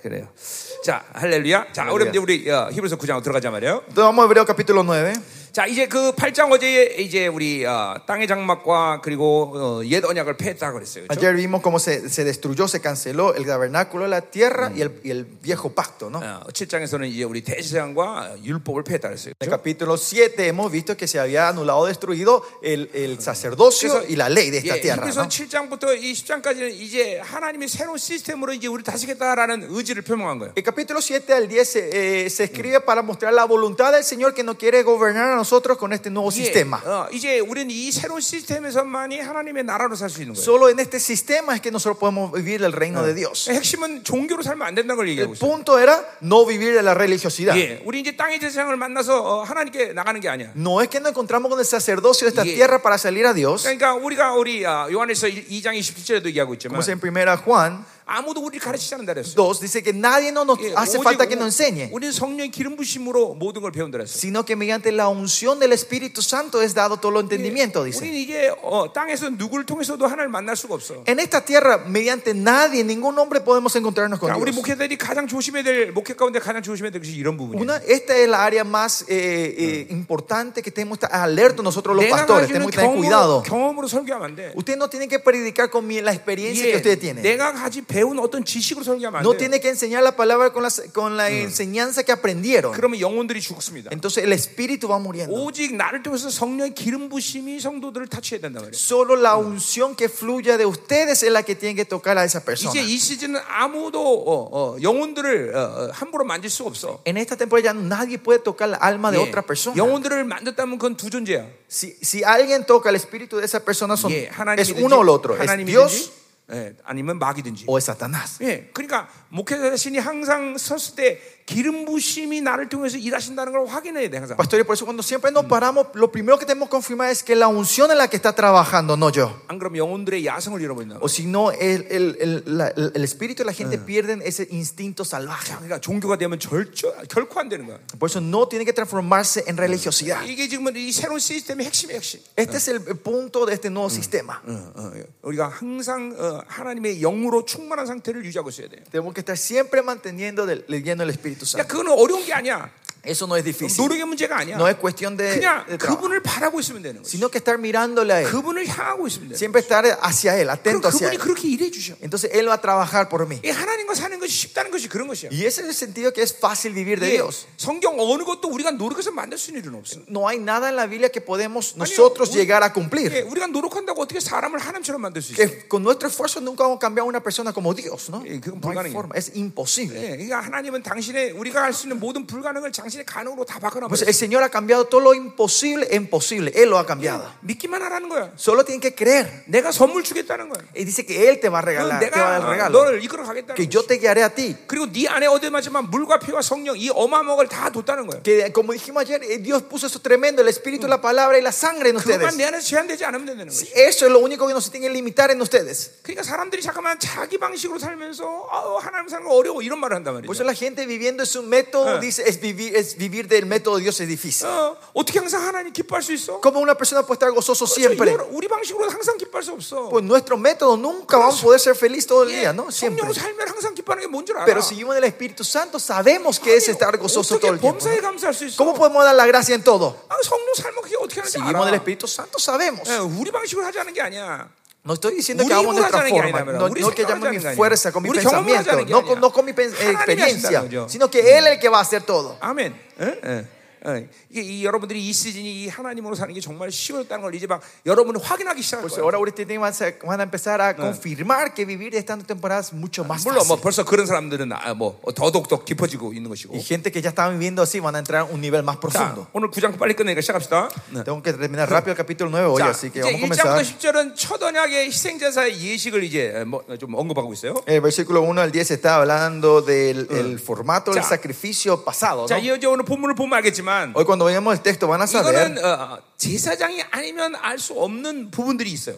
그래요. 자, 할렐루야. 자, 그럼 이제 우리 어, 히브리서 9장으로 들어가자 말이에요. Entonces vamos a Hebreos capítulo 9. 자, 이제 그 8장 어제 이제 우리 어, 땅의 장막과 그리고 어, 옛 언약을 폐했다 그랬어요. 그렇죠? Ayer vimos cómo se, se destruyó, se canceló el tabernáculo de la tierra y, el, y el viejo pacto, ¿no? En 어, 7장에서는 이제 우리 대제사장과 율법을 폐했다 그랬어요. el 그렇죠? capítulo 7 hemos visto que se había anulado, destruido el, el sacerdocio y la ley de esta 예, tierra. 히브리서 ¿no? 7장부터 이 10장까지는 이제 하나님이 새로운 시스템으로 이제 우리 다스리겠다라는 의지를 표명한 거예요. El capítulo 7 al 10 se, eh, se escribe para mostrar la voluntad del Señor que no quiere gobernar a nosotros con este nuevo 이게, sistema. 어, 이제 우리는 이 새로운 시스템에서만이 하나님의 나라로 살 수 있는 거예요. Solo en este sistema es que nosotros podemos vivir el reino de Dios. 핵심은 종교로 살면 안 된다는 걸 El 얘기하고 있어요. punto era no vivir de la religiosidad. 예, 우리 이제 땅의 제사장을 만나서 어, 하나님께 나가는 게 아니야. No es que nos encontramos con el sacerdocio de esta Yeah. tierra para salir a Dios, 그러니까 우리가 우리 아, 요한에서 2장 27절에도 얘기하고 있지만 como dice en 1 Juan 아무도 우리를 가르치지 않는다 그랬어요. 2, dice que nadie no nos 예, hace 오직 falta que 우- nos enseñe, 우리는 성령 기름 부심으로 모든 걸 배운다 그랬어요. sino que mediante la unción del Espíritu Santo es dado todo el entendimiento, dice. 우리는 이게 어, 땅에서 누구를 통해서도 하나님을 만날 수가 없어. En esta tierra, mediante nadie, ningún hombre podemos encontrarnos con 자, 그러니까 우리 Dios. 목회자들이 가장 조심해야 될 목회 가운데 가장 조심해야 될 것이 이런 부분이에요. Una, esta es la área más eh, eh, importante que tenemos que estar alertos nosotros los 내가 pastores. 가지는 Tenemos que tener 경험으로, cuidado. 경험으로 설교하면 안 돼. Usted no tiene que predicar con mi- la experiencia 예, que usted tiene. 내가 가지 배운 어떤 지식으로 설교하면 No 안 돼. tiene que enseñar la palabra con la, con la enseñanza que aprendieron. 그러면 영혼들이 죽습니다. Entonces el espíritu va muriendo. 오직 나를 통해서 성령의 기름 부심이 성도들을 타치해야 된다 말이에요. Solo la unción que fluya de ustedes es la que tiene que tocar a esa persona. 이제 이 시즌은 아무도 어, 어, 영혼들을 어, 어, 함부로 만질 수가 없어. En esta temporada ya nadie puede tocar la alma de 예, otra persona. 영혼들을 만졌다면 그건 두 존재야. Si, si alguien toca el espíritu de esa persona, son- 예, es 하나님이든지 uno o el otro. Es Dios 하나님이든지 예, 아니면 마귀든지. o es Satanás. 예, 그러니까 목회자 신이 항상 섰을 때 기름 부심이 나를 통해서 일하신다는 걸 확인해야 돼 항상. Pastores, por eso cuando siempre nos paramos, lo primero que tenemos que confirmar es que la unción en la que está trabajando, no yo. 안 그러면 영혼들의 야성을 잃어버린다. O si no, el, el- el- la- el espíritu de la gente pierden ese instinto salvaje. 그러니까 종교가 되면 절저 결코 안 되는 거야. Por eso no tiene que transformarse en religiosidad. 이게 지금은 이 새로운 시스템의 핵심의 핵심. Este es el punto de este nuevo sistema. 어, 어, 우리가 항상 어, 하나님의 영으로 충만한 상태를 유지하고 있어야 돼요. Tenemos que estar siempre manteniendo del- leyendo el Espíritu 야, Santo. 그거는 어려운 게 아니야. Eso no es difícil. 노력의 그러니까. 문제가 아니야. No es cuestión de, 그냥 de trabajo, 그분을 바라고 있으면 되는 거지. sino que estar mirándole a Él. 그분을 향하고 있으면 되는 거지. Siempre estar hacia Él, 그럼 atento 그분이 hacia Él. 그렇게 일해 주셔. Entonces Él va a trabajar por mí. 이 하나님과 사는 것이 쉽다는 것이 그런 것이야. Y ese es el sentido que es fácil vivir de 예, Dios. 성경 어느 것도 우리가 노력해서 만들 수 있는 일은 없어. No hay nada en la Biblia que podemos nosotros 우리- llegar a 예, cumplir. 우리가 노력한다고 어떻게 사람을 하나님처럼 만들 수 있어? Que con nuestro esfuerzo nunca vamos a cambiar a una persona como Dios, ¿no? 예, 그건 No 불가능해요. hay forma, es imposible. 예, 그러니까 하나님은 당신의 우리가 할 수 있는 모든 불가능을 당신의 가능으로 다 바꿔놔 Pues 버렸어. el Señor ha cambiado todo lo imposible en posible. Él lo ha cambiado. 예, 믿기만 하라는 거야. Solo tienen que creer. 내가 선물 주겠다는 거야. Y dice que Él te va a 그건 regalar, te va a dar el 내가 regalo. 너를 이끌어 가겠다는 Que 거야. yo te guiaré a ti. 그리고 네 안에 얻어맞지만 물과 피와 성령 이 어마어마를 다 뒀다는 거야. Que como dijimos ayer, eh, Dios puso eso tremendo, el espíritu, la palabra y la sangre en 그것만 ustedes. 내 안에서 제한되지 않으면 된다는 거야. Eso es lo único que nos tiene que limitar en ustedes. 그러니까 사람들이 잠깐만 자기 방식으로 살면서 아우, 하나님 사는 거 어려워 이런 말을 한단 Por 말이죠. eso la gente viviendo es un método, Ah. dice, es vivir, es vivir del método de Dios es difícil. 어, 어떻게 항상 하나님 기뻐할 수 있어? ¿Cómo una persona puede estar gozoso 그렇죠. siempre? 이걸 우리 방식으로 항상 기뻐할 수 없어. Pues nuestro método nunca vamos a poder ser feliz todo el 예, día, ¿no? Siempre. 성령으로 살면 항상 기뻐하는 게 뭔 줄 알아? Pero si vivimos en el Espíritu Santo, sabemos que es estar gozoso todo 어떻게 el tiempo. 범사에 뭐 ¿no? 감사할 수 있어? ¿Cómo podemos dar la gracia en todo? 아, 성령 삶은 그게 어떻게 하는지 Si vivimos en el 알아. Espíritu Santo, sabemos. 예, 우리 방식으로 하자는 게 아니야. No estoy diciendo que 우리 hagamos 힘으로 de nuestra 하자는 게 forma, 아니라, no, 우리 no 생각으로 que hagamos mi 하자는 게 아니라. fuerza, con mi 우리 경험으로 pensamiento, 하자는 게 no con, 아니라. no con mi pen- eh, 하나님이 experiencia, 하신다는 거죠. sino que Él es el que va a hacer todo. 아멘. 예? 예. 예. 이게 이 여러분들이 이 시즌이 이 하나님으로 사는 게 정말 쉬웠다는 걸 이제 막 여러분은 확인하기 시작할 Pues 거예요. ahora ustedes tienen- van a- van a empezar a confirmar que vivir esta temporada es mucho más 물론 뭐 fácil. 벌써 그런 사람들은 아, 뭐 더더욱 깊어지고 있는 것이고. Y gente que ya estaba viviendo así van a entrar a un nivel más 자, profundo. 오늘 9장 빨리 끝내니까 시작합시다. Tengo que terminar rápido el capítulo 9 hoy, 자, así que 이제 vamos a 1장부터 comenzar. 10절은 첫 언약의 희생제사의 예식을 이제 뭐, 좀 언급하고 있어요. El versículo 1 al 10 está hablando del el formato del Ya. sacrificio pasado. 자, ¿no? 이 이제 오늘 본문을 보면 알겠지만 Hoy cuando veamos el texto van a saber, 이거는 어, 제사장이 아니면 알 수 없는 부분들이 있어요.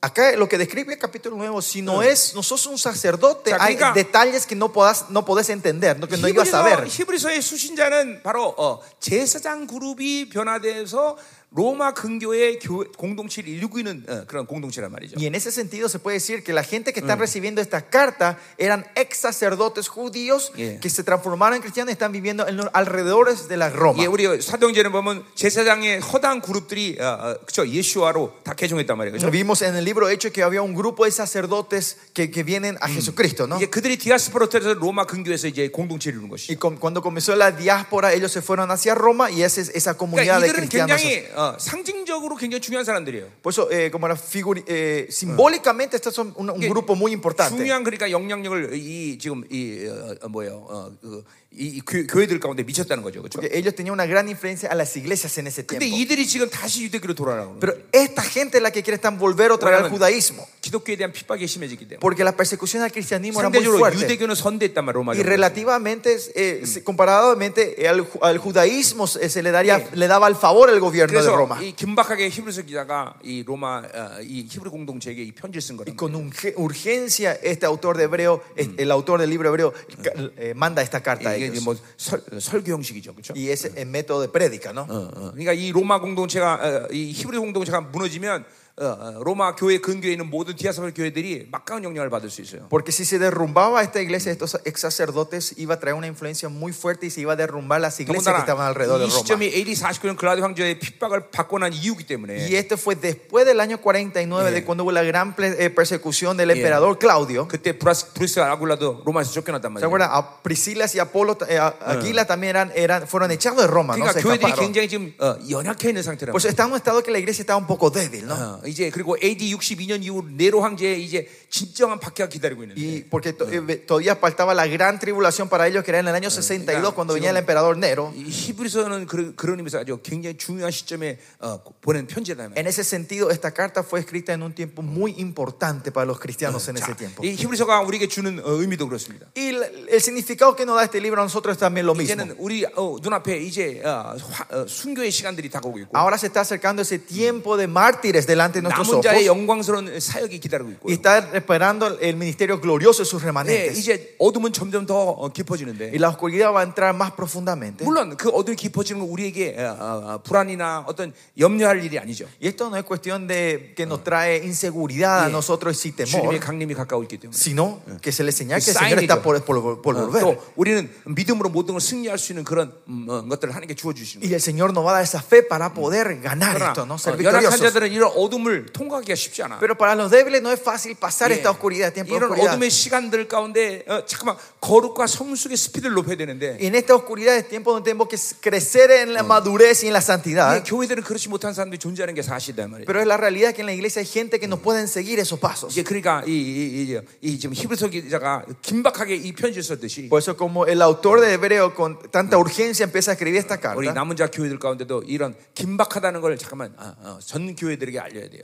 acá lo que describe el capítulo 9, si no es, no sos un sacerdote, Ya, hay 그러니까- detalles que no podás, no podés entender, no, que no ibas a 히브리서, saber. 히브리서의 수신자는 바로 어, 제사장 그룹이 변화돼서 로마 근교의 교- 공동체를 일구이는 어, 그런 공동체란 말이죠. Y en ese sentido se puede decir que la gente que está recibiendo esta carta eran ex sacerdotes judíos Yeah. que se transformaron en cristianos y están viviendo en los alrededores de la Roma. 예, 우리 사도행전을 보면 제사장의 허당 그룹들이 어, 어, 그쵸 예수와로 다 개종했단 말이에요. 그죠? Vimos en el libro Hecho que había un grupo de 사cerdotes que, que vienen a Jesucristo, ¿no? 이제 그들이 디아스포라에서 로마 근교에서 이제 공동체를 이루는 것이. Y con- cuando comenzó la diáspora, ellos se fueron hacia Roma y esa, es- esa 그러니까 comunidad de 이들은 cristianos. 굉장히 어, 상징적으로 굉장히 중요한 사람들이에요. Por eso, eh, como era figuri- eh, simbólicamente, estos son un, un Que- grupo muy importante. 중요한 그러니까 영향력을 이 지금 이 어, 어, 뭐예요? 어, 그, 이, 이 교, 교회들 가운데 미쳤다는 거죠. 그렇죠? Que ellos tenían una gran influencia a las iglesias en ese 근데 tiempo. 이들이 지금 다시 유대교로 돌아가고 Pero esta gente es la que quiere están volver otra vez al Bueno, judaísmo. 기독교에 대한 핍박이 심해지기 때문에 Porque la persecución al cristianismo era muy 상대적으로 fuerte. 유대교는 선대했단 말이에요. 로마 Y relativamente, eh, se- comparadamente, eh, al, ju- al judaísmo se se le, daría, Sí. le daba el favor el gobierno de 그래서 Roma. 이 긴박하게 히브리서 기자가 이 로마 어, 이 히브리 공동체에게 이 편지를 쓴 거예요. Y con unge- urgencia, este autor de hebreo, es- el autor del libro hebreo, ca- eh, manda esta carta a 이게 ellos. 이제 뭐 설, 설교 형식이죠, 그렇죠? Y es el método de prédica, ¿no? 어, 어. 그러니까 이 로마 공동체가 어, 이 히브리 공동체가 무너지면 어, 어, 로마 교회 근교에 있는 모든 디아스포라 교회들이 막강한 영향을 받을 수 있어요. Porque si se derrumbaba esta iglesia, estos ex sacerdotes iba a traer una influencia muy fuerte y se iba a derrumbar las iglesias que estaban alrededor de 이 시점이 Roma. AD 49년 글라디 황제의 핍박을 받고 난 이유기 때문에 Y este fue después del año 49, de cuando hubo la gran ple- eh, persecución del emperador Claudio. 그때 브라스, 브루스 아굴라도 로마에서 쫓겨났단 말이에요. ¿Se acuerdan? A Priscilas y Apolo, eh, a- Ah. Aquila también eran, eran, fueron echados de Roma, ¿no? 그러니까 Se 교회들이 escaparon. 굉장히 지금 어, 연약해 있는 상태라고. Pues está en un estado que la iglesia estaba un poco débil, ¿no? 어, 이제 그리고 AD 62년 이후 네로 황제의 이제 진정한 박해가 기다리고 있는데. Y porque Ah. to- eh, todavía faltaba la gran tribulación para ellos, que era en el año 62, Claro, cuando sí, venía el bueno. emperador Nero. 이 히브리서는 그런, 그런 의미에서 아주 굉장히 중요한 시점에 어, 보낸 편지다. En ese sentido, esta carta fue escrita en un tiempo muy importante para los cristianos en ese 자, tiempo. 이 히브리서가 우리에게 주는 어, 의미도 그렇습니다. Y el, el significado que nos da este libro a nosotros es también lo mismo. 이제는 우리 어, 눈앞에 이제 어, 화- 어, 순교의 시간들이 다가오고 있고 Ahora se está acercando ese tiempo de mártires delante de nuestros 남은 ojos 자의 영광스러운 사역이 기다리고 있고 y está esperando el ministerio glorioso de sus 네, remanentes. 이제 어둠은 점점 더 어, Y 깊어지는데 la oscuridad va a entrar más profundamente. 물론 그 어둠이 깊어지는 건 우리에게 어, 어, 어, 불안이나 어떤 염려할 일이 아니죠. Y esto no es cuestión de que nos trae inseguridad Sí. a nosotros y temor, 주님의 강림이 가까워 있기 때문에 sino que se le señala Sí. que el Señor Sign está ello. por, por- por 어, volver. 또 우리는 믿음으로 모든 걸 승리할 수 있는 그런 음, 어, 것들을 하나님께 주어 주시는 Y el Señor nos va a dar esa fe para poder ganar 그러나 esto, ¿no? Ser 어, 연약한 victoriosos. 자들은 이런 어둠을 통과하기가 쉽지 않아. Pero para los débiles no es fácil pasar 예. esta oscuridad, tiempo de 이런 oscuridad. 어둠의 시간들 가운데 어, 잠깐만 거룩과 성숙의 스피드를 높여야 되는데 Y en esta oscuridad es tiempo donde tenemos que crecer en la madurez y en la 이 santidad. 교회들은 그렇지 못한 사람들이 존재하는 게 사실이다 말이에요. Pero es la realidad que en la iglesia hay gente que no pueden seguir esos pasos. 이제 그러니까 이, 이, 이, 이 지금 히브리서 기자가 긴박하게 이 편지를 썼듯이 Por eso como el autor de Hebreo con tanta urgencia empieza a escribir esta 우리 carta, 남은 자 교회들 가운데도 이런 긴박하다는 걸 잠깐만 아, 어, 전 교회들에게 알려야 돼요.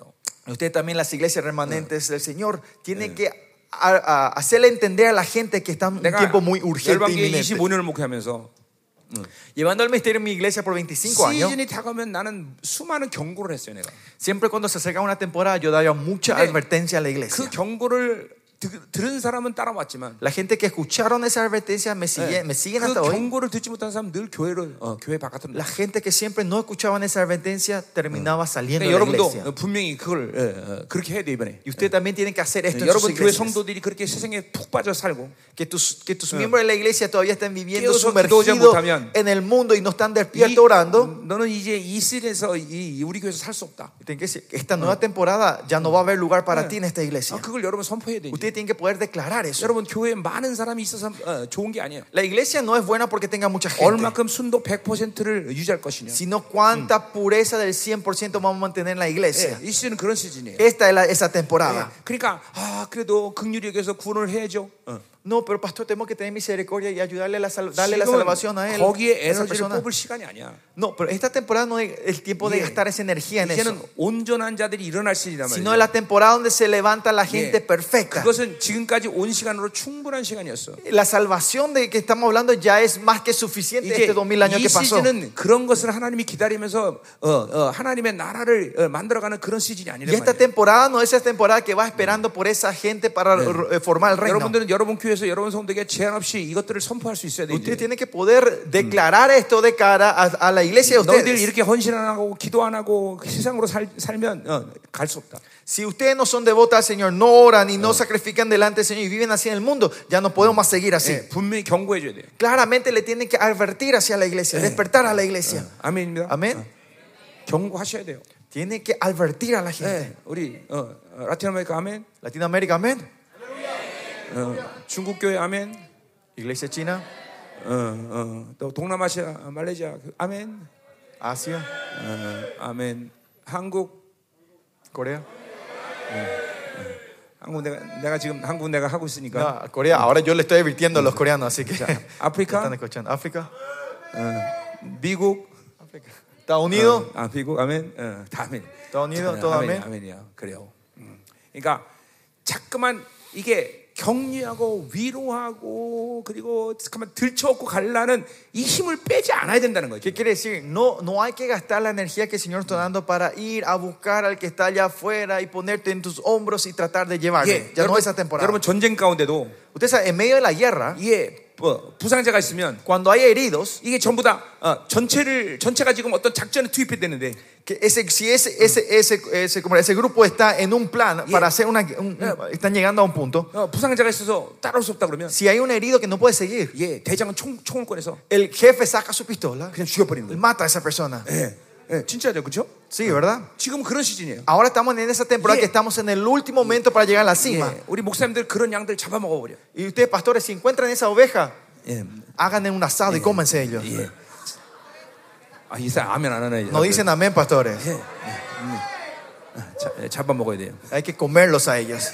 usted también las iglesias remanentes del Señor tiene que a- a- hacerle entender a la gente que está en un 내가 tiempo muy urgente 열방계 inminente. 25년을 목회하면서 Llevando el misterio en mi iglesia por 25 años, 시즌이 다가오면 나는 수많은 경고를 했어요 내가. siempre cuando se acerca una temporada yo daba mucha 근데 advertencia a la 그 iglesia. 경고를 드- 들은 사람은 따라왔지만 La gente que escucharon esa advertencia me, sigue- me siguen 그 hasta hoy. 경고를 듣지 못한 사람 늘 교회를 어, 교회 바깥으로 La gente que siempre no escuchaban esa advertencia terminaba saliendo 그러니까 de la 여러분도 iglesia. Eh. 분명히 그걸 예, 예, 그렇게 해야 돼 이번에. 네, Y usted también tiene que hacer esto en sus 여러분 교회 iglesias. 성도들이 그렇게 세상에 푹 빠져 살고 Que tus, que tus miembros de la iglesia todavía están viviendo 깨어서 기도하지 sumergidos 못하면 en el mundo y Mm. no están 이, 음, despiertos orando. 너는 이제 이 시즌에서 이, 이 우리 교회에서 살 수 없다. Tienen que decir, esta nueva temporada ya no va a haber lugar para ti en esta 아, iglesia. 그걸 여러분 선포해야 돼. 이제. Usted tiene que poder declarar eso. 여러분 교회에 많은 사람이 있어서 어, 좋은 게 아니에요. La iglesia no es buena porque tenga mucha gente, 얼마큼 순도 100%를 유지할 것이냐. sino cuánta pureza del 100% vamos a mantener en la iglesia. 예, 이 시즌은 그런 시즌이에요. Esta es la- esa temporada. 예, 그러니까 아 그래도 극률력에서 구원을 해야죠. 어. No, pero pastor, tenemos que tener misericordia y ayudarle a la sal- darle la salvación a 지금은 él. 거기에 a esa 에너지를 persona. 뽑을 시간이 아니야. No, pero esta temporada no es el tiempo de Yeah. gastar esa energía en 이제는 eso, 온전한 자들이 일어날 시즌이란 sino 말이야. es la temporada donde se levanta la gente Yeah. perfecta. 그것은 지금까지 온 시간으로 충분한 시간이었어. La salvación de que estamos hablando ya es más que suficiente 이제 este 2000 años 이 que pasó. 시즌은 그런 것을 하나님이 기다리면서 어, 어, 하나님의 나라를 어, 만들어가는 그런 시즌이 Y 아니란 esta 말이에요. temporada no es esa temporada que va esperando por esa gente para eh, formar el reino. 여러분들은 여러분 교회 그래서 여러분 성도에게 제한 없이 이것들을 선포할 수 있어야 돼. 이제. Usted tiene que poder declarar esto de cara a, a la iglesia de 너희들 ustedes. 이렇게 헌신 안 하고 기도 안 하고 그 세상으로 살, 살면 어, 갈 수 없다. Si ustedes no son devotas al Señor, no oran y no sacrifican delante del Señor y viven así en el mundo, ya no podemos más seguir así. 예, 분명히 경고해 줘야 돼요. Claramente le tienen que advertir hacia la iglesia, despertar a la iglesia. Eh. 아멘입니다. Amén. 경고하셔야 돼요. Tiene que advertir a la gente. 예, 우리 어, 어, 라틴 아메리카 아멘, Latinoamérica, amén. 어, 중국 교회 아멘, Iglesia China, 어, 어, 또 동남아시아 말레이시아 그 아멘, Asia, 어, 아멘, 한국 Corea. 한국 내가 내가 지금 한국 내가 하고 있으니까 No, Corea, ahora yo le estoy advirtiendo a los coreanos, así que 아프리카, están escuchando. África, 어, 미국, Estados Unidos, 아 미국 아멘, 어, 다 아멘, 다 아멘이요? 자, 또 아멘? 아멘이야 그래요. 음. 그러니까 자꾸만 이게 격려하고 위로하고 그리고 잠깐만 들쳐업고 갈라는 이 힘을 빼지 않아야 된다는 거죠. ¿Qué quiere decir? No, no hay que gastar la energía que el Señor está dando para ir a buscar al que está allá afuera y ponerte en tus hombros y tratar de llevarle. 예, ya no 여러분, es esa temporada. 여러분 전쟁 가운데도 Usted sabe, en medio de la guerra, 이게 뭐, 부상자가 있으면 cuando hay heridos, 이게 전부 다 어, 전체를 전체가 지금 어떤 작전에 투입이 되는데 que ese, si ese, ese, ese, ese, como ese grupo está en un plan Yeah. para hacer una. un- un- están llegando a un punto. 어, 부상자가 있어서 따라올 수 없다 그러면 Si hay un herido que no puede seguir, 예 대장은 총 총을 꺼내서 el jefe saca su pistola, 그냥 죽여버리는 거예요. mata a esa persona. 예, 예 진짜죠, 그렇죠? Sí, ¿verdad? 지금 그런 시즌이에요. Ahora estamos en esa Yeah. temporada que estamos en el último momento para llegar a 예, la cima. 우리 목사님들 그런 양들 잡아먹어 버려. Y ustedes, pastores, si encuentran esa oveja, 예, hagan un asado y cómanse ellos. 예. 아, 이 사람 아멘 안 하네. No dicen amén, pastores. 자, 예, 잡아먹어야 돼요. Hay que comerlos a ellos.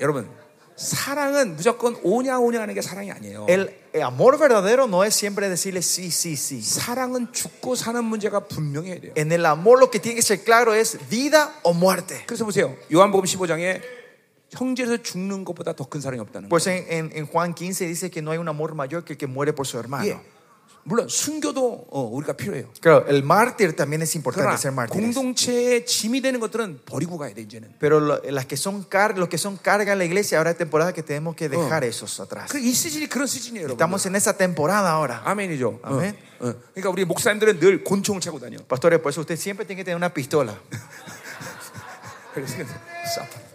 여러분, 사랑은 무조건 오냐 오냐 하는 게 사랑이 아니에요. El, el amor verdadero no es siempre decirle sí, sí, sí. 사랑은 죽고 사는 문제가 분명히 해야 돼요. En el amor lo que tiene que ser claro es vida o muerte. 그래서 보세요. 요한복음 15장에 형제에서 죽는 것보다 더 큰 사랑이 없다는 거예요. Pues en, en- en Juan 15 dice que no hay un amor mayor que el que muere por su hermano. 예. 물론 순교도 어, 우리가 필요해요. Claro, el mártir también es 그러나 importante ser mártir. 공동체의 짐이 되는 것들은 버리고 가야 돼 이제는. Pero lo- las que son car- los que son carga en la iglesia, ahora es temporada que tenemos que dejar esos atrás. 그이 시즌이 그런 시즌이에요, 여러분. Estamos en esa temporada ahora. 아멘이죠. 어, 아멘. 어. 그러니까 우리 목사님들은 늘 곤충을 차고 다녀. Pastores, por eso usted siempre tiene que tener una pistola. 그래서 싸파.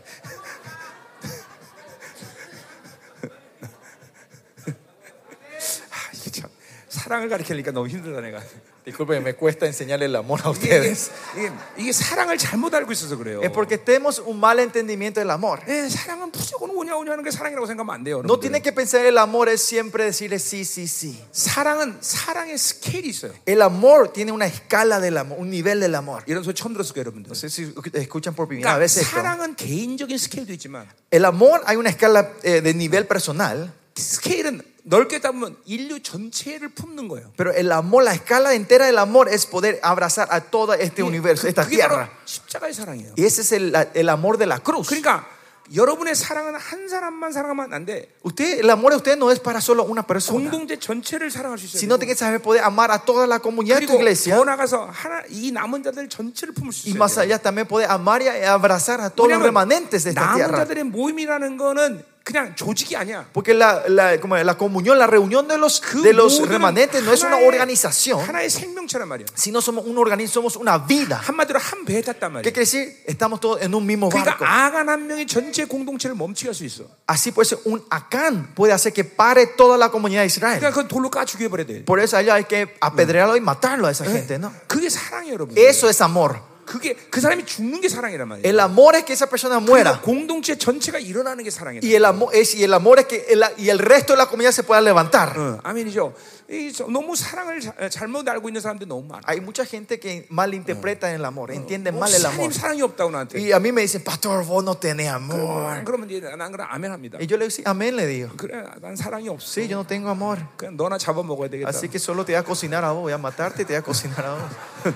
아, 이게 참 사랑을 가르치니까 너무 힘들다 내가. 네. Disculpe, me cuesta enseñarle el amor a 이게, 이게, 이게, 이게 사랑을 잘못 알고 있어서 그래요. Es porque tenemos un mal entendimiento del amor. 예, 사랑은 무조건 오냐 오냐 하는 게 사랑이라고 생각하면 안 돼요. No 여러분들. tiene que pensar el amor es siempre decirle sí, sí, sí. 사랑은 사랑의 스케일이 있어요. El amor tiene una escala del amor, un nivel del amor. 이런 소리 처음 들었을 거예요, 여러분들. No sé si escuchan por primera 그러니까 vez esto. 사랑은 개인적인 스케일도 있지만 El amor hay una escala eh, de nivel personal, 스케일은 넓게 따보면 인류 전체를 품는 거예요. pero el amor, la escala entera del amor es poder abrazar a todo este universo, esta 그게 바로 tierra. 십자가의 사랑이에요. Y ese es el, el amor de la cruz. 그러니까 여러분의 사랑은 한 사람만 사랑하면 안 돼. Usted, el amor de usted no es para solo una persona, 공동체 전체를 사랑할 수 있어요. sino tiene que saber poder amar a toda la comunidad de tu 그리고 iglesia. 더 나가서 하나 이 남은 자들 전체를 품을 수 Y 있어요. más allá también puede amar y abrazar a todos los 왜냐면 remanentes de esta 남은 tierra. 자들의 모임이라는 거는 그냥 조직이 아니야. Porque la, la- como la comunión, la reunión de los, 그 de los 모든 remanentes no es una 하나의- organización, 하나의 생명체란 말이야. sino somos un organismo, somos una vida. 한마디로 한 배에 탔단 말이야. ¿Qué quiere decir? Estamos todos en un mismo 그러니까 barco. 아간 한 명이 전체 공동체를 멈추게 할 수 있어. Así puede ser, un acán puede hacer que pare toda la comunidad de Israel. 그러니까 그건 돌로 까 죽여버려야 돼. Por eso allá hay que apedrearlo y matarlo a Eh. esa gente, ¿no? 그게 사랑이에요, 여러분. Eso es amor. 그게 그 사람이 죽는 게 사랑이란 말이야. 그 El amor es que esa persona muera. 공동체 전체가 일어나는 게 사랑이야. Y el amor es, y el amor es que el- y el resto de la comunidad se pueda levantar. 어, 아멘이죠. 이 저- 너무 사랑을 자- 어, 잘못 알고 있는 사람들 너무 많아. Hay mucha gente que malinterpreta el amor, entiende 어, mal el 하나님 amor. 사랑이 없다고 나한테. Y a mí me dicen, pastor, vos no tenés amor. 그러면 이제 난 그럼 아멘합니다. Y yo le digo, "Sí, amén, le digo. 그래, 난 사랑이 없어. Sí, yo no tengo amor. 그냥 너나 잡아먹어야 되겠다. Así que solo te voy a cocinar a vos, voy a matarte y te voy a cocinar a vos.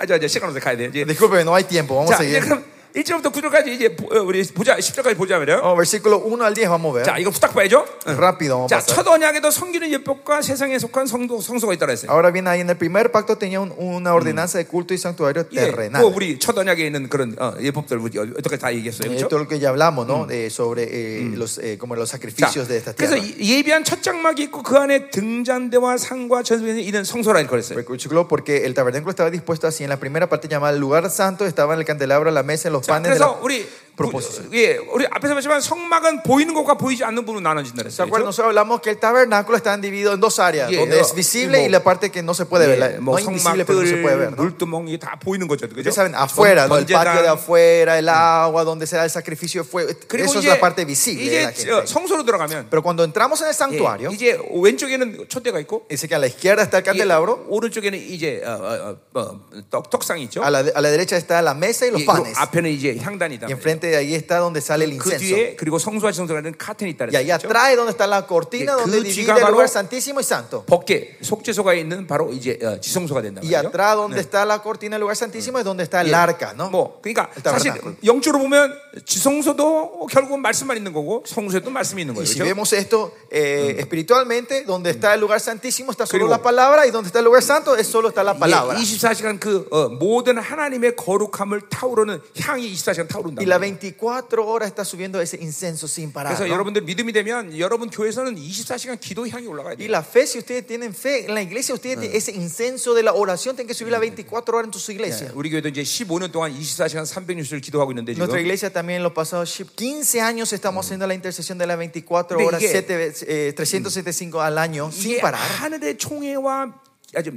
아, 이제, 이제 시간 없어 가야 돼. 이제. 아, Disculpe, no hay tiempo, vamos a 자, 이제 seguir. 그럼 1절부터 9절까지 이제 보- 어, 우리 보자 10절까지 보자면요. Vamos, versículo 1 al 10, vamos a ver. 자, 이거 후딱 봐야죠. Rápido, vamos a 자, pasar. 첫 언약에도 성기는 예법과 세상에 속한 성도 성소가 있다고 했어요. Ahora bien, ahí en el primer pacto tenía un- una ordenanza de culto y santuario 이게 terrenal. 그 우리 첫 언약에 있는 그런 어, 예법들 우리 어떻게 다 얘기했어요. Eh, 그렇죠? todo lo que ya hablamos, ¿no? Eh, sobre eh, los, eh, como los sacrificios de esta 그래서 tierra. 이- 예비한 첫 장막이 있고 그 안에 등잔대와 상과 전수에 있는 성소라 그랬어요. Versículo, porque el tabernáculo estaba dispuesto así. En la primera parte llamada el lugar santo, estaba en el candelabro, la mesa, en los 자, panes. de la- 그래서 우리 구- proposition. 예, 우리 앞에서 봤지만 성막은 보이는 것과 보이지 않는 부분으로 나눠진다 그랬어요. ¿Se 그렇죠? acuerdan? Nosotros hablamos que el tabernáculo está dividido en dos áreas, Yeah, donde no. es visible Y y la parte que no se 예, puede ver, la- 뭐 no invisible, 뭐 pero no se puede 성막들, ver. ¿no? 물두멍이 다 보이는 거죠, 그죠? Ustedes saben, afuera, ¿no? el patio 번제단, de afuera, el agua, donde se da el sacrificio de fuego. 그리고 Eso es 이제, la parte visible de la 이제 어, gente. 성소로 들어가면 Pero cuando entramos en el 예, santuario, 이제 왼쪽에는 초대가 있고 dice que a la izquierda está el 예, candelabro, 오른쪽에는 이제 어, 어, 어, 어, 떡, 떡상이 있죠. a la, a la derecha está la mesa y 아, ah, los 예, 그리고 panes. 앞에는 이제 향단이다. Y enfrente de ahí está donde sale el 그 incenso. 뒤에 그리고 성소와 지성소라는 카튼이 있다. Y ahí 그랬죠? atrás es donde está la cortina, Yeah, donde 그 divide 쥐가 el 바로- lugar santísimo y santo. 벗게 속죄소가 있는 바로 이제 어, 지성소가 된다 Y 말이죠. atrás donde está la cortina del lugar santísimo es donde está el 예. arca, ¿no? 뭐 그러니까 일단 사실 만나. 영적으로 보면 지성소도 결국은 말씀만 있는 거고 성소에도 말씀이 있는 Y 거예요. si 그렇죠? vemos esto eh, espiritualmente, donde está el lugar santísimo está solo 그리고- la palabra y donde está el lugar santo es solo está la palabra. 예, 24시간 그 어, 모든 하나님의 거룩함을 타오르는 향이 24시간 타오른다. Y la 24 horas está subiendo ese incenso sin parar. 그래서 ¿no? 여러분들 믿음이 되면 여러분 교회에서는 24시간 기도 향이 올라가야 Y 돼요. la fe, si ustedes tienen fe en la iglesia, ustedes tienen ese incenso de la oración tienen que subir las 24 horas en tus iglesias. 우리 교회도 이제 15년 동안 24시간 360일 기도하고 있는데 지금 Nuestra iglesia también en los pasados shi- 15 años estamos haciendo la intercesión de las 24 Pero horas, 이게- siete veces, eh, 375 al año, 이게 sin parar. 하늘의 총회와 아주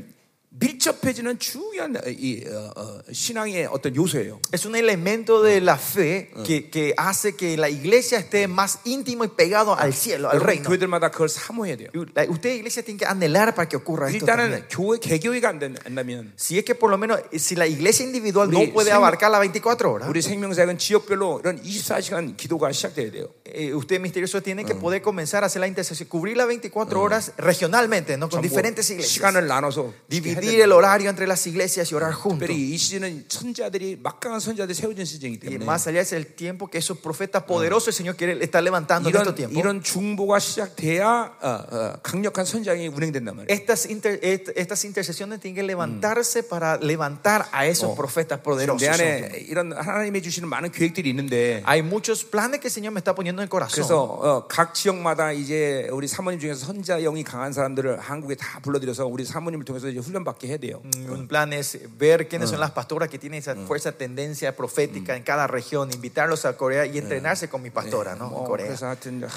밀접해지는 중요한 이 어, 어, 신앙의 어떤 요소예요. Es un elemento de la fe que, que hace que la iglesia esté más íntimo y pegado al cielo, al 여러분 reino. 교회들마다 그걸 사모해야 돼요. La- Usted, iglesia, tiene que anhelar para que ocurra esto. 일단은 también. 교회 개교회가 안 된- 안 되면 Si es que por lo menos, eh, si la iglesia individual 우리 no puede 생- abarcar las 24 horas, 우리 생명사역은 지역별로 이런 24시간 기도가 시작돼야 돼요. eh, usted misterioso tiene que poder comenzar a hacer la intercesión, cubrir las 24 horas regionalmente, ¿no? con 전부 diferentes iglesias. 시간을 나눠서 해야 Dividir 돼요. el horario entre las iglesias y orar juntos. 특별히 이 시즌은 천자들이 막강한 선자들이 세워진 시즌이기 Y 때문에 más allá es el tiempo que esos profetas poderosos el Señor quiere estar levantando en estos 이런 tiempos. 이런 중보가 시작돼야 어, 어, 강력한 선장이 운행된단 말이에요. Estas, inter- est- estas intercesiones tienen que levantarse para levantar a esos profetas 내 poderosos. 안에 이런 하나님이 주시는 많은 계획들이 있는데 Hay muchos planes que el Señor me está poniendo en el corazón. 그래서 어, 각 지역마다 이제 우리 사모님 중에서 선자 영이 강한 사람들을 한국에 다 불러들여서 우리 사모님을 통해서 이제 훈련받게 해야 돼요. Mm, un plan es ver quiénes son las pastoras que tienen esa fuerza tendencia profética en cada región, invitarlos a Corea y entrenarse con mi pastora, Eh. ¿no? pues, En 어, Corea. 그래서 아, 하여튼 하,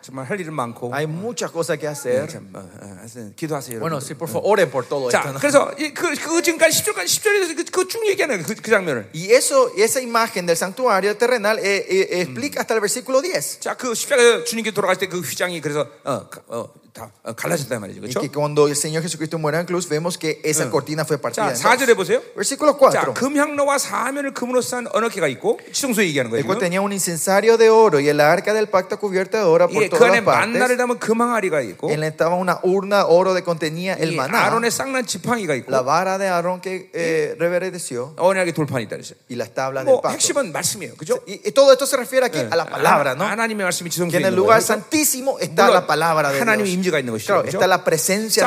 정말 할 일은 많고 Hay muchas cosas que hacer. 참, 어, 어, 하여튼 기도하세요. Bueno, 여러분. sí, por favor, oren por todo 자, esto. ¿no? 그래서 이- 그, 그 지금까지 10절까지 10절에서 그, 그쭉 얘기하는 그, 그 장면을. Y eso, esa imagen del santuario terrenal eh, eh, explica hasta el versículo 10. 자, 그 십자가 주님께 돌아가실 때 그 휘장이 그래서 어, 가- 어, 다 어, 갈라졌단 말이죠. Y 그렇죠? que cuando el Señor Jesucristo muere en la cruz, vemos que esa cortina fue 자, partida. en dos. 4절에 보세요. Versículo 자, 4. 금향로와 사면을 금으로 싼 언어케가 있고 시성소 얘기하는 El 거예요. cual 지금. tenía un incensario de oro y el arca del pacto cubierta de oro por 예, 그 todas 안에 las 만나를 partes. 담은 금항아리가 있고 Él estaba una urna oro de contenía el 이 maná, 아론의 쌍난 지팡이가 있고 la vara de Aarón que eh, revereció 언약의 돌판이 있다 그랬어요. y las tablas del 뭐 pacto. 핵심은 말씀이에요. 그죠? Y, y todo esto se refiere aquí Eh, a la ah, palabra, 하나- ¿no? 하나님의 말씀이 지성소에 Que en el 있는 lugar 거예요. santísimo está 물론 la palabra de 하나님의 Dios. 임재가 있는 것이죠. Claro, 그죠? está la presencia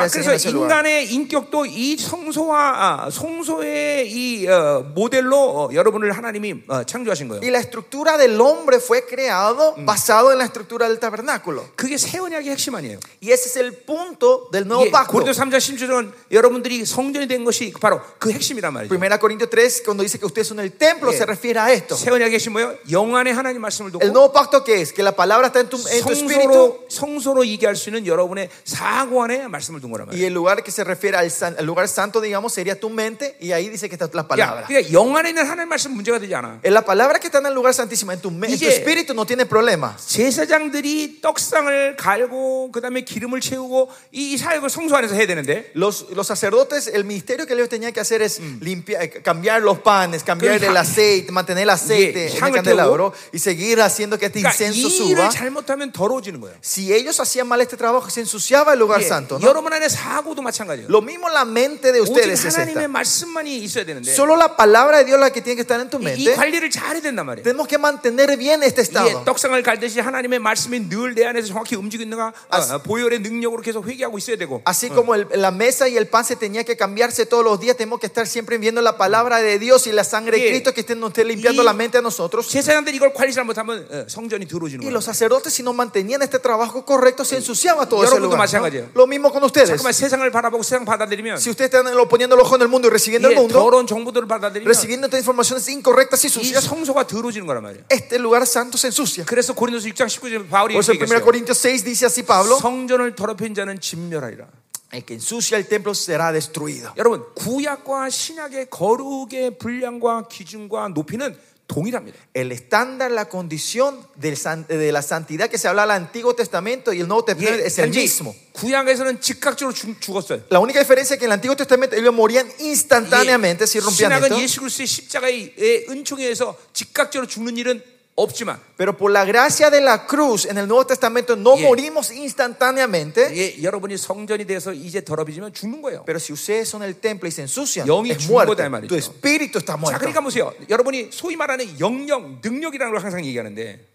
자, del Señor en 그래서 ese lugar. 인간의 인격도 이 성소와 아, 성소의 이 어, 모델로 어, 여러분을 하나님이 어, 창조하신 거예요. Y la estructura del hombre fue creado basado en la estructura del tabernáculo. 그게 새 언약의 핵심 아니에요. Y ese es el punto del nuevo 이게 pacto. 고린도 3장 10절은 여러분들이 성전이 된 것이 바로 그 핵심이란 말이죠. Primera Corintios 3, cuando dice que ustedes son el templo, Yeah. se refiere a esto. 새 언약의 핵심 뭐예요? 영안의 하나님 말씀을 El 두고 nuevo pacto que es que la palabra está en tu, en tu espíritu 성소로 성소로 얘기할 수 있는 여러분의 사고 안에 말씀을 둔 거란 말이에요. y el lugar que se refiere al, san- al lugar santo, digamos, sería tu mente y ahí dice que está la 야, palabra. 그러니까 영 안에 있는 하나님 말씀 문제가 되지 않아. En la palabra que está en el lugar santísimo, en tu, me- en tu Iye. espíritu no tiene problema. 제사장들이 떡상을 갈고 그다음에 기름을 채우고 이, 이 사역을 성소 안에서 해야 되는데 Los, los sacerdotes, el ministerio que ellos tenían que hacer es Mm. limpiar, eh, cambiar los panes, cambiar Que- el aceite, mantener el aceite Iye, en el 향을 candelabro y seguir haciendo que este 그러니까 incenso 이 일을 suba. 잘못하면 더러워지는 거예요. Si ellos hacían mal este trabajo, se ensuciaba el lugar 예, santo. ¿no? 여러분 안에 사고도 마찬가지예요. Lo mismo la mente de ustedes 오직 es 하나님의 esta. 말씀만이 있어야 되는데 Solo la palabra de Dios es la que tiene que estar en tu 이 mente. 관리를 잘해야 된단 말이에요. Tenemos que mantener bien este 예, estado. 떡상을 갈듯이 하나님의 말씀이 늘 내 안에서 정확히 움직이는가 어, 아스- 보혈의 능력으로 계속 회개하고 있어야 되고 Así como el- la mesa y el pan se tenía que cambiarse todos los días, tenemos que estar siempre viendo la palabra de Dios y la sangre de Yeah. Cristo que esté en usted limpiando Y- la mente a nosotros. 세상들 이걸 관리 잘못하면 어, 성전이 더러워지는 Y 거예요. los sacerdotes, si no mantenían este trabajo correcto, se ensuciaba todo ese 여러분도 lugar. ¿no? 마찬가지예요. Lo mismo con ustedes. 잠깐만 세상을 바라보고 세상 받아들이면 Si ustedes están lo- poniendo el ojo en el mundo y recibiendo 예, el mundo, 더러운 정보들을 받아들이면 recibiendo estas informaciones incorrectas y 이 sucias, 성소가 더러워지는 거란 말이에요. este lugar santo se ensucia. 그래서 고린도서 6장 19절 바울이 Por eso 이렇게 en 1 얘기했어요. Corintios 6 dice así Pablo, 성전을 더럽힌 자는 진멸하리라. el que ensucia el templo será destruido. 여러분 구약과 신약의 거룩의 분량과 기준과 높이는 동일합니다. El estándar, la condición del san- de la santidad que se habla en el Antiguo Testamento y el Nuevo 예, Testamento es el 단지 mismo. 구약에서는 즉각적으로 죽- 죽었어요. La única diferencia es que en el Antiguo Testamento ellos morían instantáneamente si rompían esto. 신학은 예수 그리스도의 십자가의 은총에 의해서 즉각적으로 죽는 일은 없지만 Pero por la gracia de la cruz en el Nuevo Testamento no Yeah. morimos instantáneamente. 예, 여러분이 성전이 돼서 이제 더럽어지면 죽는 거예요. Pero si ustedes son el templo y se ensucian, 영이 es 죽은 muerto. 거다, 이 말이죠. Tu espíritu está 자, muerto. 그러니까 보세요. 여러분이 소위 말하는 영영 능력이라는 걸 항상 얘기하는데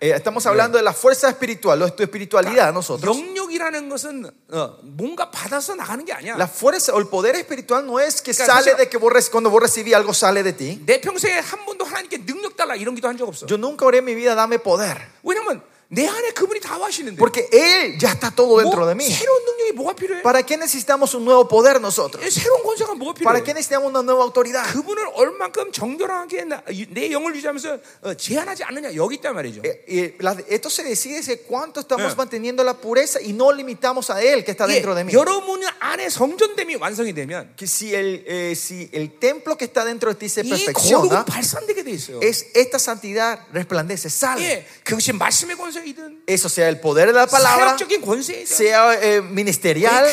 Eh, estamos hablando de la fuerza espiritual, o tu espiritualidad nosotros. 영력이라는 것은 어, 뭔가 받아서 나가는 게 아니야. La fuerza o el poder espiritual no es que Claro, sale eso- de que vos, reci- cuando vos recibís algo sale de ti. 내 평생에 한 번도 하나님께 능력 달라 이런 기도 한 적 없어. Yo nunca oré en mi vida, dame poder. 왜냐면 내 안에 그분이 다 하시는데 Porque Él ya está todo dentro de 뭐, mí. 새로운 능력이 뭐가 필요해? 예, ¿Para qué necesitamos un nuevo poder nosotros? 새로운 권세가 뭐가 필요해? ¿Para qué necesitamos una nueva autoridad? 그분을 얼만큼 정결하게 나- 내 영을 유지하면서 어, 제한하지 않느냐 여기 있단 말이죠. Eh, eh, la- esto se decide de cuánto estamos Eh. manteniendo la pureza y no limitamos a Él que está dentro de mí. 예, 여러분 안에 성전됨이 완성이 되면 Que si el, eh, si el templo que está dentro de ti se 이 거룩은 perfecciona, 발산되게 돼 있어요. es esta santidad resplandece, sale. 예, 그것이 말씀의 권세이든 Eso sea el poder de la palabra, 사역적인 권세이든 sea eh, ministerial,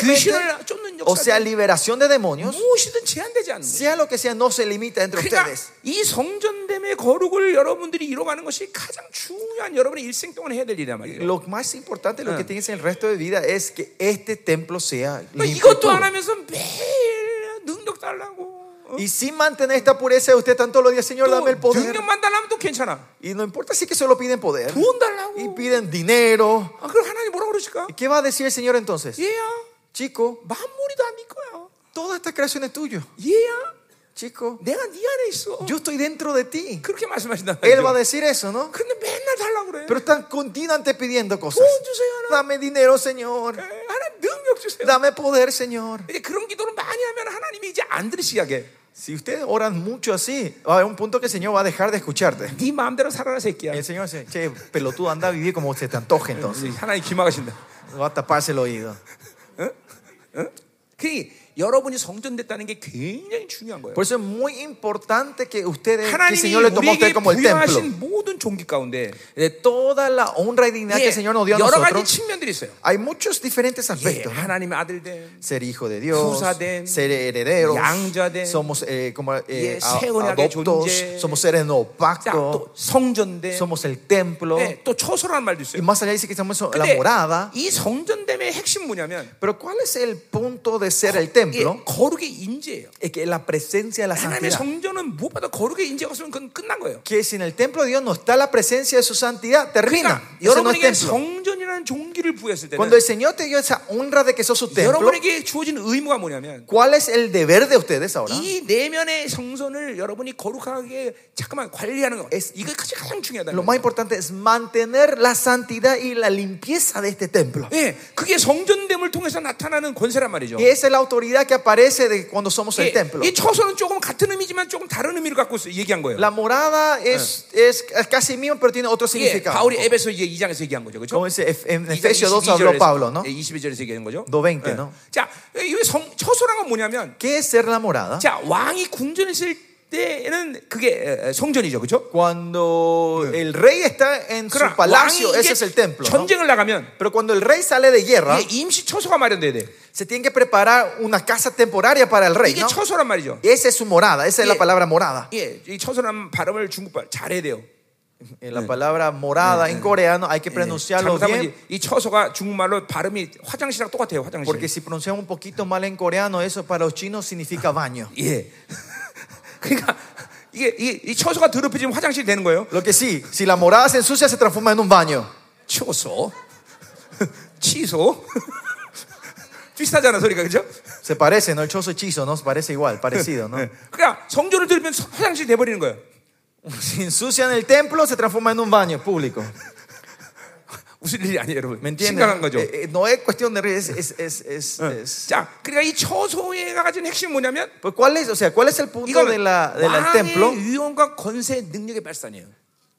예, 귀신을 쫓는 o sea 역사든 liberación de demonios, 무엇이든 제한되지 않는 거예요. sea lo que sea, no se limita entre 그러니까 ustedes. 이 성전됨의 거룩을 여러분들이 이뤄가는 것이 가장 중요한 여러분의 일생 동안 해야 될 일이란 말이에요. 그러니까 Lo más importante, lo Eh. que tienes en el resto de vida es que este templo sea 그러니까 limpio y 이것도 안 puro. 하면서 매일 능력 달라고 어? Y sin mantener esta pureza, usted tanto los días, Señor, dame el 또 poder. 능력만 달라면 또 괜찮아. Y no importa si es que solo piden poder 돈 달라고. y piden dinero. 아, 그럼 하나님 뭐라 그러실까? ¿Y ¿Qué va a decir el Señor entonces? 얘야, Chico, 만물이 다 네 거야. toda esta creación es tuya. 얘야, Chico, 내가 네 안에 있어. yo estoy dentro de ti. 그렇게 말씀하신다. Él va a decir eso, ¿no? 근데 맨날 달라고 그래. Pero están continuamente pidiendo cosas. 돈 주세요 하나. Dame dinero, Señor. 에, 하나 능력 주세요. Dame poder, Señor. 이제 그런 기도를 많이 하면 하나님이 이제 안 들으시게. Si ustedes oran mucho así, va a haber un punto que el Señor va a dejar de escucharte. 네 마음대로 살아라 새끼야. El Señor dice, che, pelotudo, anda a vivir como se te antoje entonces. 예, 하나님 기막하신다. Va a taparse el oído. 그 여러분이 성전됐다는 게 굉장히 중요한 거예요. Por eso es muy importante que 그 ustedes, que el 하나님이 Señor le tomó a usted 우리에게 como el templo. 부여하신 모든 종기 가운데 De toda la honra y dignidad que 예, el Señor nos dio a 여러 가지 nosotros, 측면들이 있어요. hay muchos diferentes 예, aspectos. ¿no? 하나님의 아들됨. Ser hijo de Dios, Fusaden, ser herederos, Yangjaden, somos eh, como eh, 예, a- 세운하게 adoptos, 존재. somos seres no 자, 또 pacto, 성전됨. somos el templo. 예, 또 초소라는 말도 Y 있어요. más allá dice que estamos en la 근데 morada. 이 성전됨의 핵심 뭐냐면 Pero ¿cuál es el punto de ser el 이게 templo? 거룩의 인재예요. Es que la presencia de la 하나님의 santidad. 성전은 무엇보다 거룩의 인재가 없으면 그건 끝난 거예요. Que si en el templo de Dios no está la presencia de su santidad, termina. 그러니까 Eso no es 여러분에게 templo. 성전이라는 종기를 부여했을 때는 Cuando el Señor te dio esa honra de que sos su templo, 여러분에게 주어진 의무가 뭐냐면 ¿cuál es el deber de ustedes ahora? 이 내면의 성전을 여러분이 거룩하게 잠깐만 관리하는 거. Es- 이것까지 가장 중요하다. Lo más importante es mantener la santidad y la limpieza de este templo. 예, 그게 성전됨을 통해서 나타나는 권세란 말이죠. Y esa es la autoridad que aparece de cuando somos el 예, templo. 이 처소는 조금 같은 의미지만 조금 다른 의미를 갖고 있어요. 얘기한 거예요. La morada es, es casi misma, pero tiene otro 예, significado. 바울이 에베소 이제 2장에서 얘기한 거죠. 그렇죠? Como dice Ef- en Efesios 2 habló Pablo, ¿no? 예, 22절에서 얘기하는 거죠. 너 뱅크, 예. 너. 자, 이 성, 처소란 건 뭐냐면 ¿Qué es ser la morada? 자, 왕이 궁전했을 때는 그게 에, 에, 성전이죠. 그렇죠? Cuando el rey está en su 그러나 palacio, 왕이 이제 ese es el templo. ¿no? 전쟁을 나가면 Pero cuando el rey sale de guerra, 이게 임시 처소가 마련돼야 돼. se tiene que preparar una casa temporaria para el rey, 이게 ¿no? 처소란 말이죠. 예, Esa es su morada, esa es la Yeah. palabra morada. 예, 이 처소란 발음을 중국발 잘해야 돼요. En la palabra morada en coreano hay que pronunciarlo 예, 잘못하면 bien. 이제 이 처소가 중국말로 발음이 화장실하고 똑같아요. 화장실. Porque si pronunciamos un poquito mal en coreano, eso para los chinos significa baño. 예. 그러니까 이게 이, 이 처소가 더럽혀지면 화장실 이 되는 거예요. Lo que sí, si la morada se ensucia, se transforma en un baño. 초소, 치소, 비슷하잖아 소리가 그죠? Se parece, ¿no? El choso hechizo, ¿no? Parece igual, parecido, ¿no? 그러니까 성전을 들으면 화장실 이 돼버리는 거예요. Si ensucian el templo, se transforma en un baño público. 웃을 일이 아니에요, ¿Me 여러분. entiendes? 심각한 거죠. Eh, eh, no es cuestión de reír, es, es, es, es- Ah. es- 자, 그러니까 이 처소에가 가진 핵심 은 뭐냐면 Pues, ¿cuál es, o sea, ¿cuál es el punto de 이거는 la, de la- del 왕의 templo? 위엄과 권세 능력의 발산이에요.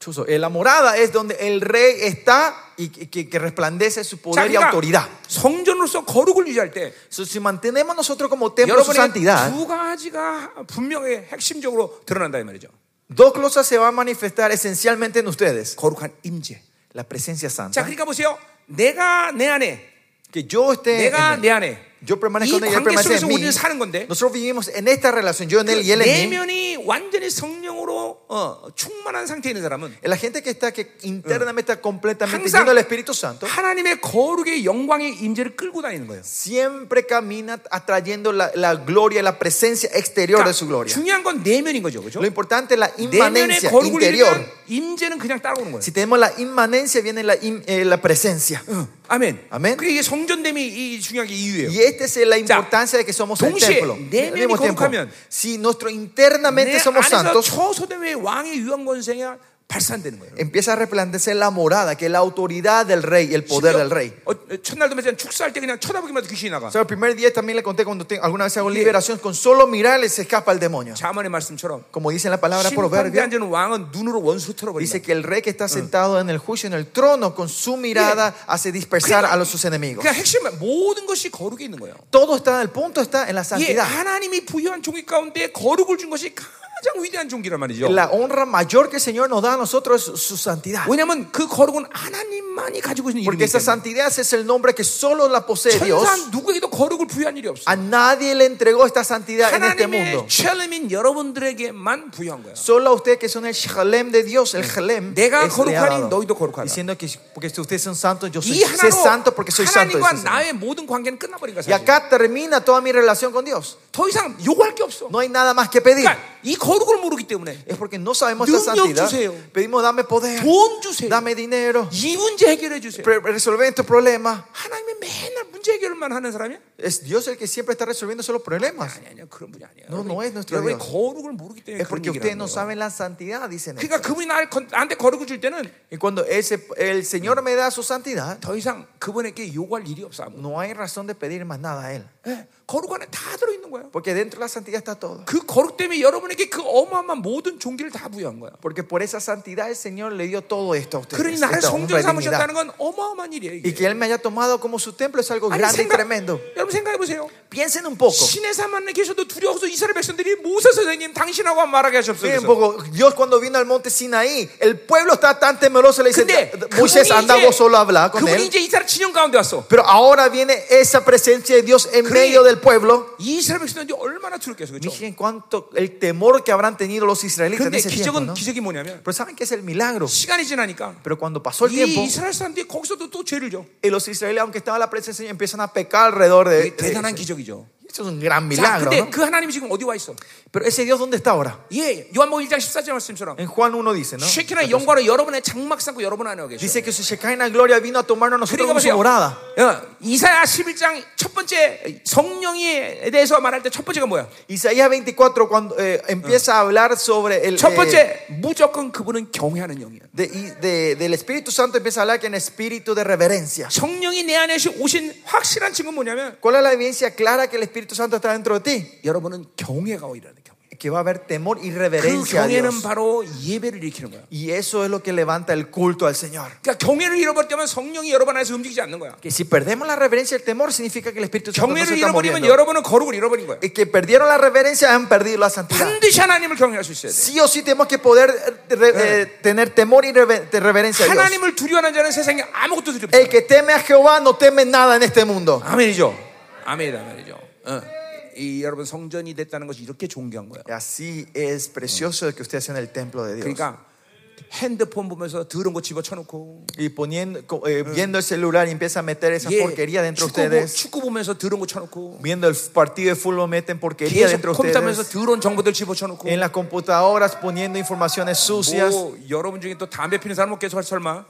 Chuzo, eh, la morada es donde el rey está y que, que- que resplandece su 자, poder y autoridad. 그러니까 성전으로서 거룩을 유지할 때 So, si mantenemos nosotros como templo su 여러분의 santidad, 두 가지가 분명히 핵심적으로 드러난다 이 말이죠. dos cosas se van a manifestar esencialmente en ustedes. 거룩한 임재. La presencia 자, santa. 그러니까 보세요. 내가 내 안에, Que yo esté... en 내가 él. 내 안에. Yo permanezco 이 en él y él 관계 permanece 속에서 en mí. 우리는 사는 건데 Nosotros vivimos en esta relación, yo en 네, él y él en mí. 그 내면이 완전히 성령으로 어, 충만한 상태에 있는 사람은 La gente que está que internamente está completamente 항상 lleno del Espíritu Santo 하나님의 거룩의 영광의 임재를 끌고 다니는 거예요. siempre camina atrayendo la, la gloria, la presencia exterior de su gloria. 그러니까 중요한 건 내면인 거죠, 그렇죠? Lo importante es la 내면의 inmanencia 거룩을 interior. 잃으면 임재는 그냥 따라오는 거예요. Si tenemos la inmanencia viene la, in- eh, la presencia. 어, 아멘. 아멘. 그리고 이게 성전됨이 이 중요한 게 이유예요. Y esta es la importancia de que somos el 동시에 templo. 내면이 Al mismo tiempo, 거룩하면 si nosotros internamente 내 안에서 somos santos, 처소됨의 왕의 유한 권세가 발산되는 거예요. empieza a resplandecer la morada, que es la autoridad del rey, el poder del rey. 어, 어, 첫날도 마찬가지 축사할 때 그냥 쳐다보기만 해도 귀신이 나가. O sea, el primer día también le conté cuando te- alguna vez hago Sí. liberación, con solo mirarle se escapa el demonio. 자만의 말씀처럼 Como dice en la palabra 심판대 proverbio, 앉은 왕은 눈으로 원수 틀어버린다. dice que el rey que está sentado en el juicio, en el trono, con su mirada hace dispersar a los sus enemigos. 그러니까 핵심은 모든 것이 거룩에 있는 거예요. Todo está, el punto está en la 예, santidad. 하나님이 부여한 종기 가운데 거룩을 준 것이 가장 위대한 종기란 말이죠. La honra mayor que el Señor nos da a nosotros es su santidad. 왜냐하면 그 거룩은 하나님만이 가지고 있는 Porque 이름이기 esa 때문에 santidad es el nombre que solo la posee Dios. 천사 누구에게도 거룩을 부여한 일이 없어요. A nadie le entregó esta santidad en este mundo. 하나님의 첼렘인 여러분들에게만 부여한 거야. Solo a ustedes que son el shalem de Dios, el shalem. 내가 es le ha 거룩하니 dado. 너희도 거룩하라. Diciendo que porque si ustedes son santos, yo soy 이 sé santo 하나로 porque soy santo. 하나님과 dice el Señor. 나의 모든 관계는 끝나버린 거야. Y 사실. acá termina toda mi relación con Dios. 더 이상 요구할 게 없어. No hay nada más que pedir. 그러니까 이 거룩을 모르기 때문에 Es porque no sabemos esta 능력 santidad. 주세요. Pedimos, dame poder, 돈 주세요. dame dinero, 이 문제 해결해 주세요. pre- este resolver estos problemas. 하나님이 맨날 문제 해결만 하는 사람이야? Es Dios el que siempre está resolviendo solo problemas. 아니 아니요 그런 분이 아니에요. No, 여러분이- no es nuestro 여러분이 Dios. 거룩을 모르기 때문에 Es 그런 porque 얘기를 ustedes no 하는 거예요. saben la santidad, dicen. ellos. 그러니까 그분이 나를 건- 나한테 거룩을 줄 때는 Y cuando ese, el Señor me da su santidad, 더 이상 그분에게 요구할 일이 없어. 아무것도. no hay razón de pedir más nada a Él. 예, 거룩 안에 다 들어 있는 거예요. Porque dentro de la santidad está todo. 그 거룩 때문에 여러분에게 그 어마어마한 모든 종기를 다 부여한 거야. Porque por esa santidad el Señor le dio todo esto a ustedes. 그러니 esta 나를 honra 성전 y dignidad. 삼으셨다는 건 어마어마한 일이에요. Y 이게. que Él me haya tomado como su templo es algo 아니, grande y 생각- tremendo. 여러분 생각해 보세요. Piensen un poco. 신의 산만에 계셔도 두려워서 이스라엘 백성들이 모세 선생님 당신하고 말하게 Miren un 하셨어요. poco, Dios cuando vino al monte Sinaí, el pueblo está tan temeroso, le dice, 근데 Moisés anda vos solo a hablar con 그분이 él. 이제 이스라엘 진영 가운데 왔어. Pero ahora viene esa presencia de Dios en 그래. medio del pueblo. 이스라엘 백성들이 얼마나 두렵겠어, 그렇죠? Miren cuánto el temor que habrán tenido los israelitas en 근데 ese tiempo. 기적은 ¿no? 기적이 뭐냐면 Pero saben que es el milagro. 시간이 지나니까 Pero cuando pasó el 이 tiempo, 이스라엘 사람들이 거기서도 또 죄를 져. y los israelitas, aunque estaban en la presencia, del Señor, empiezan a pecar alrededor de. 이게 대단한 de- 기적이죠. Eso es un gran 자, milagro. 근데 ¿no? 예, 그 하나님이 지금 어디 와 있어? Pero ese Dios, ¿dónde está ahora? 예, 요한복음 음. 1장 14절 말씀처럼 En Juan 1 dice, ¿no? 쉐키나 영광으로 여러분의 장막 삼고 여러분 안에 계셔. Dice que su Shekinah gloria vino a tomarnos a nosotros 그러니까 como su 보세요. morada. 어, 이사야 11장 첫 번째 성령에 대해서 말할 때 첫 번째가 뭐야? Isaías 24 cuando eh, empieza a hablar sobre el 첫 eh, 번째 무조건 그분은 경외하는 영이야. de- y- de- del Espíritu Santo empieza a hablar que en espíritu de reverencia. 성령이 내 안에 오신 확실한 증거 는 뭐냐면 ¿Cuál es la evidencia clara que el Espíritu Santo está dentro de ti? 여러분은 경외가 오이라는 경외. Que va a haber temor y 그 reverencia a 경외는 Dios. 바로 예배를 일으키는 거야. Y eso es lo que levanta el culto al Señor. 그러니까 경외를 잃어버리면 성령이 여러분 안에서 움직이지 않는 거야. Que si perdemos la reverencia y el temor significa que el Espíritu Santo no 경외를 se está 잃어버리면 그러니까 moviendo. 여러분은 거룩을 잃어버린 거야. Y que perdieron la reverencia han perdido la santidad. 반드시 하나님을 경외할 수 있어야 돼. Sí o sí tenemos que poder eh, re- eh, tener temor y reve- de reverencia a Dios. 하나님을 두려워하는 자는 세상에 아무것도 두렵지 El 않아. que teme a Jehová no teme nada en este mundo. 아멘이죠. 아멘이다 말이죠. 어. 이 여러분 성전이 됐다는 것이 이렇게 존귀한 거예요. Así es precioso que usted sea en el templo de Dios. 그러니까 핸드폰 보면서 더러운 거 집어 쳐놓고 Y poniendo, co- eh, viendo el celular y empieza a meter esa 예, porquería dentro de 축구, 보- ustedes. 축구 보면서 더러운 거 쳐놓고 Viendo el partido de fútbol meten porquería 계속 dentro de 컴퓨터 하면서 ustedes. 더러운 정보들 집어 쳐놓고 En las computadoras poniendo informaciones sucias. 뭐 여러분 중에 또 담배 피는 사람 없겠죠 설마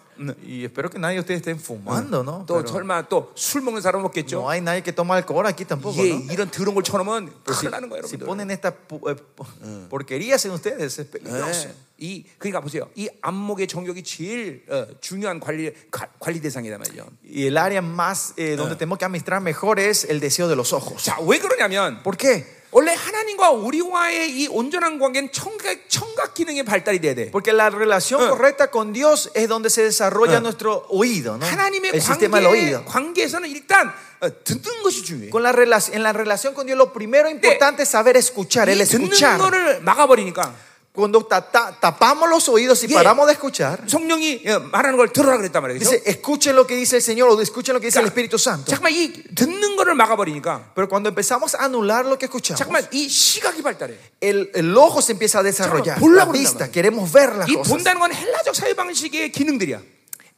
Y espero que nadie de ustedes estén fumando, ¿no? 또 Pero 설마 또 술 먹는 사람 없겠죠 no hay nadie que toma alcohol aquí tampoco, 이게 ¿no? 이런 더러운 걸 쳐놓으면 Pero si, 큰일 나는 거예요 si 여러분들 ponen estas pu- eh, po- porquerías en ustedes, es peligroso. 네. 이 그러니까 보세요. 이 안목의 정욕이 제일 어, 중요한 관리 가- 관리 대상이다 말이죠. Y el área más eh, donde tenemos que administrar mejor es el deseo de los ojos. 자, 왜 그러냐면 ¿Por qué? 원래 하나님과 우리와의 이 온전한 관계는 청각 청각 기능의 발달이 돼야 돼. Porque la relación correcta con Dios es donde se desarrolla nuestro oído, ¿no? 하나님의 El sistema del 관계 oído. 관계에서는 일단 어, 듣는 것이 중요해. Con la relac- en la relación con Dios, lo primero importante es saber escuchar, el 이 듣는 escuchar. 거를 막아버리니까 Cuando ta- ta- tapamos los oídos y Yeah. paramos de escuchar, 성령이 어, 말하는 걸 들어라 그랬단 말이에요. 그죠? dice, escuchen lo que dice el Señor o escuchen lo que dice el Claro. Espíritu Santo. 잠깐만 이 듣는 거를 막아버리니까 Pero cuando empezamos a anular lo que escuchamos, 잠깐만 이 시각이 발달해. el, el ojo se empieza a desarrollar. Chama, La volamos, vista, volamos. queremos ver las 이 cosas. 본다는 건 헬라적 사회 방식의 기능들이야.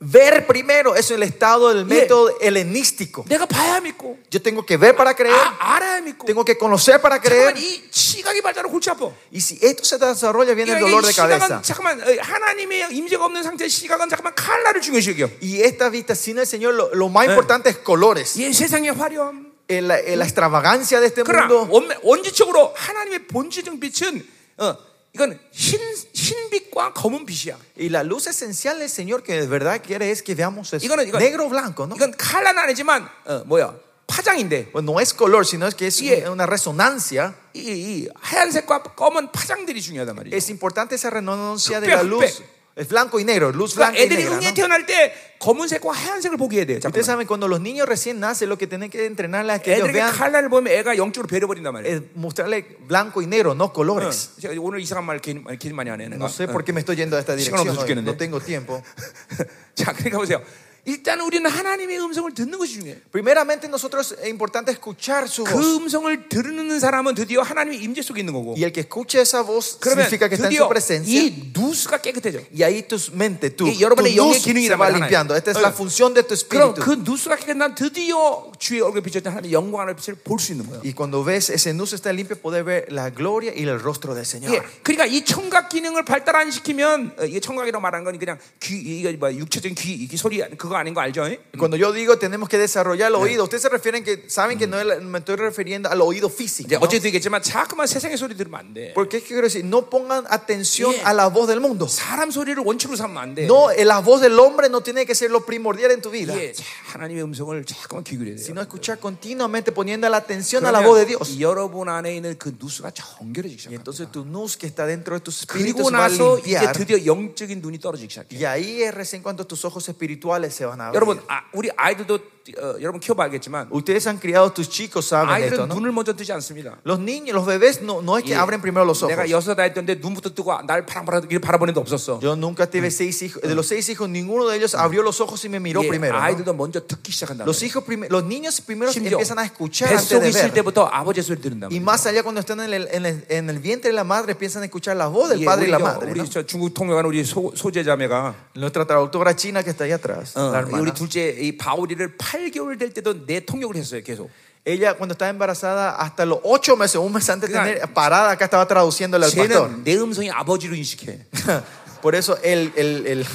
Ver primero es el estado del Yeah. método helenístico. 내가 봐야 믿고 Yo tengo que ver para creer, 아, 알아야 믿고 tengo que conocer para creer. 잠깐만 이 시각이 발달로 골치 아파. Y si esto se desarrolla, viene el 그러니까 dolor 이 de 시각은 cabeza. 잠깐만 어, 하나님의 임재가 없는 상태의 시각은 잠깐만 칼라를 중요시 여겨. Y esta vista sin el Señor, lo, lo más importante es colores. 예, 세상의 화려함. En la, en la extravagancia de este 그러나 mundo. 원, 원지적으로 하나님의 본질적 빛은 어, 이건 흰 흰빛과 검은 빛이야. Y la luz esencial del Señor que de verdad quiere es que veamos eso. 이거는- 이건- negro o blanco, ¿no? 이건 칼라는 아니지만 어, 뭐야 파장인데 Bueno, no es color, sino es que es Yeah. una resonancia. 이, 이 하얀색과 검은 파장들이 중요하단 말이야. Es importante esa resonancia de Pe- la luz. pe- Es blanco y negro, luz 그러니까 blanca y 애들이 negra. 흥에 ¿no? 태어날 때 검은색과 하얀색을 보게 해야 돼요. 잠깐만. Ustedes saben, cuando los niños recién nacen, lo que tienen que entrenarles es que ellos 애들에게 vean, 칼라를 보면 애가 영적으로 배려버린단 말이야. es mostrarle blanco y negro, no 예, colores. 제가 오늘 이상한 말 괜히 많이- 괜히 많이 안 해. 내가. No sé por qué me estoy yendo a esta Ah. Sí, dirección. no, no, hoy. no, no. No tengo tiempo. 자, 그러니까 보세요. 일단 우리는 하나님의 음성을 듣는 것이 중요해요. Primeramente, nosotros es importante escuchar su voz. 그 음성을 들은 사람은 드디어 하나님의 임재 속에 있는 거고. Y el que escuche esa voz 그러면 significa que está en su 드디어 presencia. 이 누수가 깨끗해져. Y ahí tu mente, tu, 이 여러분의 tu 영의 luz se 기능이란 va 말이야, limpiando. 하나님. Esta es 어. la función de tu 그럼 espíritu. 그 누수가 깨끗한 드디어 주의 얼굴에 비쳤던 하나님의 영광을 빛을 볼 수 있는 거예요. Y cuando ves ese nus está limpio, puedes ver la gloria y el rostro 예, del Señor. 그러니까 이 청각 기능을 발달 안 시키면 어, 이게 청각이라고 말하는 건 그냥 귀 이게 뭐 육체적인 귀 이게 소리 그거 아닌 거 알죠? 예? Y Cuando yo digo tenemos que desarrollar el oído, ustedes se refieren que saben que no es la- me estoy refiriendo al oído físico. 이제 ¿no? 어제도 얘기했지만 자꾸만 세상의 소리 들으면 안 돼. Porque es que quiero decir, no pongan atención Yeah. a la voz del mundo. 사람 소리를 원칙으로 삼으면 안 돼. No, eh, la voz del hombre no tiene que ser lo primordial en tu vida, 예, 자, 하나님의 음성을 자꾸만 귀 기울여야 돼요. sino escuchar continuamente poniendo la atención a la voz de Dios. 그러면 여러분 안에 있는 그 누수가 정결해지기 Y 시작합니다. entonces tu nus que está dentro de tus espíritus 그리고 va a 나서 이제 limpiar. 드디어 영적인 눈이 떨어지기 시작해요. Y ahí es recién cuando tus ojos espirituales se van a abrir. 여러분, 아, 우리 아이들도 어, 여러분 키워봐야겠지만 Ustedes han criado a tus chicos, saben 아이들은 esto, ¿no? 눈을 먼저 뜨지 않습니다. Los niños, los bebés, no, no es que abren primero los ojos. 내가 여섯 아이 때인데 눈부터 뜨고 날 바라보는 이렇게 바라보는 애도 없었어. Yo nunca tuve seis hijos. De los seis hijos, ninguno de ellos abrió los ojos y me miró 예, primero. ¿no? 아이들도 먼저 듣기 시작한다. Los, hijos prim- los niños primero 심지어 empiezan a escuchar antes 뱃속에 de 있을 ver. 때부터 아버지 소리 듣는다. Y más allá, cuando están en el, en el- en el vientre de la madre, empiezan a escuchar la voz del 예, padre y 우리, la 저- madre. 우리 ¿no? 저 중국 통역한 우리 소, 소제자매가 Nuestra traductora china que está ahí atrás, 어, la hermana. 우리 둘째 이 바울이를 8개월 될 때도 내 통역을 했어요 계속. Ella, cuando estaba embarazada, hasta los ocho meses, un mes antes de Claro. tener parada, acá estaba traduciéndole al pastor. 쟤는 내 음성이 아버지로 인식해. Por eso el, el, el,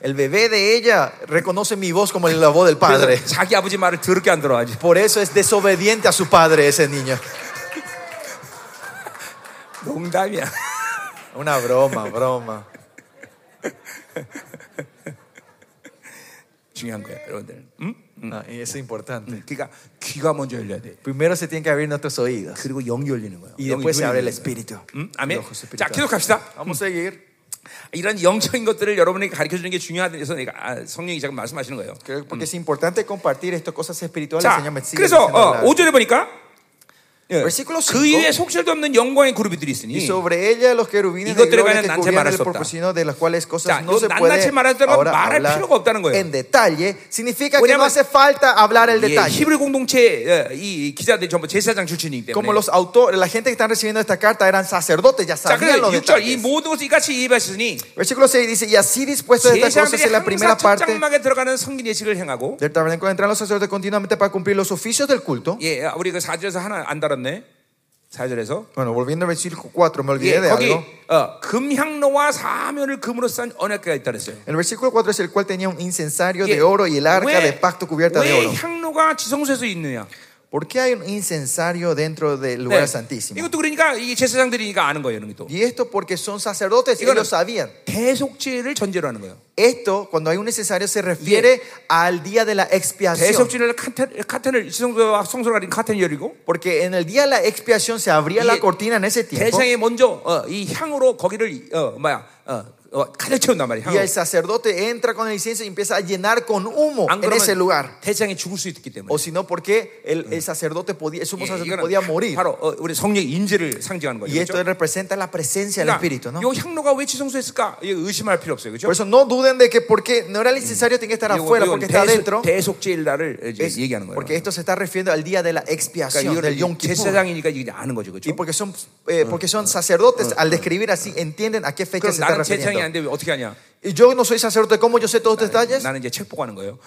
el bebé de ella reconoce mi voz como la voz del padre. 그래서 자기 아버지 말을 더럽게 안 들어 아직. Por eso es desobediente a su padre ese niño. 농담이야. Una broma, broma. 중요한 거야 여러분들. 응? Ah, y eso es importante. 그러니까 귀가 먼저 열려야 돼. Primero se tienen que abrir nuestros oídos 그리고 영이 열리는 거야. y 영이 después se 눈이 abre 열리는 el ¿Mm? 거야. espíritu. 응? 아멘. Los ojos 음, 자 어. espirituales. 계속 갑시다. Vamos a seguir. 이런 영적인 것들을 여러분에게 가르쳐 주는 게 중요하다서 내가 아, 성령이 지금 말씀하시는 거예요. Mm. Creo que porque es importante compartir estas cosas espirituales. el 자, Señor me sigue 그래서 diciendo 어, hablar. 5절에 보니까 예. Versículo 그 5. 위에 속실도 없는 영광의 그룹들이 있으니 Y sobre ella los querubines de 이것들에 관한 gloria que 낱낱이 cubrían 말할 el 수 없다. porpocino de las cuales 자, cosas no 이 se 낱낱이 puede 말할 때는 ahora 말할 hablar 필요가 없다는 거예요. en detalle significa que 왜냐면- no hace falta hablar el 예, detalle 히브리 공동체 어, 이 기자들이 전부 제사장 출신이기 때문에 como los autores la gente que están recibiendo esta carta eran sacerdotes ya 자 그래서 sabían los 6절 이 detalles 모든 것을 이같이 이해하시니 versículo 6 dice y así dispuesto de esta cosa 제사장들이 es la primera 항상 첫 parte 장막에 들어가는 성긴 예식을 행하고 del tabernáculo entran los sacerdotes continuamente para cumplir los oficios del culto 예 우리 그 4절에서 하나 안 다뤘네 4절에서 bueno volviendo al versículo 4 me 예, olvidé de 거기 algo 어, 금향로와 사면을 금으로 싼 언약궤가 있다 그랬어요 el versículo 4 es el cual tenía un incensario 예, de oro y el arca de pacto cubierta de 왜 oro 향로가 지성소에서 있느냐 ¿por qué hay un incensario dentro del 네. lugar santísimo? 이것도 그러니까 이게 제사장들이니까 아는 거예요 이런 게또 Y esto porque son sacerdotes, Icono- ellos lo sabían. 대속죄를 전제로 하는 거예요 Esto, cuando hay un necesario, se refiere al día de la 아, expiación. 대속죄를 카텐, 카텐을 지성소와 성소를 가린 카텐이 열리고 Porque en el día de la expiación se abría Y- la cortina en ese tiempo 대상이 먼저 어, 이 향으로 거기를 어, 뭐야 어, 어, 가득 채운단 말이야. y 향으로. el sacerdote entra con el incienso y empieza a llenar con humo 안 en ese 그러면 lugar. 대장이 죽을 수 있기 때문에. O si no, porque el, el sacerdote podía, el 예, sumo sacerdote 이거는 podía morir. 바로 어, 우리 성령 인재를 상징하는 거죠. Y esto 그렇죠? representa la presencia del 그러니까 Espíritu, ¿no? 요 향로가 왜 지성소에 있을까? 이거 의심할 필요 없어요. Por 그렇죠? eso no duden de que porque no era el necesario, tenía que estar afuera, porque está adentro. 대속죄일 날을 이제 Es- 얘기하는 거예요. porque esto se está refiriendo al día de la expiación, 그러니까 del 이거는 Yom Kippur. 제사장이니까 이게 아는 거죠. Y 그렇죠? porque son, eh, porque son sacerdotes, al describir así, entienden a qué fecha 그럼 se está 나는 제사장이 refiriendo. 아닌데 왜 어떻게 하냐? Y yo no soy sacerdote, ¿cómo yo sé todos los detalles? 나는 이제 책 보고 하는 거예요.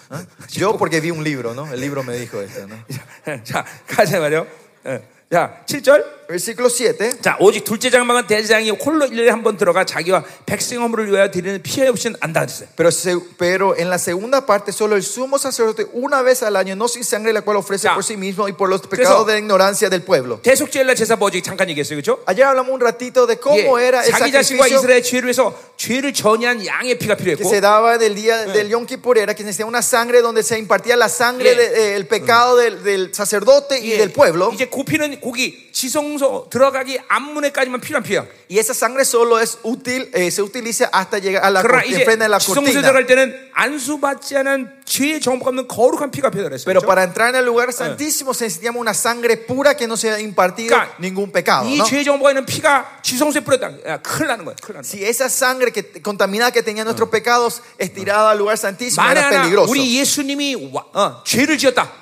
Yo porque vi un libro, ¿no? El libro me dijo esto, ¿no? 자, 가자 말이요. 예. 자, 7절. Versículo 7. 자, 오직 둘째 장막은 대장이 홀로 일년에 한 번 들어가 자기와 백성 허물을 위하여 드리는 피해 없이는 안다 그랬어요. Pero, se- pero en la segunda parte, solo el sumo sacerdote una vez al año, no sin sangre, la cual ofrece Ya. por sí mismo y por los pecados de la ignorancia del pueblo. 대속죄일날 제사 보직 잠깐 얘기했어요. 그렇죠? Ayer hablamos un ratito de cómo era el 예. 자기 자신과 sacrificio 이스라엘 죄를 위해서 죄를 전이한 양의 피가 que 필요했고 se daba del día del Yom Kippur, era que se hacía una sangre donde se impartía la sangre Yeah. del pecado del, del sacerdote y 예, del pueblo. 이제 고피는 고기 지성소 들어가기 앞문에까지만 필요한 피야. Y esa sangre solo es útil, eh, se utiliza hasta llegar a la 그러나 cortina, 이제 enfrente de la 지성소에 cortina. 들어갈 때는 안수받지 않은 죄의 정복 없는 거룩한 피가 필요했어요. Pero 그렇죠? para entrar en el lugar santísimo se necesitamos una sangre pura que no sea impartida 그러니까 ningún pecado. 이 ¿no? 죄의 정복가 있는 피가 지성소에 뿌렸다. 야, 큰일 나는 거야. 큰일 나는 거야. Si esa sangre que, contaminada que tenían nuestros pecados es tirada al lugar santísimo, 만에 era 하나 peligroso. 우리 예수님이 와- 어, 죄를 지었다.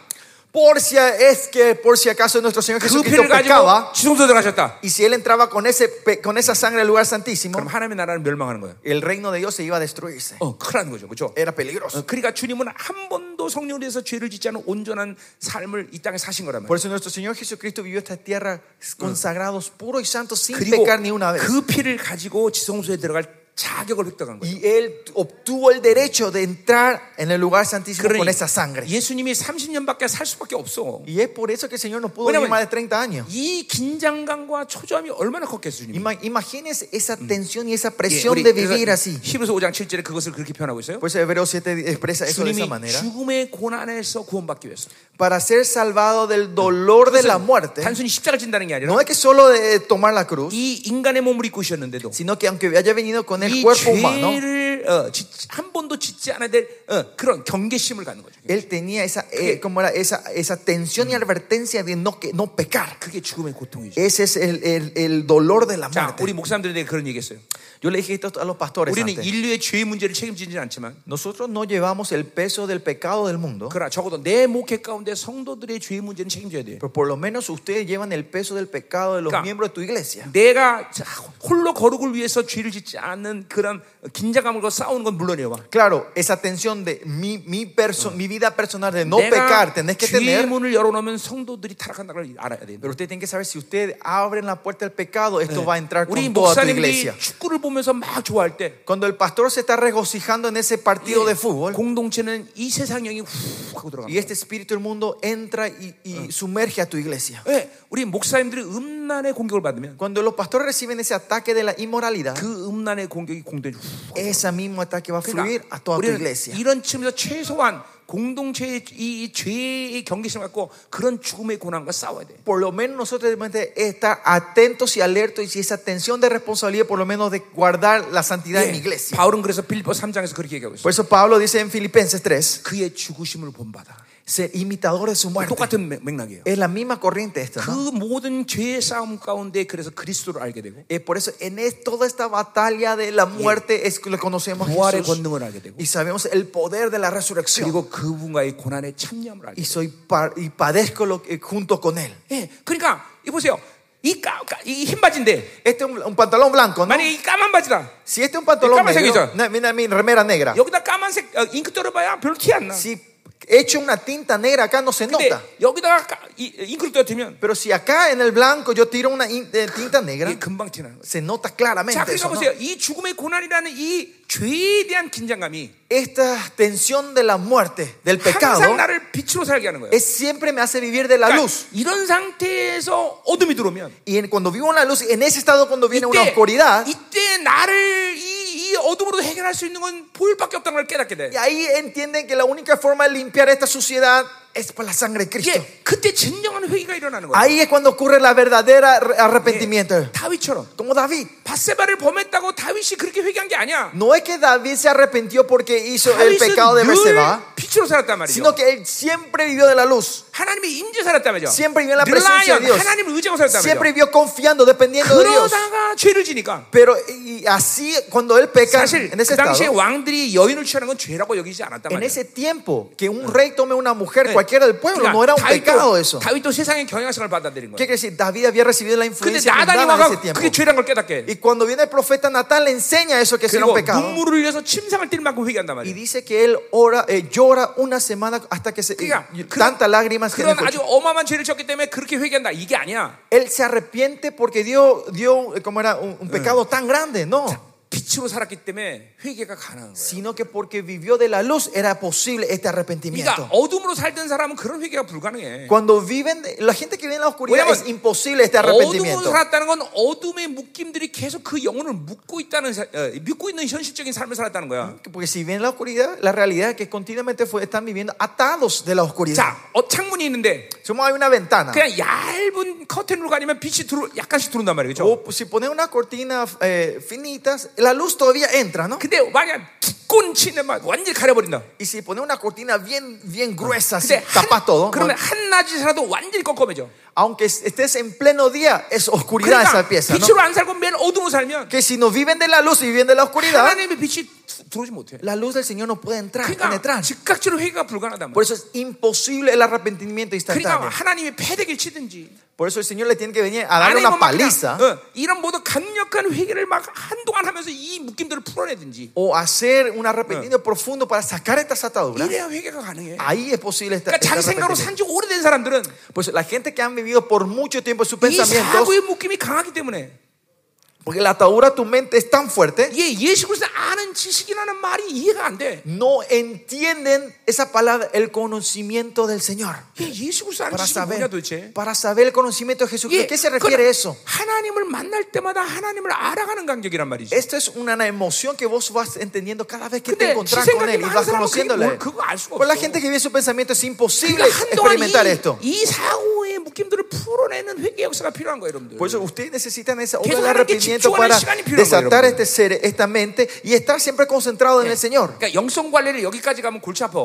Por si a- es que, por si acaso nuestro Señor 그 Jesucristo 피를 가지고 pecaba 지성소 들어가셨다. y si Él entraba con, ese, pe- con esa sangre al lugar santísimo, 그럼 하나님의 나라는 멸망하는 거예요. el reino de Dios se iba a destruirse. 어, 큰일 나는 거죠. 그렇죠? Era peligroso. 어, 그러니까 주님은 한 번도 성령에 대해서 죄를 짓지 않은 온전한 삶을 이 땅에 사신 거란 말이에요. Por eso nuestro Señor Jesucristo vivió esta tierra consagrados, puros y santos, sin 그리고 pecar ni una vez. 그 피를 가지고 지성소에 들어갈 자격을 획득한 거예요. Y él obtuvo el derecho de entrar en el lugar santísimo 그러니 con esa sangre. 예수님이 30년밖에 살 수밖에 없어. Y es por eso que el Señor no pudo Bueno, bueno. vivir más de 30 años. 이 긴장감과 초조함이 얼마나 컸겠어요, 주님. Ima- Imagínense esa tensión y Mm. esa pues, 예, presión 우리 de vivir 그래서 así. 히브리서 5장 7절에 그것을 그렇게 표현하고 있어요. Por eso Hebreos 7 expresa eso de esa 주님이 manera. 죽음의 고난에서 구원받기 위해서 Para ser salvado del dolor de la 뭐 muerte, 단순히 십자가 진다는 게 아니라 no es que solo de tomar la cruz, 이 인간의 몸을 입고 있었는데도 sino que aunque haya venido con el 이 cuerpo humano, 죄를 어, 짓- 한 번도 짓지 않아야 될 어, 그런 경계심을 갖는 거죠. él tenía esa, eh, como era, esa, esa tensión y advertencia de no, que, no pecar. 그게 죽음의 고통이죠. Ese es el, el- el dolor de la 자, 우리 muerte. 목사님들에게 그런 얘기했어요. Yo le dije esto a los pastores. 우리는 antes. 인류의 죄의 문제를 책임지지는 않지만 Nosotros no llevamos el peso del pecado del mundo, 그러나 적어도 내 목회 가운데 성도들의 죄의 문제는 책임져야 돼요. pero por lo menos ustedes llevan el peso del pecado de los Claro. miembros de tu iglesia. 내가 자, 홀로 거룩을 위해서 죄를 짓지 않는 그런 긴장감으로 싸우는 건 물론이에요. Claro, esa tensión de mi, mi, perso- mi vida personal de no 내가 pecar, tenés que 죄의 tener, 문을 열어놓으면 성도들이 타락한다는 걸 알아야 돼요. pero ustedes tienen que saber si ustedes abren la puerta del pecado, esto va a entrar 우리 con toda tu 목사님들이 iglesia. 축구를 보면서 막 좋아할 때 Cuando el pastor se está regocijando en ese partido Eh, de fútbol, 예. 공동체는 이 세상 영이 훅 하고 들어가. y este espíritu del mundo entra y, y sumerge a tu iglesia. 예, 우리 목사님들이 음란의 공격을 받으면 Cuando los pastores reciben ese ataque de la inmoralidad, 그 음란의 공격이 공동체 훅. ese mismo ataque va a fluir a 그러니까 toda tu 우리는 아, iglesia. 이런 측면에서 최소한 공동체의 이, 이 죄의 경계심을 갖고 그런 죽음의 고난과 싸워야 돼. por lo menos nosotros debemos de estar atentos y alertos y si esa tensión de responsabilidad por lo menos de guardar la santidad en mi 예, iglesia. 바울은 그래서 빌보 3장에서 그렇게 얘기하고 있어. Por eso Pablo dice en Filipenses 3, 그의 죽으심을 본받아. ser imitador de su muerte. 똑같은 맥- 맥락이에요. Es la misma corriente esta. 그 ¿no? 모든 죄의 싸움 가운데 그래서 그리스도를 알게 되고 Eh, por eso en es- toda esta batalla de la muerte es que lo conocemos a 부활의 Jesús. 권능을 알게 되고 y sabemos el poder de la resurrección. 그리고 그분과의 고난의 참여함을 알게 Y 되고 soy par- y padezco lo que- junto con él. 예, 그러니까 이 보세요. 이, 까, 까- 이 흰바지인데 Este es un, un pantalón blanco, ¿no? 만약에 이 까만 바지다. Si este es un pantalón ¿Cómo se negro, hizo? na- mira mi remera negra. 여기다 까만색 어, 잉크 떨어봐야 별로 티 안 나. Si echo una tinta negra acá no se 근데 nota. 여기다가 까- 이, 잉크를 떨어뜨리면 Pero si acá en el blanco yo tiro una in- eh, tinta negra, 이게 금방 티나는 거예요. se nota 자, claramente. 그러니까 Eso, ¿no? 보세요. 이 죽음의 고난이라는 이 죄에 대한 긴장감이 Esta tensión de la muerte, 그 del pecado, 항상 나를 빛으로 살게 하는 거예요. es siempre me hace vivir de la 그러니까 luz. 이런 상태에서 어둠이 들어오면 Y en- cuando vivo en la luz, en ese estado cuando viene una 이때, oscuridad, 이때 나를 이, 이 어둠으로 해결할 수 있는 건 보일밖에 없다는 걸 깨닫게 돼. y ahí entienden que la única forma de limpiar esta suciedad es por la sangre de Cristo. 이게 그때 진정한 회개가 일어나는 거예요. Ahí es cuando ocurre la verdadera re- arrepentimiento. 다윗처럼 Como David. 바세바를 범했다고 다윗이 그렇게 회개한 게 아니야. No es que David se arrepintió porque hizo el 다윗은 pecado de Beceba, 늘 빛으로 살았단 말이죠. sino que él siempre vivió de la luz. 하나님의 임재 살았단 말이죠. Siempre vivió en la 늘 presencia 라이언, de Dios. 하나님을 의지하고 살았단 Siempre 말이죠. vivió confiando, dependiendo de Dios. 그러다가 죄를 지니까 Pero y así, cuando él peca 사실 그러니까 en ese 그 당시에 estado, 왕들이 여인을 취하는 건 죄라고 여기지 않았단 en 말이에요. ese tiempo, que un rey tome una mujer 네. cualquiera del pueblo, no era un pecado eso. 다윗도, ¿Qué 다윗도 세상의 경향성을 받아들인 거예요. quiere decir? David había recibido la 근데 influencia 나단이 mundana en 와가 ese tiempo. 그게 죄란 걸 깨닫게 해. Y cuando viene el profeta Natal, le enseña eso que será un 그리고 pecado. 눈물을 흘려서 침상을 뛸 만큼 회개한단 Y 말이에요. dice que él ora, eh, llora una semana hasta que se. 그러니까 eh, 그런- tantas lágrimas que 그런 dejó. 아주 어마어마한 죄를 졌기 때문에 그렇게 회개한다. 이게 아니야. Él se arrepiente porque dio, dio eh, como era un, un pecado tan grande, no. 빛으로 살았기 때문에 회개가 가능한 거예요. Sino que porque vivió de la luz era posible este 그러니까 arrepentimiento. 어둠으로 살던 사람은 그런 회개가 불가능해. Cuando viven, de- la gente que vive en la oscuridad 왜냐면 es imposible este 어둠으로 arrepentimiento. 살았다는 건 어둠의 묶임들이 계속 그 영혼을 묶고 있다는 사- 어, 묶고 있는 현실적인 삶을 살았다는 거야. Porque si viven en la oscuridad, la realidad es que continuamente fue, están viviendo atados de la oscuridad. 자, 어, 창문이 있는데 Somos hay una ventana. 그냥 얇은 커튼으로 가리면 빛이 들어 약간씩 들어온단 말이죠. 그죠? O si pones una cortina eh, finitas, la luz todavía entra, ¿no? 근데 만약 두꺼운 치는 막 완전히 가려버린다. Y si pones una cortina bien, bien gruesa, así, 근데 tapas todo. 한, 그러면 한낮이라도 완전히 껌껌해져. Aunque estés en pleno día, es oscuridad 그러니까 esa pieza. ¿no? 빛으로 안 살고 맨 어둠으로 살면 Que si no viven de la luz y viven de la oscuridad, 하나님의 빛이 두- 들어오지 못해. la luz del Señor no puede entrar, 그러니까 penetrar. 즉각적으로 회개가 불가능하단 Por 말이야. eso es imposible el arrepentimiento 그러니까 instantáneo. 하나님이 패대기를 치든지 Por eso el Señor le tiene que venir a 아니면 darle una 막 그냥, paliza 어, 이런 모든 강력한 회개를 막 한동안 하면서 이 묶임들을 풀어내든지 o hacer un arrepentimiento profundo para sacar estas ataduras. 이래야 회개가 가능해. Ahí es posible esta, 그러니까 este 자기 생각으로 산지 arrepentimiento. 오래된 사람들은 Pues la gente que han vivido por mucho tiempo sus 이 pensamientos, 사고의 묶임이 강하기 때문에 porque la atadura a tu mente es tan fuerte, 이게 예수 그리스도 아는 지식이라는 말이 이해가 안 돼. no entienden esa palabra, el conocimiento del Señor. 이게 예수 그리스도 아는 Para 지식이 뭐냐 saber, 도대체? para saber el conocimiento de Jesús, ¿de qué se refiere 그건 eso? 하나님을 만날 때마다 하나님을 알아가는 간격이란 말이지. Esto es una emoción que vos vas entendiendo cada vez que 근데 te encontrás 지 con Él y 생각이 많은 vas 사람은 그게 conociéndole. 뭘- 그거 알 수가 Por la 없어. gente que vive su pensamiento es imposible 그러니까 한동안 experimentar esto. 이, 이 사고의 묶임들을 풀어내는 회개 역사가 필요한 거예요, 여러분들. Por eso ustedes necesitan esa obra 계속 de 하나님께 arrepentimiento 집중하는 para 시간이 필요한 desatar 거예요, este ser, esta mente y estar siempre concentrado en el Señor. 그러니까 영성 관리를 여기까지 가면 골치 아파.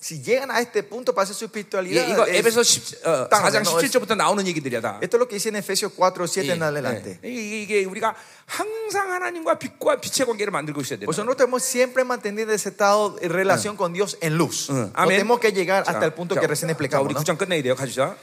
Si llegan a este punto para hacer su 예, espiritualidad, 이거 es- 에베소 10, 어, 땅, 4장 no, 17절부터 나오는 얘기들이야 다. esto es lo que dice en Efesios 4, 7 en adelante. 예, 예. 이게, 이게 우리가 항상 하나님과 빛과 빛의 관계를 만들고 있어야 돼. Por eso nosotros tenemos siempre mantenido ese estado de relación con Dios en luz. No Amén. tenemos que llegar hasta el punto que recién explicamos. 우리 ¿no? 구장 끝내야 돼요, 가주자.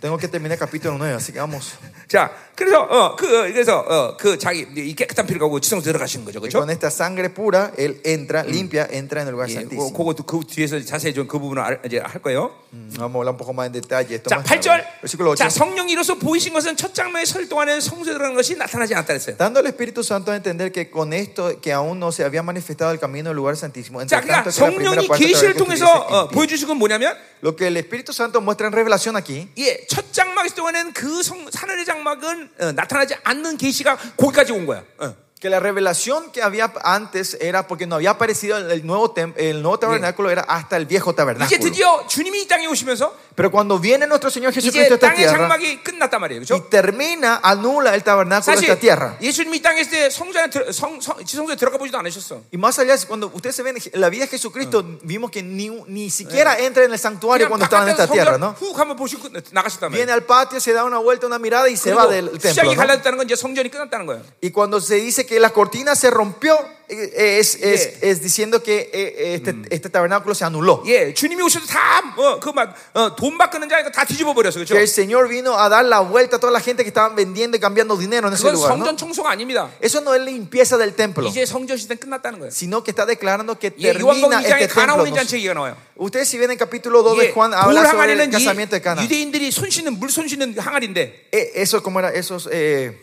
Tengo que terminar el capítulo 9, así que vamos. 자, 그래서 어, 그 어, 그래서 어, 그 자기 이 깨끗한 피를 갖고 지성 들어가시는 거죠, 그렇죠? Con esta sangre pura, Él entra, limpia, entra en el lugar 예, 그- santísimo. 그것도 그 뒤에서 자세히 좀 그 부분을 알- 이제 할 거예요. Mm, Vamos a hablar un poco más en detalle. Esto 자, más tarde. 8절. Versículo 8. 자, 성령이 로서 보이신 것은 첫 장면에 설동하는 성소에 들어가는 것이 나타나지 않았다 했어요. Dando al Espíritu Santo a entender que con esto, que aún no se había manifestado el camino del lugar santísimo. Entre 자, 그러니까 tanto, que la primera 성령이 parte de la 계시를 verdad que 통해서 estuviese en 어, ti. 보여주신 건 뭐냐면 Lo que el Espíritu Santo muestra en revelación aquí. 예, 첫 장막에서 동안에는 그 성, 하늘의 장막은 어, 나타나지 않는 계시가 거기까지 온 거야. 어. que la revelación que había antes era porque no había aparecido el- el nuevo, tem- el nuevo tabernáculo, era hasta el viejo 이제 tabernáculo. 드디어 주님이 이 땅에 오시면서 Pero cuando viene nuestro Señor Jesucristo 이제 a esta 땅의 tierra 장막이 끝났단 말이에요. y 그렇죠? termina, anula el tabernáculo 사실 de esta tierra. 예수님이 이 땅에 있을 때 성전에 들어, 성, 성, 지성소에 들어가 보지도 않으셨어. Y más allá, cuando ustedes se ven en la vida de Jesucristo, vimos que ni, ni siquiera entra en el santuario 그냥 cuando estaba en esta 바깥에서 tierra, 성전 ¿no? 훅 한번 보시고 끝- 나가셨단 Viene 말이에요. al patio, se da una vuelta, una mirada y se va del 그리고 templo. 시작이 ¿no? 갈라졌다는 건 이제 성전이 끝났다는 거예요. Y cuando se dice que la cortina se rompió, eh, eh, es, es, es diciendo que eh, este, este tabernáculo se anuló. 예, 주님이 오셔도 다그막돈 바꾸는 자니까 다 뒤집어 버렸어, Que el 그렇죠? Señor vino a dar la vuelta a toda la gente que estaban vendiendo y cambiando dinero en ese 그건 lugar. ¿no? 성전 청소가 아닙니다. Eso no es limpieza del templo, 이제 성전 시대 는 끝났다는 거예요. sino que está declarando que 예, 요한복음 termina 2장에 este 가나 templo. 오는 ¿no? 잔치 얘기가 나와요. Ustedes si ven en capítulo 2 de 예, Juan 돌 habla sobre el 항아리는 casamiento de Cana. 이- 유대인들이 손 씻는 물 손 씻는 항아리인데 Eh, eso como era esos eh,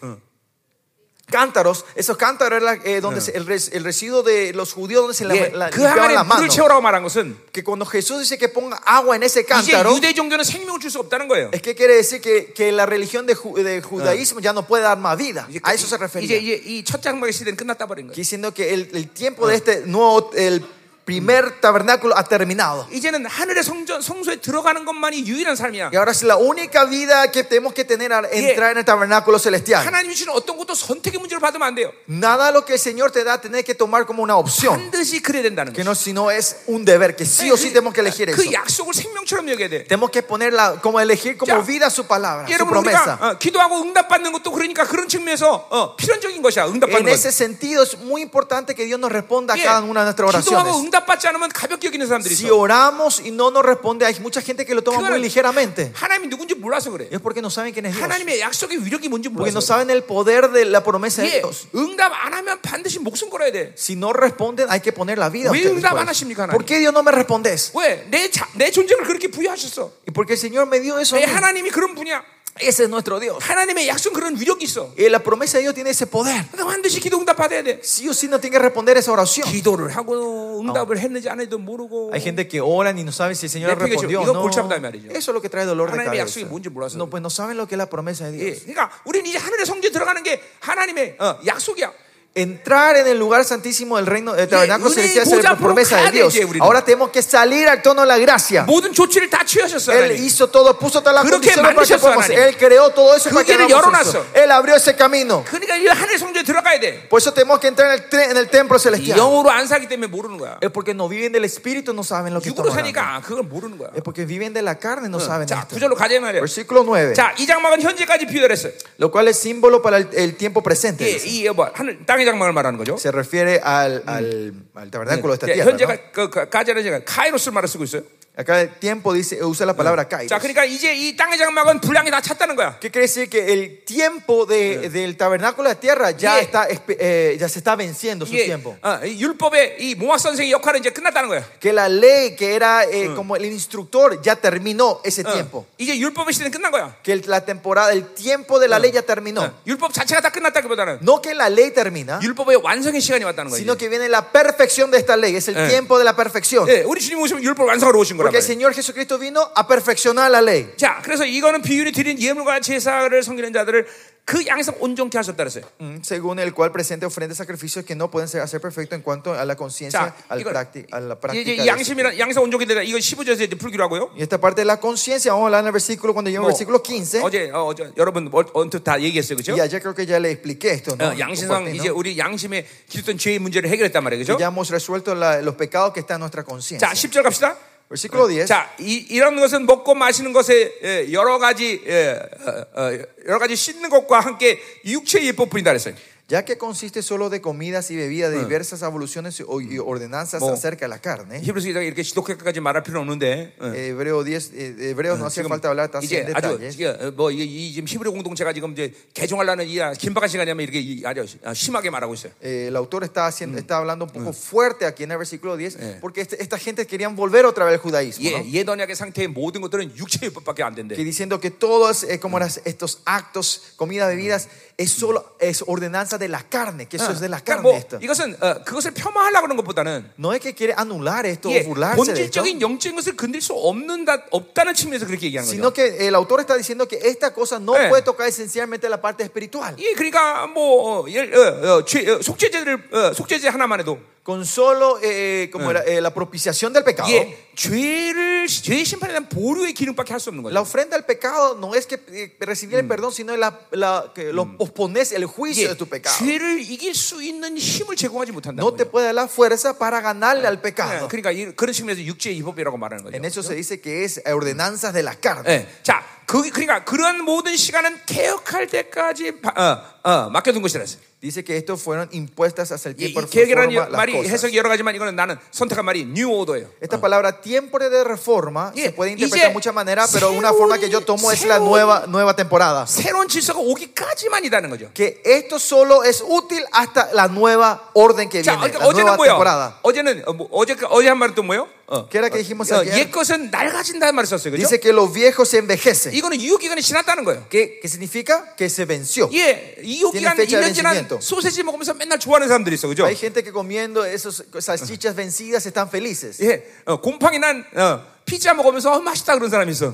cántaros, esos cántaros eran eh, donde se- el, res- el residuo de los judíos donde se la- 예, la- 그 limpiaban 항아리에 la 물을 mano. 채우라고 말한 것은 que cuando Jesús dice que ponga agua en ese 이제 cántaro, 유대 종교는 생명을 줄 수 없다는 거예요. es que quiere decir que, que la religión de, ju- de judaísmo ya no puede dar más vida. A eso se 이제 refería. 이제 이 첫 장막의 시대는 끝났다 버린 거예요. Diciendo que el, el tiempo de este nuevo, el primer tabernáculo ha terminado. 이제는 하늘의 성전 성소에 들어가는 것만이 유일한 삶이야. Y ahora es la única vida que tenemos que tener al entrar en el tabernáculo celestial. 하나님이 주는 어떤 것도 선택의 문제를 받으면 안 돼요. Nada lo que el Señor te da tenés que tomar como una opción. 반드시 그래야 된다는 Que 거예요. no, si no es un deber, que sí o sí tenemos que elegir eso. 그 약속을 생명처럼 여겨야 돼. Tenemos que ponerla como elegir como Ya. vida su palabra, su 여러분 우리가 promesa. 어, 기도하고 응답받는 것도 그러니까 그런 측면에서 어, 필연적인 것이야. En 응답받는 ese 것. sentido es muy importante que Dios nos responda a 예, cada una de nuestras 기도하고 oraciones. 응답받지 않으면 가볍게 여기는 사람들이 Si 있어. oramos y no nos responde, hay mucha gente que lo toma muy 그거는 ligeramente. 하나님이 누군지 몰라서 그래. Es porque no saben quién es Dios. 하나님의 약속의 위력이 뭔지 Porque no 몰라서. saben el poder de la promesa de 예, Dios. 응답 안 하면 반드시 목숨 걸어야 돼. Si no responden, hay que poner la vida. a 왜 ustedes 응답 por 안 eso. 하십니까, 하나님? ¿Por qué Dios no me respondes? 왜? 내, 자, 내 존재를 그렇게 부여하셨어. Y porque el Señor me dio eso. a 내 mí. 하나님이 그런 분이야. Ese es nuestro Dios. 하나님의 약속 그런 위력이 있어. Y Eh, la promesa de Dios tiene ese poder. 그러니까 반드시 기도 응답 받아야 돼. Sí o sí no tiene que responder esa oración. 기도를 하고 응답을 했는지 안 해도 모르고 Hay gente que oran y no saben si el Señor 내 피가 respondió o 지금 이거 no. 골치 아프다, 이 말이죠. Eso es lo que trae dolor de 하나님의 cabeza. 약속이 뭔지 몰라서 No, pues no saben lo que es la promesa de Dios. 예, 그러니까 우리는 이제 하늘의 성전에 들어가는 게 하나님의 어, 약속이야 Entrar en el lugar santísimo del reino del tabernáculo 은혜의 celestial es 보좌 la 앞으로 promesa 가야 de Dios. 되지, 우리는. Ahora tenemos que salir al tono de la gracia. 모든 조치를 다 취하셨어 Él 하나님 hizo todo, puso todas las 그렇게 condiciones para que 만드셨어, podamos. 하나님. Él creó todo eso 그 para que 길을 hagamos eso. 열어놨어. Él abrió ese camino. 그러니까 이 하늘의 성전에 들어가야 돼 Por eso tenemos que entrar en el, tre- en el templo 이 celestial. 영으로 안 사기 때문에 모르는 거야 Es porque no viven del espíritu, no saben lo que están 육으로 hablando. 사니까 아, 그걸 모르는 거야 Es porque viven de la carne, no saben 자 esto. 구절로 가자 이 말이야 Versículo 9, 자이 장막은 현재까지 비열했어요 lo cual es símbolo para el, el tiempo presente. 예, 이 뭐, 하늘, 땅의 장막을 말하는 거죠 Se refiere al, al, al tabernáculo de esta 예, tierra. ¿no? 현재까지는 그, 그, 까지는 제가 카이로스를 말을 쓰고 있어요 Acá el tiempo dice, usa la palabra kairos. 자 그러니까 이제 이 땅의 장막은 분량이 다 찼다는 거야 ¿Qué quiere decir? Que el tiempo de- del tabernáculo de la tierra ya, Yeah. está, espe- eh, ya se está venciendo su 이게 tiempo. 어, 이 율법의 이 모학 선생의 역할은 이제 끝났다는 거야 Que la ley, que era eh, como el instructor, ya terminó ese 어, tiempo. 이제 율법의 시대는 끝난 거야. Que el- la temporada, el tiempo de la ley ya terminó. 율법 자체가 다 끝났다기보다는 No que la ley termina, 율법의 완성의 시간이 왔다는 거지. sino que viene la perfección de esta ley. Es el Eh. tiempo de la perfección. 예, 우리 주님 오시면 율법 완성하러 오신 거란 Porque el 말이야. Señor Jesucristo vino a perfeccionar la ley. 자, 그래서 이거는 비유를 드린 예물과 제사를 섬기는 자들을 그 양상 온전케 하셨다 그랬어요. Mm, Según el cual presente ofrenda sacrificios que no pueden ser, hacer perfecto en cuanto a la conciencia, 자, al 이거 practi- a la 이제 práctica. 이 de 양심이란 양상 온전케 되다. 이거 15절에서 이제 풀기로 하고요. Y esta parte de la conciencia, vamos a hablar en el versículo cuando 뭐, lleguemos al versículo 15. 어제 어, 어제 여러분 얼- 언뜻 다 얘기했어요, 그렇죠? 어, y allá creo que ya le expliqué esto. Ah, ¿no? 양심상 Compartí, ¿no? 이제 우리 양심에 기록된 죄의 문제를 해결했단 말이에요, Que 그렇죠? ya hemos resuelto la- los pecados que están en nuestra 자, conciencia. 10절 갑시다. Versículo 10. 자, 이, 런 것은 먹고 마시는 것에 예, 여러 가지 예, 어, 어, 여러 가지 씻는 것과 함께 육체의 예법뿐이다 그랬어요. Ya que consiste solo de comidas y bebidas de diversas evoluciones o- y ordenanzas Bueno. acerca de la carne. 히브리서 기자가 이렇게 지독하게까지 말할 필요는 없는데 예. Eh, Hebreo 10, eh, Hebreos no hace falta hablar tan en 이제 아주 detalle. 이게, 어, 뭐 이게 이 지금 히브리 공동체가 지금 이제 개종하려는 이 아, 긴박한 시간이면 이렇게 이 아주 아, 심하게 말하고 있어요. Eh, el autor está, haciendo, está hablando un poco fuerte aquí en el versículo 10, porque este- esta gente querían volver otra vez al judaísmo. 예, ¿no? 옛 언약의 상태의 모든 것들은 육체의 법밖에 안 된대. Que diciendo que todos eh, como las- estos actos, comida, bebidas, es solo es ordenanza fuerza de la carne, Ah. que eso es de la 그러니까 carne 뭐 esto. 이것은 어, 그것을 폄하하려고 그런 것보다는 No es que quiere anular esto 이게 o burlarse de esto, 본질적인 영적인 것을 건들 수 없는다 없다는 측면에서 그렇게 얘기하는 거죠. sino que el autor está diciendo que esta cosa no Eh. puede tocar esencialmente la parte espiritual. 예, 그러니까 뭐 어, 예를- 어, 어, 죄- 어, 속죄제를 어, 속죄제 하나만 해도 Con solo eh, como era, eh, la propiciación del pecado. 예, 죄를 죄 심판에 대한 보류의 기능밖에 할 수 없는 La 거죠. ofrenda al pecado no es que eh, recibir el perdón, sino la, la- que lo pospones el juicio 예, de tu pecado. 죄를 이길 수 있는 힘을 제공하지 못한다는 No te 거죠. puede dar la fuerza para ganarle al 예, pecado. 그러니까 이- 그런 측면에서 육죄의 위법이라고 말하는 거죠. En eso se dice que es ordenanzas de la carne. 예, 자, 그, 그러니까 그런 모든 시간은 개혁할 때까지 바- 어, 어, 맡겨둔 것이라 했어요. Dice que estos fueron impuestas hasta el 이, 이 tiempo de reforma 개혁이라는 las 말이 cosas. 해석이 여러 가지만 이거는 나는 선택한 말이 뉴 오더예요. Esta palabra tiempo de reforma Yeah, se puede interpretar 이제 de muchas maneras, pero una 새로운- forma que yo tomo es la 새로운- nueva, nueva temporada. 새로운 질서가 오기까지만이다는 거죠. Que esto solo es útil hasta la nueva orden que 자, viene, 그러니까 la 어제는 누eva 뭐요? temporada. 어제는 어, 뭐, 어제 어제 한 말은 또 뭐요? 어. ¿Qué era que dijimos 어, ayer? 옛 것은 낡아진다는 말을 썼어요. 그죠? Dice que los viejos se envejecen. 이거는 유효 기간이 지났다는 거예요. ¿Qué, qué significa? Que se venció. 예, 유효 Tiene 기간 fecha de 1년 지난 vencimiento. 소세지 먹으면서 맨날 좋아하는 사람들이 있어. 그죠? Hay gente que comiendo esas salchichas vencidas están felices. 예, 어, 곰팡이 난 어, 피자 먹으면서 어, 맛있다 그런 사람이 있어.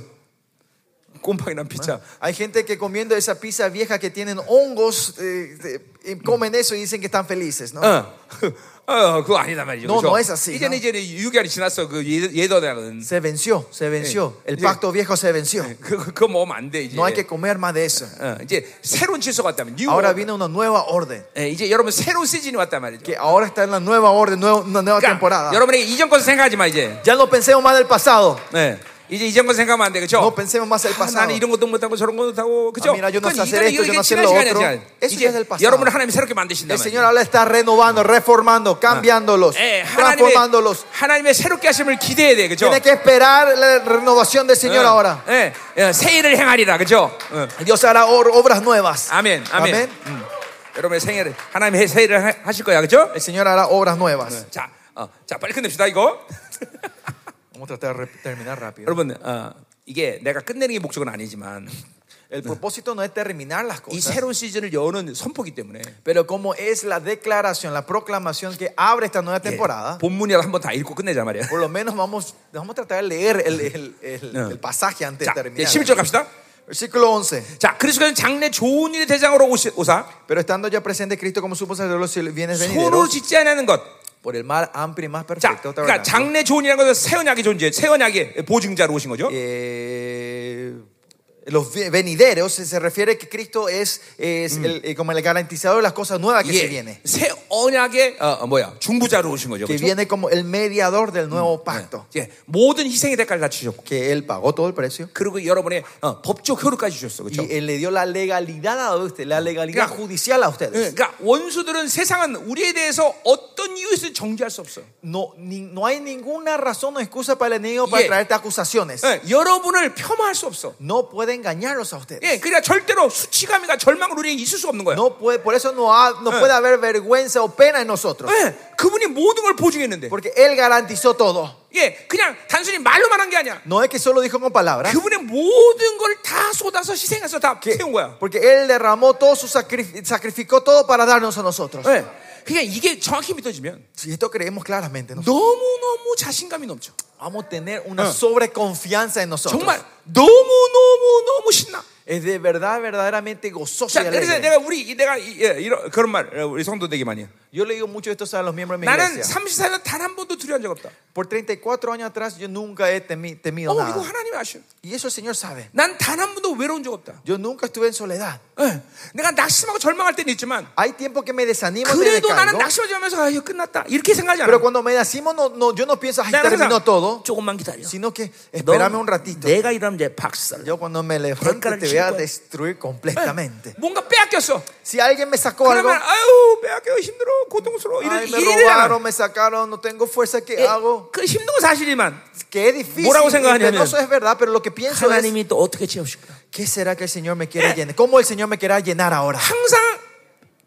곰팡이 난 피자. Hay gente que comiendo esa pizza vieja que tienen hongos, eh, eh, y comen eso y dicen que están felices, ¿no? 어. 어, 그거 아니다 말이죠. No, 그죠? no es así, 이제는 no. 이제 6개월이 지났어. 그 예더라는 Se venció, se venció. El Sí. pacto viejo se venció. 그거 그거 먹으면 안 돼, 이제. No hay que comer más de eso. 어, 이제 새로운 질서가 왔다면 뉴 Ahora viene una nueva orden. 예, 이제 여러분 새로운 시즌이 왔단 말이죠. Que ahora está en la nueva orden, nueva- una nueva 그러니까 temporada. 여러분에게 이전 것을 생각하지 마 이제. Ya no pensemos más del pasado. 예. 이제 이전 것 생각하면 안 돼. 그렇죠? No pensemos más el 아, pasado. 나는 이런 것도 못하고 저런 것도 못하고 그죠? 아, mira, yo no sé hacer esto, yo no sé 지난 lo 시간이야 네, otro. 지난 Eso ya es 이제 del pasado. 여러분을 하나님이 새롭게 만드신다 El Señor ahora está Ah. renovando, reformando, cambiándolos, 예, 하나님의, transformándolos. 하나님의 새롭게 하심을 기대해야 돼 그죠? Tiene que esperar la renovación del Señor ahora. 예, 예, 새해를 행하리라 그죠? 응. Dios hará or- obras nuevas. 아멘 아멘, Amén. 음. 여러분의 생애를 하나님의 새해를 하- 하실 거야 그죠? El Señor hará obras nuevas. 자, 어, 자 빨리 끝냅시다 이거 Vamos a tratar de re- terminar rápido. 여러분 어, 이게 내가 끝내는 게 목적은 아니지만 El propósito no es terminar las 이 cosas, 새로운 시즌을 여는 선포기 때문에 pero como es la declaración, la proclamación que abre esta nueva 예, temporada, 본문이라도 한번 다 읽고 끝내자 말이야 por lo menos vamos, vamos a tratar de leer el, el- el- No. el pasaje antes 자, de 이제 terminar. 11절 갑시다 Versículo 11. 자, 그리스도는 장래 좋은 일의 대장으로 오시- 오사 Pero estando ya presente Cristo como supo de los bienes 서로 venideros, 짓지 않는 것. por el mar amplio y más 자, perfecto. 그러니까 tabernáculo. 장래 좋은 일이라는 것은 새 언약의 존재, 새 언약의 보증자로 오신 거죠. 아, Eh, los vi- venideros se se refiere que Cristo es, es el- eh, como el garantizador de las cosas nuevas que se 예, viene. 새 언약의 어, 어, 뭐야 중부자로 오신 거죠. Que 그렇죠? viene como el mediador del nuevo pacto. 예, 모든 희생의 대가를 다 주셨고, Mm. Que Él pagó todo el precio. 그리고 여러분의 어, 법적 효력까지 주셨어, 그렇죠? Y Él le dio la legalidad a usted, la legalidad Claro. judicial a ustedes. 그러니까 원수들은 세상은 우리에 대해서 어떤 이유에서 정죄할 수 없어. No, ni- no hay ninguna razón o excusa para el enemigo para Yeah. traerte acusaciones. 예, 여러분을 폄하할 수 없어. No puede engañarlos a ustedes. 예, 그러니까 절대로 수치감이나 절망은 우리에게 있을 수 없는 거야. No puede, por eso no, ha- no Eh. puede haber vergüenza o pena en nosotros. 예, 그분이 모든 걸 보증했는데. Porque Él garantizó todo. 예, 그냥 단순히 말로만 한 게 아니야. No es que solo dijo con palabras. 그분의 모든 걸 다 쏟아서 희생해서 다 que- 세운 거야. porque Él derramó todo su sacrificio, sacrificó todo para darnos a nosotros. 예. 그냥 이게 정확히 믿어지면 Si esto creemos claramente, ¿no? 너무너무 자신감이 넘쳐. vamos a tener una Eh. sobreconfianza en nosotros. 정말 너무너무너무 신나. Es de verdad, verdaderamente gozoso y 자, 그래서 alegre. 내가 우리, 내가 이- 예, 이런, 그런 말, 어, 우리 성도 되게 많이 해. Yo le digo mucho esto a los miembros de mi 나는 iglesia. 34년 단 한 번도 두려운 적 없다. Por 34 años atrás yo nunca he temi- temido 어, 이거 nada. 하나님 아셔. Y eso el Señor sabe. 난 단 한 번도 외로운 적 없다. Yo nunca estuve en soledad. 예. 내가 낙심하고 절망할 때는 있지만, Hay tiempo que me desanimo y me 그래도 나는 decaigo. 낙심하면서, 아, 이거 끝났다. 이렇게 생각하지 않아. Pero cuando me decimos, no, no, yo no pienso, ahí 나는 네, terminó todo, 조금만 기다려. sino que 넌 espérame un ratito. 내가 이러면 이제 박살. Yo cuando me levante Arrancar el te voy a chico. destruir completamente. 뭔가 빼앗겼어. Si alguien me sacó algo, 그러면 아유 빼앗겨 힘들어 고통스러워 이런 ay, me 일을 알아. robaron, me sacaron, no tengo fuerza, ¿qué 예, hago? 그 힘든 건 사실이지만 Que es difícil, 뭐라고 생각하냐면, y penoso es verdad, pero lo que pienso es, 하나님이 또 어떻게 채우실까? ¿qué será que el Señor me quiere llenar? ¿Cómo el Señor me quiera llenar ahora? 항상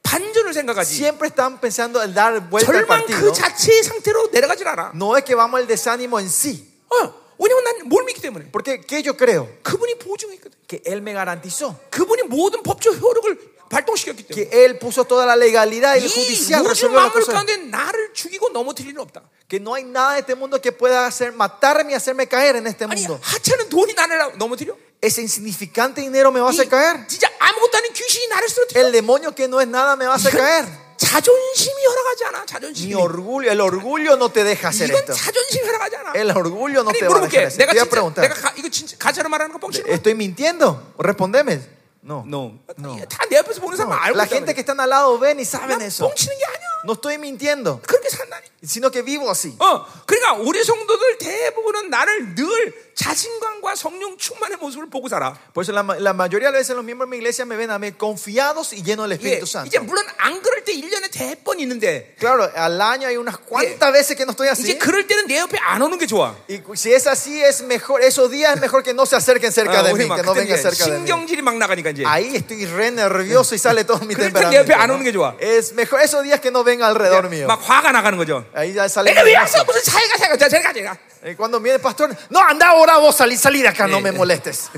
반전을 생각하지. Siempre están pensando en dar vuelta al 절망 그 partido. 자체의 상태로 내려가질 않아. No es que vamos al desánimo en sí, 어, 왜냐면 난 뭘 믿기 때문에 porque ¿qué yo creo? 그분이 보증했거든. Que Él me garantizó. 그분이 모든 법적 효력을 발동시켰기 때문에 que él puso toda la legalidad y el 이 judicial 우주 resolvió la 만물 cosa. 가운데 나를 죽이고 넘어뜨릴 일은 없다. Que no hay nada de este mundo que pueda hacer matarme y hacerme caer en este 아니 mundo. 하찮은 돈이 나를 넘어뜨려? Ese insignificante dinero me va a 이 hacer caer. 진짜 아무것도 아닌 귀신이 나를 쓰러뜨려. El demonio que no es nada me va a hacer caer. 자존심이 허락하지 않아. Mi 자존심이. orgullo, el orgullo no te deja hacer 이건 esto. 자존심이 허락하지 않아. El orgullo no 아니 te va a dejar 물어볼게. hacer. 내가 Te voy 진짜 a 내가 preguntar. 가, 이거 진짜 가짜로 말하는 거 뻥치는 거야? ¿Estoy mintiendo? Respondeme. No. 네. No. 다내 옆에서 보는 사람 은 알고 La 있다 gente 그래. que están al lado ven y saben 난 eso. 뻥치는 게 아니야. No estoy mintiendo, 그렇게 산다니. sino que vivo así. 어, 그러니까 우리 성도들 대부분은 나를 늘 자신감과 성령 충만의 모습을 보고 살아. Por eso la, ma- la mayoría de las veces los miembros de mi iglesia me ven a mí confiados y llenos del 예, Espíritu Santo. 이제 물론 안 그럴 때 1년에 대번 있는데 Claro, al año hay unas cuantas veces que no estoy 이제 así. 그럴 때는 내 옆에 안 오는 게 좋아. Y si es así, es mejor, esos días es mejor que no se acerquen cerca 아, de 우리 mí, 막 que no 그때는 vengan 이제 cerca de mí. 신경질이 막 나가니까 아, 이제 Ahí estoy re nervioso y sale todo mi 그럴 때 내 temperamento. 옆에 안 오는 게 ¿no? 좋아. Es mejor esos días que no venga alrededor mío. 막 화가 나가는 거죠. Ahí ya sale. 내가 mi 왜 enojo. 왔어? 무슨 차이가 차이가 자, 제가 제가. Eh, Cuando viene el pastor, no, anda ahora vos, salí, salí de acá, no Eh, me eh. molestes.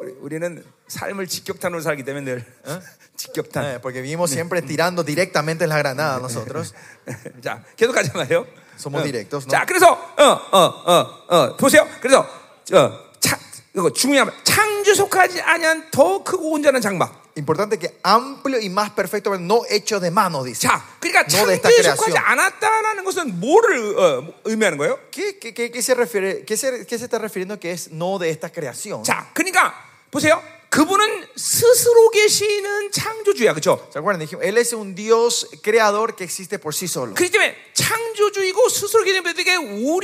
우리, 우리는 삶을 직격탄으로 살기 때문에 늘 어? 직격탄. Eh, Porque vivimos siempre tirando directamente en la granada nosotros. 자, 계속 가잖아요. Somos directos, no? 자, 그래서 어, 어, 어, 어, 보세요. 그래서 어, 차, 이거 중요한 말. 창조 속하지 아니한 더 크고 온전한 장막. Importante que amplio y más perfecto, pero no hecho de mano, dice. 자, 그러니까 No de esta 창조에 속하지 creación. 않았다라는 것은 뭐를 어, 의미하는 거예요? ¿Qué, qué, qué- qué se refiere, qué, se, qué se está refiriendo que es no de esta creación? 자, 그러니까 보세요. 그분은 스스로 계시는 창조주야, 그렇죠? ¿Se acuerdan? Dijimos, él es un Dios creador que existe por sí solo. 그렇기 때문에 창조주이고 스스로 계시는 분에게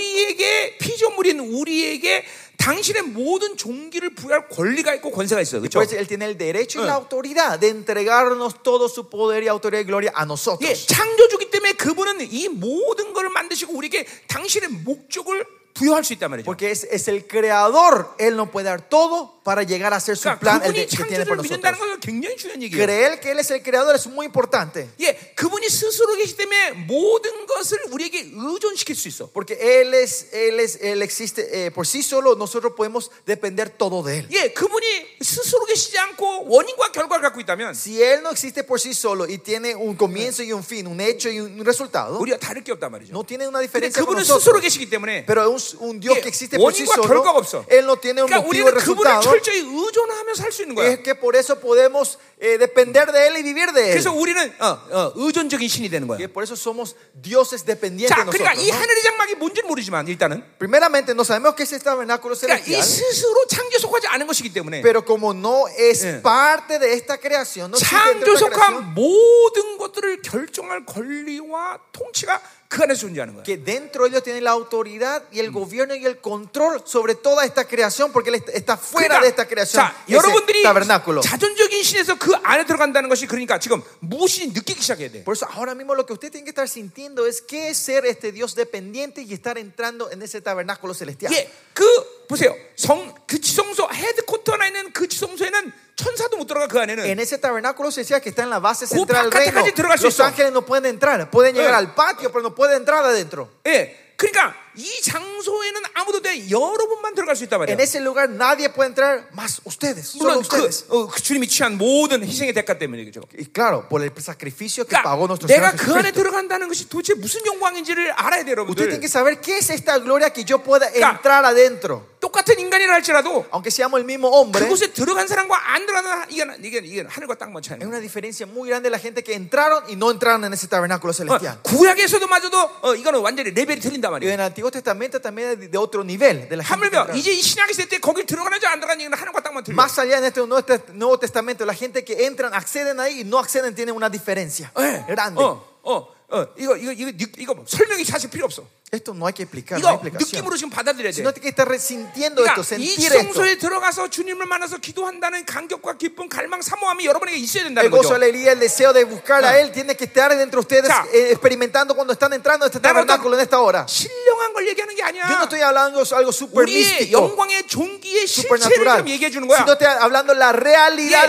우리에게 피조물인 우리에게 당신의 모든 종기를 부여할 권리가 있고 권세가 있어요, 그렇죠? Pues él tiene el derecho y Eh. la autoridad de entregarnos todo su poder y autoridad y gloria a 예, nosotros. 창조주기 때문에 그분은 이 모든 것을 만드시고 우리에게 당신의 목적을 부여할 수 있단 말이죠. Porque es, es el creador, él nos puede dar todo para llegar a hacer su 그러니까 plan el 그분이 de- que tiene 창조를 por 믿는다는 nosotros. 건 굉장히 중요한 얘기예요. Creer que él es el creador es muy importante. 예, 그분이 스스로 계시기 때문에 모든 것을 우리에게 의존시킬 수 있어. Porque Él es, Él es, Él existe eh, por sí solo, nosotros podemos depender todo de Él. 예, 그분이 스스로 계시지 않고 원인과 결과를 갖고 있다면 Si Él no existe por sí solo y tiene un comienzo y un fin, un hecho y un resultado, 우리가 다를 게 없단 말이죠. no tiene una 근데 diferencia con 그분은 스스로 nosotros. 계시기 때문에 Pero un, un Dios Yeah, que existe por sí 원인과 결과가 solo, 없어. Él no tiene un 그러니까 motivo y 우리는 그분을 resultado. 철저히 의존하며 살 수 있는 Es 거야. que por eso podemos eh, depender de Él y vivir de Él. 그래서 우리는 어, 어, 의존적인 신이 되는 거야. Que por eso somos dioses dependientes 자, de 그러니까 nosotros. 이 ¿no? 하늘의 장막이 뭔지는 모르지만 일단은 Primeramente, no sabemos qué es este tabernáculo 그러니까 이 celestial, 스스로 창조 속하지 않은 것이기 때문에 pero como no es Yeah. parte de esta creación, no existe dentro de 창조 esta creación, 속한 모든 것들을 결정할 권리와 통치가 그 안에서 존재하는 거야. que dentro de ellos tienen la autoridad y el gobierno y el control sobre toda esta creación, porque él est- está fuera de esta creación, 그러니까 자, ese 여러분들이 tabernáculo. 자존적인 신에서 그 안에 들어간다는 것이 그러니까 지금 무엇인지 느끼기 시작해야 돼. Por eso ahora mismo lo que usted tiene que estar sintiendo es qué es ser este Dios dependiente y estar entrando en ese tabernáculo celestial. 예, 그 보세요. 성 그 지성소 헤드코터 안에 있는 그 지성소에는 천사도 못 들어가 그 안에는. En ese tabernáculo celestial que está en la base 그 central del 바깥에까지 reino, 들어갈 수 los 있어. ángeles no pueden entrar, pueden llegar Eh. al patio, pero no pueden entrar adentro. 예, 그러니까 이 장소에는 아무도 내 여러분만 들어갈 수 있단 말이야. En ese lugar nadie puede entrar más ustedes, solo 물론 네, 그, ustedes. 어, 그 주님이 취한 모든 희생의 대가 때문이죠. Y claro, por el sacrificio que pagó 그러니까 nuestro 내가 Señor. 그 Jesucristo. 안에 들어간다는 것이 도대체 무슨 영광인지를 알아야 돼요, Usted tiene 여러분들. que saber qué es esta gloria que yo pueda Claro. entrar adentro. 똑같은 인간이라 할지라도 Aunque seamos el mismo hombre, 그곳에 들어간 사람과 안 들어간 사람 이게 이게 이게 하늘과 땅만 차이. hay una diferencia muy grande de la gente que entraron y no entraron en ese tabernáculo celestial. 어, 구약에서도 마저도 어, 이거는 완전히 레벨이 틀린단 Y en 말이에요. el Antiguo Testamento también hay de- de otro nivel de la gente. que 하물며 entraron. 이제 이 신약의 세대 거길 들어가는지 안 들어가는 얘기는 하늘과 땅만 틀려. Más allá en este Nuevo Test- Nuevo Testamento, la gente que entran, acceden ahí y no acceden, tienen una diferencia 예. grande. 어, 어, 어, 이거 이거 이거 느- 이거 뭐 설명이 사실 필요 없어. Esto no hay que explicar, no hay 이거 explicación. 느낌으로 지금 받아들여야 돼. Sino que estar resintiendo 그러니까 esto, 이 sentir esto. 성소에 들어가서 주님을 만나서 기도한다는 간격과 기쁨, 갈망, 사모함이 여러분에게 있어야 El 된다는 gozo, 거죠. alegría, el deseo de buscar Ah. a Él tiene que estar dentro de ustedes Ya. eh, experimentando cuando están entrando a este Claro, tabernáculo en esta hora. 신령한 걸 얘기하는 게 Yo no 아니야. estoy hablando de algo super 우리의 místico, 영광의 종기의 실체를 supernatural, 좀 얘기해 주는 거야. sino estoy hablando la realidad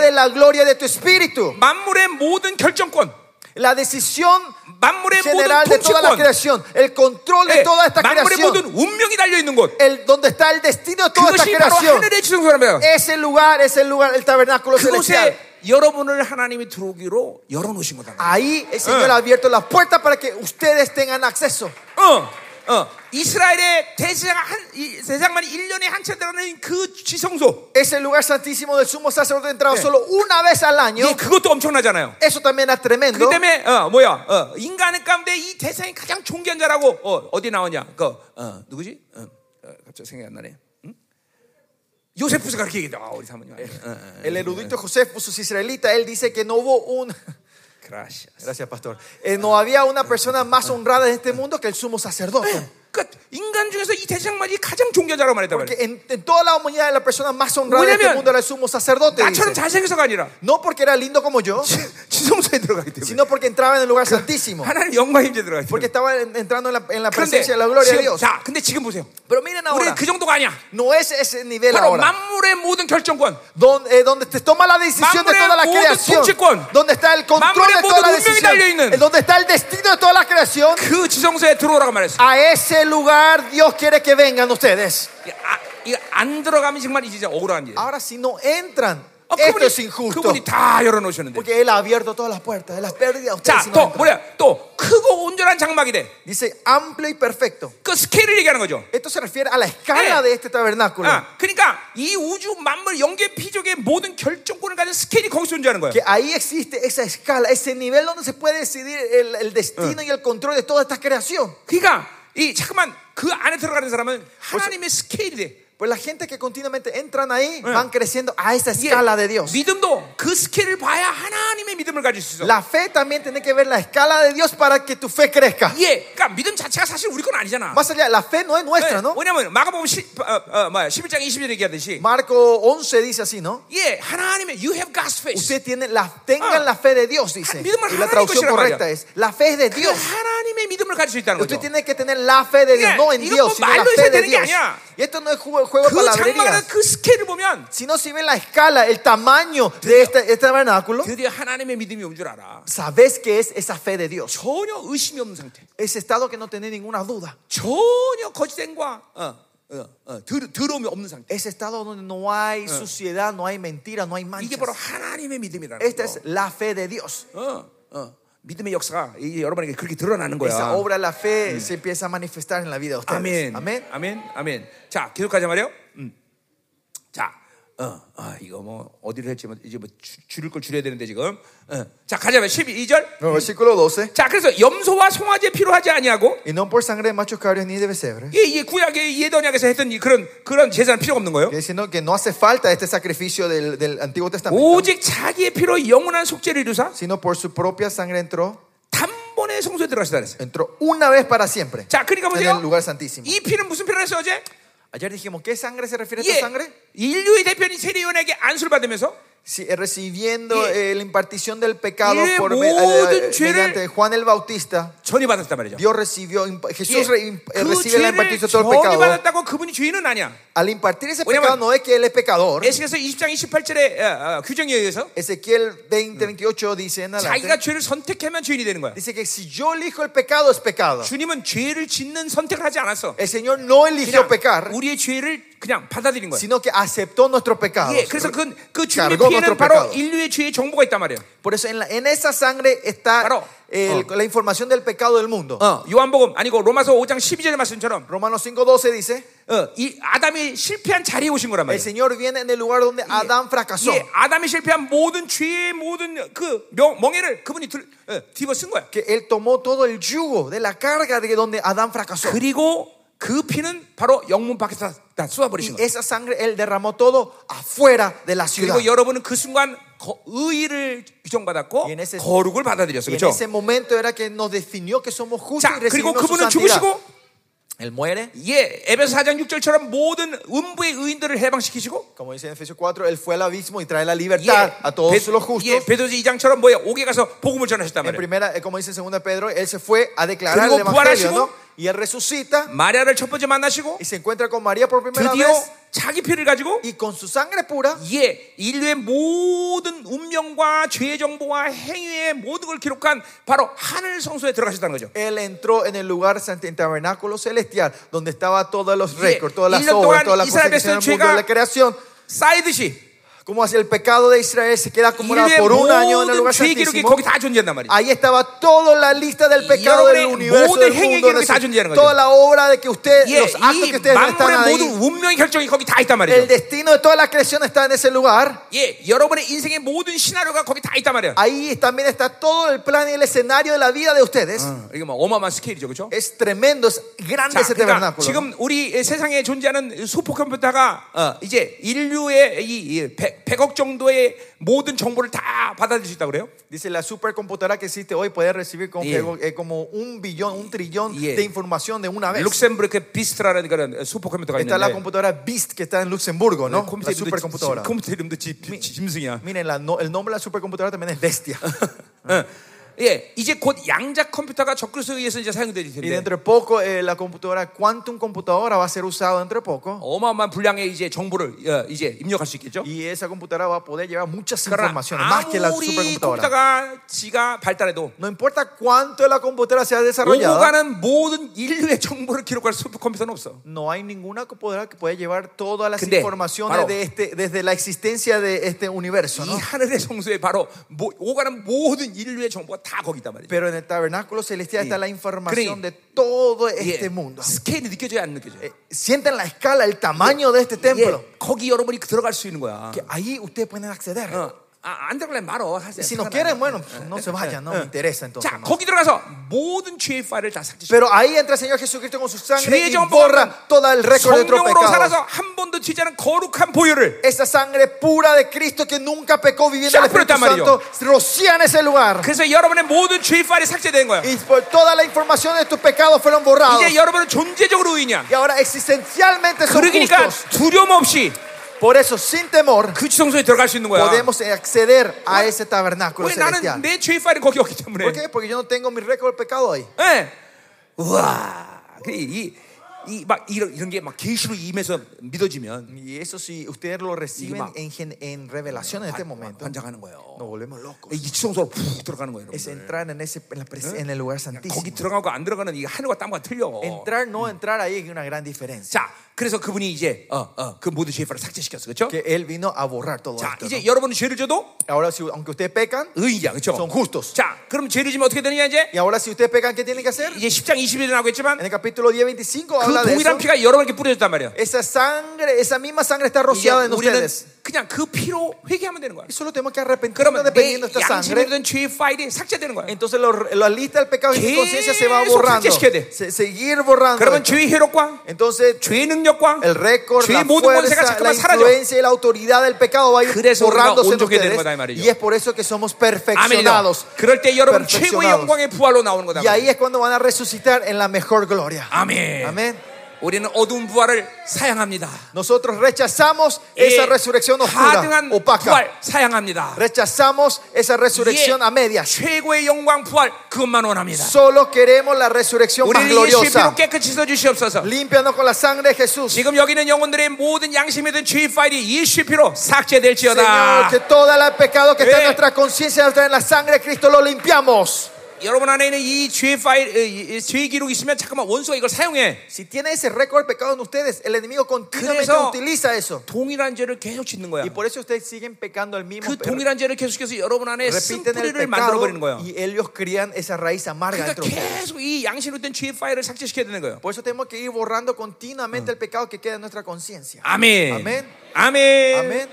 Yeah. de la gloria de tu espíritu, 만물의 모든 결정권, la decisión 만물의 general de 모든 toda la 통치권, creación, el control 예, de toda esta 만물의 모든 creación, 운명이 달려 있는 곳. el, donde está el destino de toda esta 그것이 바로 creación. 하늘의 지성소랍니다. Ese lugar es el lugar, el tabernáculo celestial. 그곳에 여러분을 하나님이 들어오기로 열어놓으신 거다. Ahí el Señor Eh. ha abierto las puertas para que ustedes tengan acceso. 어, 어, 이스라엘의 대제사장 한 이, 대장만 1년에 한 차례 들어가는 그 지성소. Ese lugar santísimo del sumo sacerdote entraba Eh. solo una vez al año. 예, 그것도 엄청나잖아요. Eso también era 그 tremendo. 때문에 어, 뭐야? 어, 인간의 가운데 이 대상이 가장 존귀한 자라고 어, 어디 나오냐? 그 어, 누구지? 어, 어, 갑자기 생각이 안 나네. 응? 요세프스가 그렇게 얘기해. 아, 우리 사모님. 어, 어. El erudito José, sus israelita, él dice que no hubo un. 그라시아. Gracias, pastor. 어, Eh, no había una persona más honrada en este mundo que el sumo Eh. sacerdote. 그러니까 인간 중에서 이 대상만이 가장 존귀한 자라고 말했단 말이야. Porque en, en toda la humanidad, la persona más honrada en este William, mundo era el sumo sacerdote. dice. 나처럼 잘생겨서가 아니라 No porque era lindo como yo, 지- 지성소에 들어가기 때문에 sino porque entraba en el lugar santísimo. 하나님 영광의 임재 들어가기 Porque 때문에. estaba en- entrando en la, en la 그런데 presencia de la gloria de 지금, Dios. 자, 근데 지금 보세요. Pero miren 우리 ahora, 그 정도가 아니야. no es ese nivel 바로 ahora. 만물의 모든 결정권, Donde, eh, donde te toma la decisión de Mamre toda la modo creación. 통치권. Donde está el control Mamre de modo toda la 운명이 decisión. 달려있는. eh, Donde está el destino de toda la creación. 그 지성소에 들어오라고 말했어. A ese lugar Dios quiere que vengan ustedes. 이 아, 이거 안 들어가면 정말 이제 진짜 억울한 일이야. Ahora si no entran, 어, esto 그분이, es injusto. 그분이 다 열어놓으셨는데. Porque Él ha abierto todas las puertas de las pérdidas. Ustedes 자, si no 또 entran. 뭐야? 또 크고 온전한 장막이 돼. Dice amplio y perfecto. 그 스케일을 얘기하는 거죠. Esto se refiere a la escala Eh. Ah. de este tabernáculo. 아, 그러니까 이 우주 만물 영계 피족의 모든 결정권을 가진 스케일이 거기서 존재하는 거야. Que ahí existe esa escala, ese nivel donde se puede decidir el, el destino Ah. y el control de toda esta creación. 그러니까 이 잠깐만 그 안에 들어가는 사람은 하나님의 스케일이 돼. Pues la gente que continuamente entran ahí Ah. van creciendo a esa escala de Dios. 믿음도 그 스케일을 봐야 하나님의 믿음을 가질 수 있어. La fe también tiene que ver la escala de Dios para que tu fe crezca. 예, 그러니까 믿음 자체가 사실 우리 건 아니잖아. Más allá, la fe no es nuestra, 네, ¿no? 왜냐면 마가복음 10, 어, 어, 뭐야, 11장 20절 얘기하듯이 Marco 11 dice así, ¿no? 예, 하나님의 you have God's faith. Usted tiene la, tengan Ah. la fe de Dios, dice. 믿음을 Y la 하나님 traducción 것이란 correcta 말이야. es, la fe es de 그 Dios. 하나님의 믿음을 가질 수 있다는 Usted 거죠. tiene que tener la fe de Dios, Mira, no en y Dios, como sino la 말로 fe 해서 de 되는 게 Dios. 아니야. Y esto no es juego, juego de 그 장막의 palabrerías. 그 스케일을 보면 Sino si ven la escala, el tamaño de este, este tabernáculo, 드디어 하나님의 믿음이 온 줄 알아. sabes que es esa fe de Dios. 전혀 의심이 없는 상태. Ese estado que no tiene ninguna duda. 전혀 거짓된과 어, 어, 어, 들, 들어움이 없는 상태. Ese estado donde no hay suciedad, no hay mentira, no hay 이게 manchas. 바로 하나님의 믿음이라는 Esta es 거. la fe de Dios. 어, 어. 믿음의 역사가 이제 여러분에게 그렇게 드러나는 Esa 거야. obra, la fe, se empieza a manifestar en la vida de ustedes. 아멘. Ah. Mm. Amén. 아멘. 아멘. 자, 계속 가자 말이요. 음. 자, 어, 아, 이거 뭐 어디를 했지 뭐 이제 뭐 줄- 줄일 걸 줄여야 되는데 지금. 어. 자, 가자 말이요. 12절. Versículo 12. 자, 그래서 염소와 송아지 필요하지 아니하고 Y no por sangre de machos cabrios ni de becerros. 예, 예, 구약의 예언약에서 했던 이 그런 그런 제사는 필요 없는 거예요. Que Diciendo que no hace falta este sacrificio del, del Antiguo Testamento, 오직 자기의 피로 영원한 속죄를 이루사 sino por su propia sangre entró, 단번에 성소에 들어가시다 그랬어요. entró una vez para siempre 자, 그러니까 en el 보세요. lugar santísimo. 이 피는 무슨 피라고 했어요, 어제? Ayer dijimos, ¿qué sangre se refiere a 예, esta sangre? 인류의 대표인 세례요원에게 안수를 받으면서 Sí, eh, recibiendo 예. eh, la impartición del pecado 예, por eh, 모든 죄를- mediante Juan el Bautista, 전이 받았단 말이죠. Dios recibió, imp- Jesús re- 예, imp- eh, 그 recibe la 죄를 impartición de todo el 전이 pecado. 받았다고 그분이 죄인은 아니야. Al impartir ese 왜냐면- pecado no es que él es pecador. 에스겔서 20장 28절의 규정에 의해서 Ezequiel 20, 28 dice en adelante, 자기가 죄를 선택하면 죄인이 되는 거야. dice que si yo elijo el pecado es pecado. 주님은 죄를 짓는 선택을 하지 않았어. El Señor no eligió 그냥 pecar, 우리의 죄를 그냥 받아들인 거야. sino que aceptó nuestros pecados. 예, 그래서 그, 그 주님의 cargó 피에는 nuestro 바로 pecado. 인류의 죄의 정보가 있단 말이에요. Por eso en, la- en esa sangre está Claro. el- la información del pecado del mundo. 어, 요한복음 아니고 로마서 5장 12절의 말씀처럼 Romanos 5:12 dice, 어, 이 아담이 실패한 자리에 오신 거란 el 말이에요. Señor viene en el lugar donde Adán fracasó. 예, 아담이 실패한 모든 죄의 모든 그 명, 멍해를 그분이 들, 어, 뒤집어 쓴 거야. Que él tomó todo el yugo de la carga de donde Adán 그렇죠. fracasó. 그리고 그 피는 바로 영문 밖에서 다- 다 쏟아버리신 Y 거예요. esa sangre él derramó todo afuera de la ciudad. 그리고 Y 여러분은 그 순간 거- 의의를 규정받았고 예, 네세- 거룩을 받아들였어요. en 그렇죠? ese momento era que nos definió que somos justos 자, y 그리고 recibimos su 그분은 santidad. 죽으시고 Él muere. 예, 에베소 4장 6절처럼 모든 음부의 의인들을 해방시키시고 Como dice en Efesios 4, él fue al abismo y trae la 예, libertad a todos 베드- los justos. 예, 베드로서 2장처럼 뭐야? 옥에 가서 복음을 전하셨단 En 말이에요. primera, eh, como dice en segunda Pedro, él se fue a declarar el 그리고 evangelio, ¿no? 부활하시고 y él resucita 마리아를 첫 번째 만나시고 y se encuentra con María por primera 드디어 vez 자기 피를 가지고 y con su sangre pura 예, 인류의 모든 운명과 죄의 정보와 행위의 모든 걸 기록한 바로 하늘 성소에 들어가셨다는 거죠. él entró en el lugar santo, en tabernáculo celestial donde estaba todos los Sí. récords, todas Y las lo obras, toman, todas las cosas Israel que hicieron en besó el mundo de llega- la creación. 쌓이듯이 Como hacia el pecado de Israel se queda acumulado 인류의 por un año en el 모든 lugar 죄의 기록이 santísimo. 거기 다 존재한단 말이에요. Ahí estaba toda la lista del pecado del 여러분의 universo, 모든 del 행위의 mundo, 기록이 다 존재하는 거죠. toda la obra de que usted, 예, los actos que 이 ustedes ven están 만물의 모든 ahí. 운명의 결정이 거기 다 있단 El 말이에요. destino de toda la creación está en ese lugar. 예, 여러분의 인생의 모든 시나리오가 거기 다 있단 말이에요. Ahí también está todo el plan y el escenario de la vida de ustedes. 어, 이게 뭐 어마어마한 스케일이죠, 그렇죠? Es tremendo, es 자, grande ese 그러니까 tabernáculo. 지금 우리 세상에 존재하는 수포컴퓨터가 어, 이제 인류의 이, 이 100, 100억 정도의 모든 정보를 다 받아들일 수 있다고 그래요? Dice la supercomputadora que existe hoy puede recibir como, Yeah. eh, como un billón, un trillón Yeah. de información de 아, 네. una vez. 룩셈부르크 비스트라는 그런 슈퍼컴퓨터가 está la 있는데 네, computadora BIST que está en Luxemburgo, ¿no? 컴퓨터 La 이름도 supercomputadora. 지- 컴퓨터 이름도 지- 지- 짐승이야. Miren, la no- el nombre de la supercomputadora también es bestia. 어. 예, 이제 곧 양자 컴퓨터가 적그리스에 의해서 이제 사용될 y 텐데 dentro de poco eh, la computadora quantum computadora va a ser usada dentro de poco. 어마어마한 분량의 이제 정보를 어, 이제 입력할 수 있겠죠. Y esa computadora va a poder llevar muchas 그러나 informaciones, más que la 아무리 supercomputadora. 컴퓨터가 지가 발달해도 No importa cuánto la computadora sea 오고 desarrollada, 가는 모든 인류의 정보를 기록할 슈퍼컴퓨터는 없어. no hay ninguna computadora que pueda llevar todas las 근데 informaciones 바로 de este, desde la existencia de este universo. 이 ¿no? 하늘의 성소에 바로 모- 오가는 모든 인류의 정보가 다 거기 있단 말이에요. Pero en el tabernáculo celestial Sí. está la Creen. información de todo este 예, mundo. 스케일이 느껴져요, 안 느껴져요? Eh, Sienten la escala, el tamaño de este templo. 예, 거기 여러분이 들어갈 수 있는 거야. Que ahí ustedes pueden acceder. 어, 아, 안 들어갈래 말어. 사실 Si no 상관없어. quieren, bueno, pues, no se vayan, no Ah. me interesa entonces. 자, ¿no? 거기 들어가서 모든 죄의 파일을 다 삭제시켜. Pero ahí entra el Señor Jesucristo con su sangre 죄의 y 정보는 borra todo el récord de nuestros 성령으로 살아서 pecados. 한 번도 튀지 않은 거룩한 보혈을 Esa sangre pura de Cristo que nunca pecó viviendo en el Ya, pero está Espíritu amarillo. Santo rocía en ese lugar. 그래서 여러분의 모든 죄의 파일이 삭제된 거야. Y por toda la información de tus pecados fueron borrados. 이제 여러분은 존재적으로 의냐. Y ahora existencialmente son 그러니까 justos. 두려움 없이 Por eso, sin temor, 그 지성소에 들어갈 수 있는 거야. podemos acceder a ese tabernáculo 왜 나는 celestial. 내 죄의 파일이 거기 없기 때문에. ¿Por qué? Porque yo no tengo mi récord de pecado ahí. 예. 우와. 이이막 이런 이런 게 막 계시로 임해서 믿어지면 Y eso si ustedes lo reciben Ima. en, gen- en revelación en este 관- momento, 환장하는 거예요. nos volvemos locos. 이 지성소로 푹 들어가는 거예요. Es 여러분들. entrar en, ese, en, la pres- en el lugar 거기 santísimo. 들어가고 안 들어가는 이 하늘과 땅과 틀려. Entrar, no entrar ahí es una gran diferencia. 자, 그래서 그분이 이제 어, 어, 그 모든 죄를 삭제시켰어, 그렇죠? Que Él vino a borrar todo 자, esto. 이제 ¿no? 여러분은 죄를 져도 Ahora, si, aunque ustedes pecan, 의인이야, 그렇죠? Son justos. 자, 그럼 죄를 지면 어떻게 되느냐 이제? y ahora si ustedes pecan, ¿qué tienen que hacer? 이제 10장 20일에 나오고 En 있지만 el capítulo 10, 25 그 habla de eso. 동일한 피가 여러분에게 뿌려졌단 말이야. Esa sangre, esa misma sangre está 이제 rociada en 우리는 ustedes. 그냥 그 피로 회개하면 되는 거야. Y solo tenemos que arrepentirnos 그러면 내 dependiendo de esta 양심에 sangre. 든 죄의 파일이 삭제되는 거야. Entonces lo- la lista del pecado y 계속 tu conciencia se va borrando. 삭제시켜야 돼. Se- seguir borrando. 그러면 죄의 효력과 Entonces 죄의 능력과 el récord, 죄의 la 모든 권세가 fuerza, la 잠깐만 사라져. influencia y la autoridad del pecado va a ir 그래서 우리가 borrándose en 온전하게 되는 ustedes. 거다, 이 말이죠. Y es por eso que somos 네. 아멘이다. perfeccionados. 그럴 때 여러분 최고의 Perfeccionados. 영광의 부활로 나오는 거다. Y ahí es cuando van a resucitar en la mejor gloria. 아멘. Amén. 우리는 어두운 부활을 사양합니다. Nosotros rechazamos 예, esa resurrección oscura, 하등한 opaca. 부활 사양합니다. Rechazamos esa resurrección 예, a medias. 최고의 영광 부활 그것만 원합니다. Solo queremos la resurrección más 우리를 예수의 피로 gloriosa. 깨끗이 씻어 주시옵소서. Límpianos con la sangre de Jesús. 지금 여기는 영혼들의 모든 양심에 든 죄의 파일이 예수의 피로 삭제될지어다. Señor, que todo el pecado que está en 예. nuestra conciencia, está en la sangre de Cristo, lo limpiamos. 여러분 안에 있는 이 죄의 파일, 이- 이 죄의 기록이 있으면 잠깐만 원수가 이걸 사용해. Si tiene ese récord de pecado en ustedes, el enemigo continuamente 그래서- utiliza eso. 동일한 죄를 계속 짓는 거야. Y por eso ustedes siguen pecando el mismo 그 pecado. 동일한 죄를 계속해서 여러분 안에 Repiten el 쓴뿌리를 만들어 버리는 거야. pecado y ellos crían esa raíz amarga 그러니까 dentro de ustedes. 계속 이 양심으로 된 죄의 파일을 삭제시켜야 되는 거예요. Por eso tenemos que ir borrando continuamente el pecado que queda en nuestra conciencia. 아멘. 아멘. 아멘. 아멘.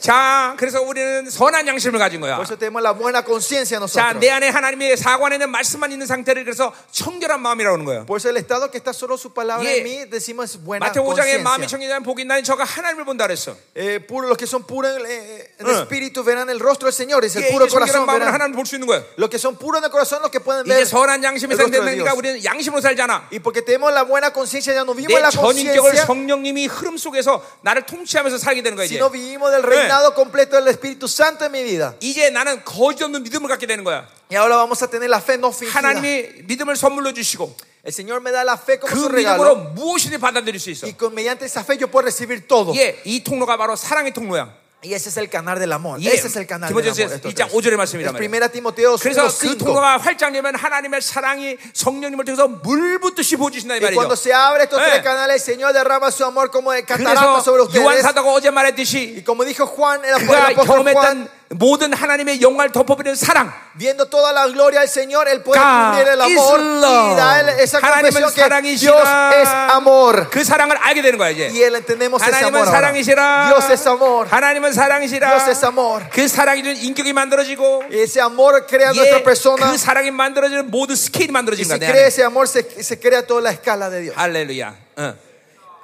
자, 그래서 우리는 선한 양심을 가진 거야. Por eso tenemos la buena conciencia 자, nosotros. 내 안에 하나님의 사관에는 말씀만 있는 상태를 그래서 청결한 마음이라고 하는 거예요. Por eso el estado que está solo su palabra 예. en mí, decimos es buena 마태오 5장에 마음이 conciencia. 청결한 복이 있나니 저가 하나님을 본다 그랬어. Eh, puro- los que son puros en, eh, en 응. espíritu verán el rostro del Señor, es 이게 el puro 이제 청결한 corazón. 마음으로 verán. 하나님을 볼 수 있는 거예요. Los que son puros en el corazón, los que pueden ver. 이제 선한 양심의 el rostro de 상태니까 Dios. 우리는 양심으로 살잖아. Y porque tenemos la buena conciencia, ya no vivimos 내 la 전인격을 conciencia, 성령님이 흐름 속에서 나를 통치하면서 살게 되는 거야 이제. 네. sino vivimos del reinado completo del Espíritu Santo en mi vida. 이제 나는 거짓 없는 믿음을 갖게 되는 거야. Y ahora vamos a tener la fe no fingida. 하나님이 믿음을 선물로 주시고 El Señor me da la fe como su 그 믿음으로 regalo. 무엇이든 받아들일 수 있어. Y con, mediante esa fe yo puedo recibir todo. 예, 이 통로가 바로 사랑의 통로야. Y ese es el canal del amor. 예, Ese es el canal del amor. 디모데전서 Esto 1장 tres. 5절의 말씀이란 Es 말이야. primera Timoteo 그래서 그 5. 통로가 활짝 열면 하나님의 사랑이 성령님을 통해서 물 붓듯이 부어주신다 이 Y 말이죠. cuando se abre estos Eh. tres canales, el Señor derrama su amor como de catarata 그래서 sobre ustedes. 요한 사도가 어제 Y 말했듯이 como dijo Juan, el apóstol- 그가 el apóstol Juan, 경험했던 모든 하나님의 영광을 덮어버리는 사랑 viendo toda la gloria del Señor, Él puede God cubrir el is amor love. y da esa 하나님은 confesión que 사랑이시라. Dios es amor. 그 사랑을 알게 되는 거야 Y 이제 Él entendemos ese 하나님은 amor. ahora. 사랑이시라 Dios es amor. 하나님은 사랑이시라 Dios es amor. 그 사랑이 주는 인격이 만들어지고 Ese amor crea nuestra 예, persona. 그 사랑이 만들어지는 모든 스케일이 Y 만들어진 si 거야 내 crea 안에. ese amor, se, se crea toda la escala de Dios. 할렐루야 어.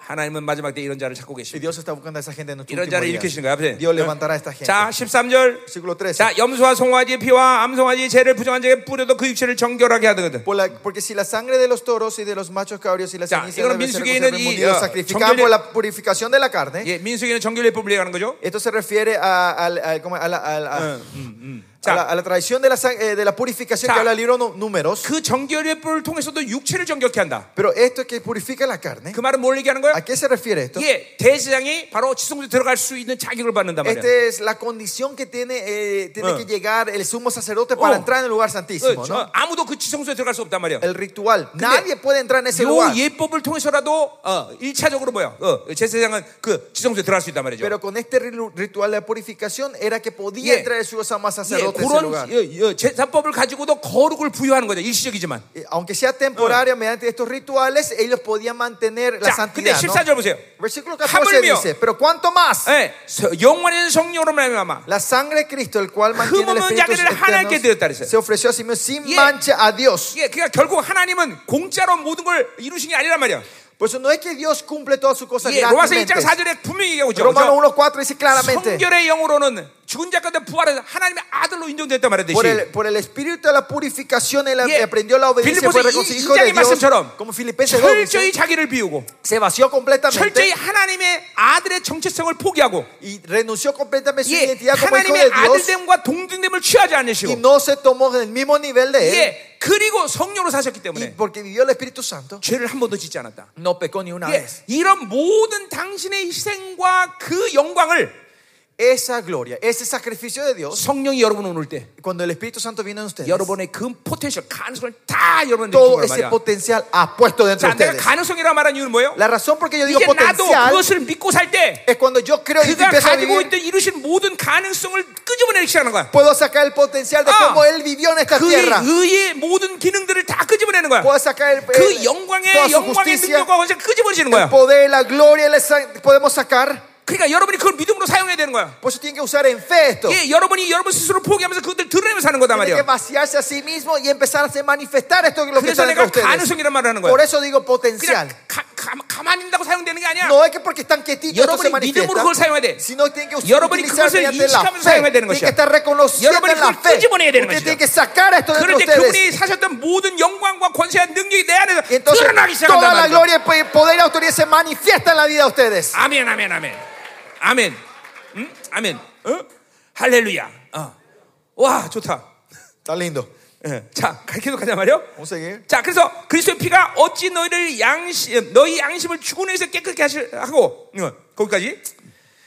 하나님은 마지막 때 이런 자를 찾고 Y 계십니다 Dios está buscando a esa gente en nuestro 이런 último 자를 día. 일으키시는 거야 아버지. 어. Dios levantará a esta gente. 자 13절 Versículo 13. 자 염소와 송아지의 피와 암송아지의 죄를 부정한 자에게 뿌려도 그 육체를 정결하게 하거든 Por la- porque si la sangre de los toros y de los machos cabrios y las Ya, cenizas 이거는 de becerros 민수기에 que se 있는 이, remundidos 어, sacrificaban 정결의- por la purificación de la carne, 예, 민수기는 정결의 법을 얘기하는 거죠 esto se refiere a, al- al- como a la, a la- Eh, a- mm. a la- a la tradición de la, sang- eh, de la purificación Ya. que habla el libro Nú- Números. 그 정결의 법을 통해서도 육체를 정결케 한다 Pero esto que purifica la carne, 그 말은 뭘 얘기하는 거야? ¿a qué se refiere esto? 예, 대제장이 바로 지성소 들어갈 수 있는 자격을 받는단 말이야. Esta Este es la condición que tiene, eh, tiene Eh. que llegar el sumo sacerdote para Oh. entrar en el lugar santísimo. 어, 저, ¿no? 아무도 그 지성소에 들어갈 수 없단 말이야. El ritual. Nadie puede entrar en ese lugar. 요 예법을 통해서라도 어, 1차적으로 뭐야? 어, 제사장은 그 지성소에 들어갈 수 있단 말이죠. Pero con este ri- ritual de purificación era que podía Yeah. entrar el sumo 예, sacerdote en ese 그런 lugar. 어, 어, 제사법을 가지고도 거룩을 부여하는 거죠. 일시적이지만. Eh, Aunque sea temporaria, Eh. mediante estos rituales, ellos podían mantener la 자, 근데 santidad. ¿no? 14절 보세요. Versículo 14 하물며- dice: Pero cuánto más 예, 서- 영원한 성령으로 말미암아 la sangre de Cristo, el cual mantiene el 흠없는 Espíritu 자기를 eternos, 하나님께 드렸다 그랬어요. se ofreció a sí mismo sin Yeah. mancha a Dios. 예, 그러니까 결국 하나님은 공짜로 모든 걸 이루신 게 아니란 말이야. Por eso no es que Dios cumple todas sus cosas 예, 로마서 grandemente. 1장 4절에 분명히 얘기하고 있죠. 그죠? Romanos 1.4 dice claramente: 성결의 영으로는 죽은 자 가운데 부활해서 하나님의 아들로 인정됐단 말이야. Por 대신. el, por el espíritu de la purificación, él Yeah. aprendió la obediencia, fue Filipenses reconciliado hijo 2 de 장의 말씀처럼 Dios. Como Filipenses 2 dice, 철저히 자기를 비우고 se 철저히 vació completamente 하나님의 아들의 정체성을 포기하고 y renunció completamente su 예, identidad como hijo 하나님의 de Dios 아들됨과 동등됨을 취하지 y 않으시고 no se tomó del mismo nivel de él. 예, 그리고 성령으로 사셨기 Y 때문에 porque vivió el Espíritu Santo, 죄를 한 번도 짓지 않았다 no pecó ni una 예, vez. 이런 모든 당신의 희생과 그 영광을 Esa gloria, ese sacrificio de Dios, 성령이 여러분을 올 때 cuando el Espíritu Santo viene en ustedes, 여러분의 그 포텐셜 가능성을 다 여러분한테 주는 todo 거란 ese 말이야 potencial ha puesto dentro 자, de 내가 ustedes. 가능성이라 말한 이유는 뭐예요? La razón por que yo digo 이제 나도 potencial 그것을 믿고 살 때 es cuando yo creo y 그가 empiezo a 가지고 vivir, 있던 이루신 모든 가능성을 끄집어내기 시작하는 거야 puedo sacar el potencial de Ah. cómo él vivió en esta 그의 tierra. 의의 모든 기능들을 다 끄집어내는 거야. pueda sacar el, 그 el- toda 영광의 su 영광의 justicia, 능력과 권세 끄집어내는 el 거야. poder, la gloria, la sa- podemos sacar. 그러니까 여러분이 그걸 믿음으로 사용해야 되는 거야. Por eso tienen que usar en fe esto. 예, 여러분이 여러분 스스로 포기하면서 그것들 드러내면서 사는 거단 Tienen que 말이야. vaciarse a sí mismo y empezar a hacer manifestar esto que lo que 그래서 está 내가 dentro de ustedes. 가능성이란 말을 하는 거야. Por eso digo 그냥 potencial. 가, 가, 가만히 있다고 사용되는 게 아니야. No es que porque están quietitos esto se 뭐 여러분이 믿음으로 그걸 manifiesta, 사용해야 돼. sino que tienen que us- 여러분이 utilizar 그것을 mediante la 인식하면서 fe. 사용해야 되는 Tienen 것이야. que estar reconociendo 여러분이 en la 그걸 fe. 끄집어내야 되는 Ustedes 것이야. tienen que sacar esto dentro 그런데 de 그분이 ustedes. 사셨던 모든 영광과 권세와 능력이 내 안에서 Y entonces 드러나기 toda 시작한단 말이야. la gloria, el poder y la autoridad se manifiesta en la vida de ustedes. 아멘, 아멘, 아멘. 아멘. 응? 아멘. 어? 할렐루야. 어. 와, 좋다. Está lindo. 예. 자, 계속 가자 말이요. Vamos a seguir. 자, 그래서 그리스도의 피가 어찌 너희를 양심, 너희 양심을 죽음에서 깨끗게 하실 하고 어, 거기까지.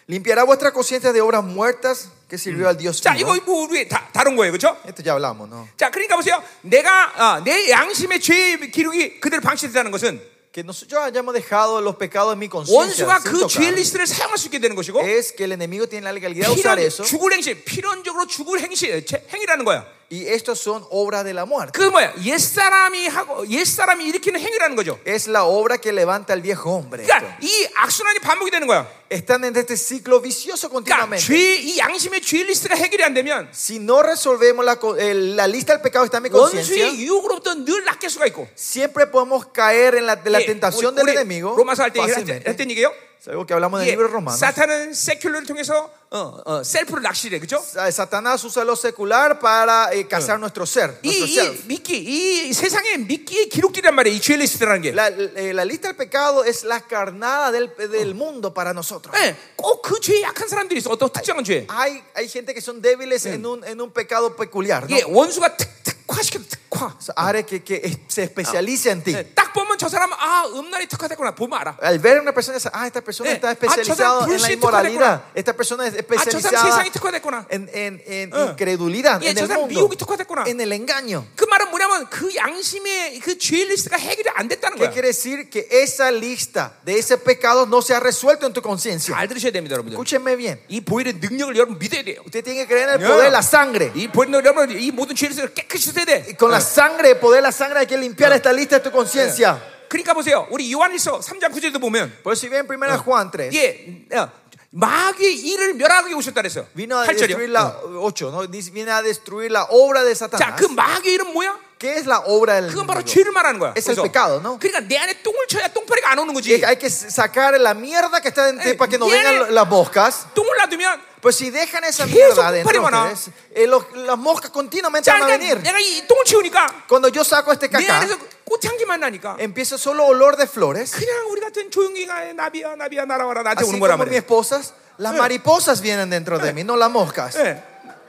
Limpiará vuestra conciencia de obras muertas que sirvió al Dios 자, vivo. 이거 뭐 우리 다 다른 거예요, 그렇죠? Esto ya hablamos, ¿no? 자, 그러니까 보세요. 내가 아, 내 양심의 죄의 기록이 그대로 방치됐다는 것은 Que nosotros hayamos dejado los pecados en mi conciencia 원수가 sin 그 tocar, 죄의 리스트를 사용할 수 있게 되는 것이고 es que el enemigo tiene la legalidad de usar 필연 eso 죽을 행실, 필연적으로 죽을 행실, 제- 행위라는 거야. y estos son obras de la muerte. 그 뭐야? 옛 사람이 하고 옛 사람이 일으키는 행위라는 거죠. Es la obra que levanta al viejo hombre. 그러니까 esto. 이 악순환이 반복이 되는 거야. Están en este ciclo vicioso 그러니까 continuamente. 죄이 양심의 죄 리스트가 해결이 안 되면 Si no resolvemos la, co- el- la lista del pecado que está en mi conciencia, 원수의 유혹으로부터 늘 낚일 수가 있고 siempre podemos caer en la, de la 예, tentación 우리- del 우리 enemigo 로마서 할때 fácilmente. 했던 얘기예요 Es algo que hablamos en 예, el libro romano. 사탄은 세큘러를 통해서 어, 어, 셀프를 낚시해 그죠? eh, Satanás usa lo secular para eh, cazar nuestro ser, 이, nuestro self. 이 미끼 이 세상의 미끼의 기록들이란 말이에요 이 죄의 리스트라는 게 La, eh, la lista del pecado es la carnada del, del mundo para nosotros. Eh. 꼭 그 죄에 약한 사람들이 있어 어떤 특정한 죄 Hay, hay gente que son débiles en un, en un pecado peculiar. ¿no? 예, 원수가 특, 특화시켜 특화 O sea, áreas que, que es- se especializa en ti. 예, 딱 저 사람 아 음란이 특화됐구나 보면 알아. Al ver a una persona, dices, ah, esta persona Eh, está ah, yo soy especializada en la 불신 inmoralidad. Esta persona es 아 저 사람 especializada 세상이 특화됐구나. en, en, en Eh. incredulidad, 예, en 저 el 사람 mundo, 미혹이 특화됐구나. en el engaño. 그 말은 뭐냐면 그 양심의 그 죄의 리스트가 해결이 안 됐다는 ¿Qué 거야. quiere decir? Que esa lista de ese pecado no se ha resuelto en tu conciencia. 잘 들으셔야 됩니다, 여러분들. Escúchenme bien. 이 보일의 능력을 여러분 믿어야 돼요. Usted tiene que creer en el Yeah. poder de la sangre. 이 보일의 능력 여러분 이 모든 죄의 리스트를 깨끗이 씻어야 돼. Y con la sangre, el poder de la sangre hay que Eh. limpiar esta lista de tu conciencia. 그러니까 보세요. 우리 요한일서 3장 9절도 보면 Por eso si bien Eh. 1 Juan 3 예, 어, 마귀의 일을 멸하기 오셨다 그랬어요. vino a 8절이요. destruir la Eh. 8, ¿no? Dice, viene a destruir la obra de 자, 그 Satanás. 마귀의 일은 뭐야? ¿Qué es la obra del 그건 바로 enemigo? 죄를 말하는 거야. Es el pecado, ¿no? 그러니까 내 안에 똥을 쳐야 똥파리가 안 오는 거지. Que hay que sacar la mierda que está dentro Eh, para que no viene- vengan lo- las moscas. 똥을 놔두면 Pues si dejan esa Jesús, mierda adentro, compadre, ustedes, eh, los- las moscas continuamente 자, van a 그러니까 venir. 내가 이 똥을 치우니까 Cuando yo saco este 내 cacá, 안에서 꽃향기만 나니까 empieza solo olor de flores. 그냥 우리 같은 조용히가 나비야 나비야 날아와라 나한테 Así 오는 거란 como mi 말이야. esposa, las Eh. mariposas vienen dentro de mí, no las moscas. 예,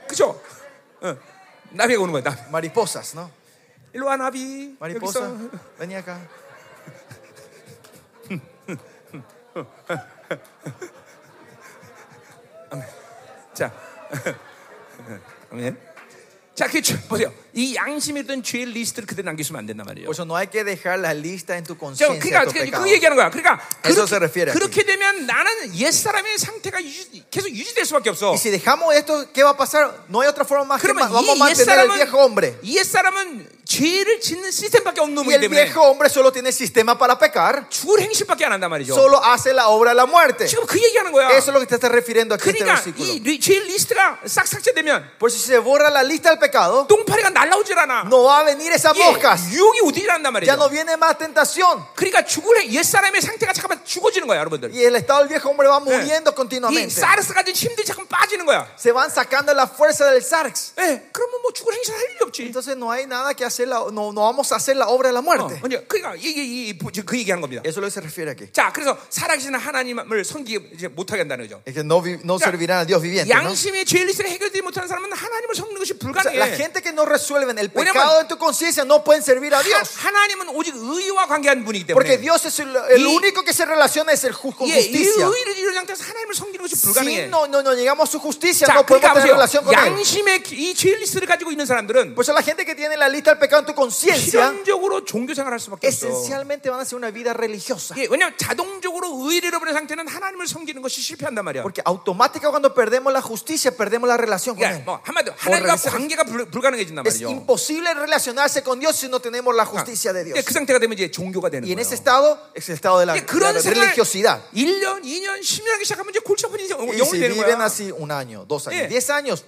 그죠? 어, 나비가 오는 거야. 나비. Mariposas, ¿no? 일로 와 나비. Mariposa, 여기서. vení acá. 자, 아멘. 자, 그 죄- 보세요. 이 양심이던 죄의 리스트를 그대로 남기시면 안 된단 말이에요. Por eso no hay que dejar la lista en tu 자, conciencia. 그러니까 de tu 그, pecado. 그 얘기하는 거야. 그러니까 Eso se 그렇게, refiere aquí. 그렇게 되면 나는 옛 사람의 상태가 유지- 계속 유지될 수밖에 없어. Y si dejamos esto, ¿qué va a pasar? No hay otra forma más que ma- 그러면 vamos a 이 mantener al 옛사람은 viejo hombre. 이 옛사람은 죄를 짓는 시스템밖에 없는 Y 놈이기 el 때문에 viejo hombre solo tiene sistema para pecar, 죽을 행실밖에 안 한단 말이죠. solo hace la obra de la muerte. Eso 지금 그 얘기하는 거야. es lo que te está refiriendo aquí en este 그러니까 versículo. 이죄 리스트가 싹 삭제되면 Por si se borra la lista del pecado, 똥파리가 날라오질 않아. no va a venir esas moscas. 예, 유혹이 오질 않단 Ya no 말이죠. viene más tentación. 그러니까 죽을 행- 옛사람의 상태가 잠깐만 죽어지는 거야, 여러분들. Y el estado del viejo hombre va muriendo 이 continuamente. 사르스 가진 힘들이 잠깐 빠지는 거야. Se van sacando la fuerza del sarx. 예, 그러면 뭐 죽을 행실 할 일이 없지. Entonces no hay nada que hacer, la- no, no vamos a hacer la obra de la 어, muerte. 아니, 그러니까 이게 이, 이, 지금 그 얘기하는 겁니다. Eso es lo que se refiere aquí. 자, 그래서 살아계시는 하나님을 섬기지 못하게 한다는 거죠. Es que no, vi- no Ya. servirán a Dios viviente. ¿no? 양심의 죄 리스트를 해결되지 못하는 사람은 하나님을 섬기는 것이 O sea, la 불가능해. gente que no resuelven el Bueno, pecado en tu conciencia no pueden servir a Dios. 하, 나님은 오직 의와 관계한 분이기 Porque 때문에 Dios es el, el Y- único que se relaciona es el ju- con 예, 이 justicia. 의를 이룬 상태에서 하나님을 섬기는 것이 Si 불가능해. no, no, no llegamos a su justicia, 자, no podemos 그러니까 보세요. tener relación con Él. 양심의 이죄 리스트를 가지고 있는 사람들은 Por eso la gente que tiene la lista del pecado en tu conciencia, 필연적으로 종교 생활할 수밖에 없어. esencialmente van a hacer una vida religiosa. 예, 왜냐하면 자동적으로 의를 잃어버린 상태는 하나님을 섬기는 것이 실패한단 말이야. Porque automáticamente cuando perdemos la justicia, perdemos la relación con 그러니까 Él. 뭐 한마디로 하나님과 realizar- 관계가 불, 불가능해진단 Es 말이죠. 어. imposible relacionarse con Dios si no tenemos la justicia de 근데 Dios. 그 상태가 되면 이제 종교가 되는 Y en 거예요. ese estado, es el estado de la, 이제 de la 그런 생활 religiosidad. 1년, 2년, 10년 하기 시작하면 이제 골치 아픈 인생 Y si 영혼이 되는 viven 거야. así un año, dos Yeah. años, diez años,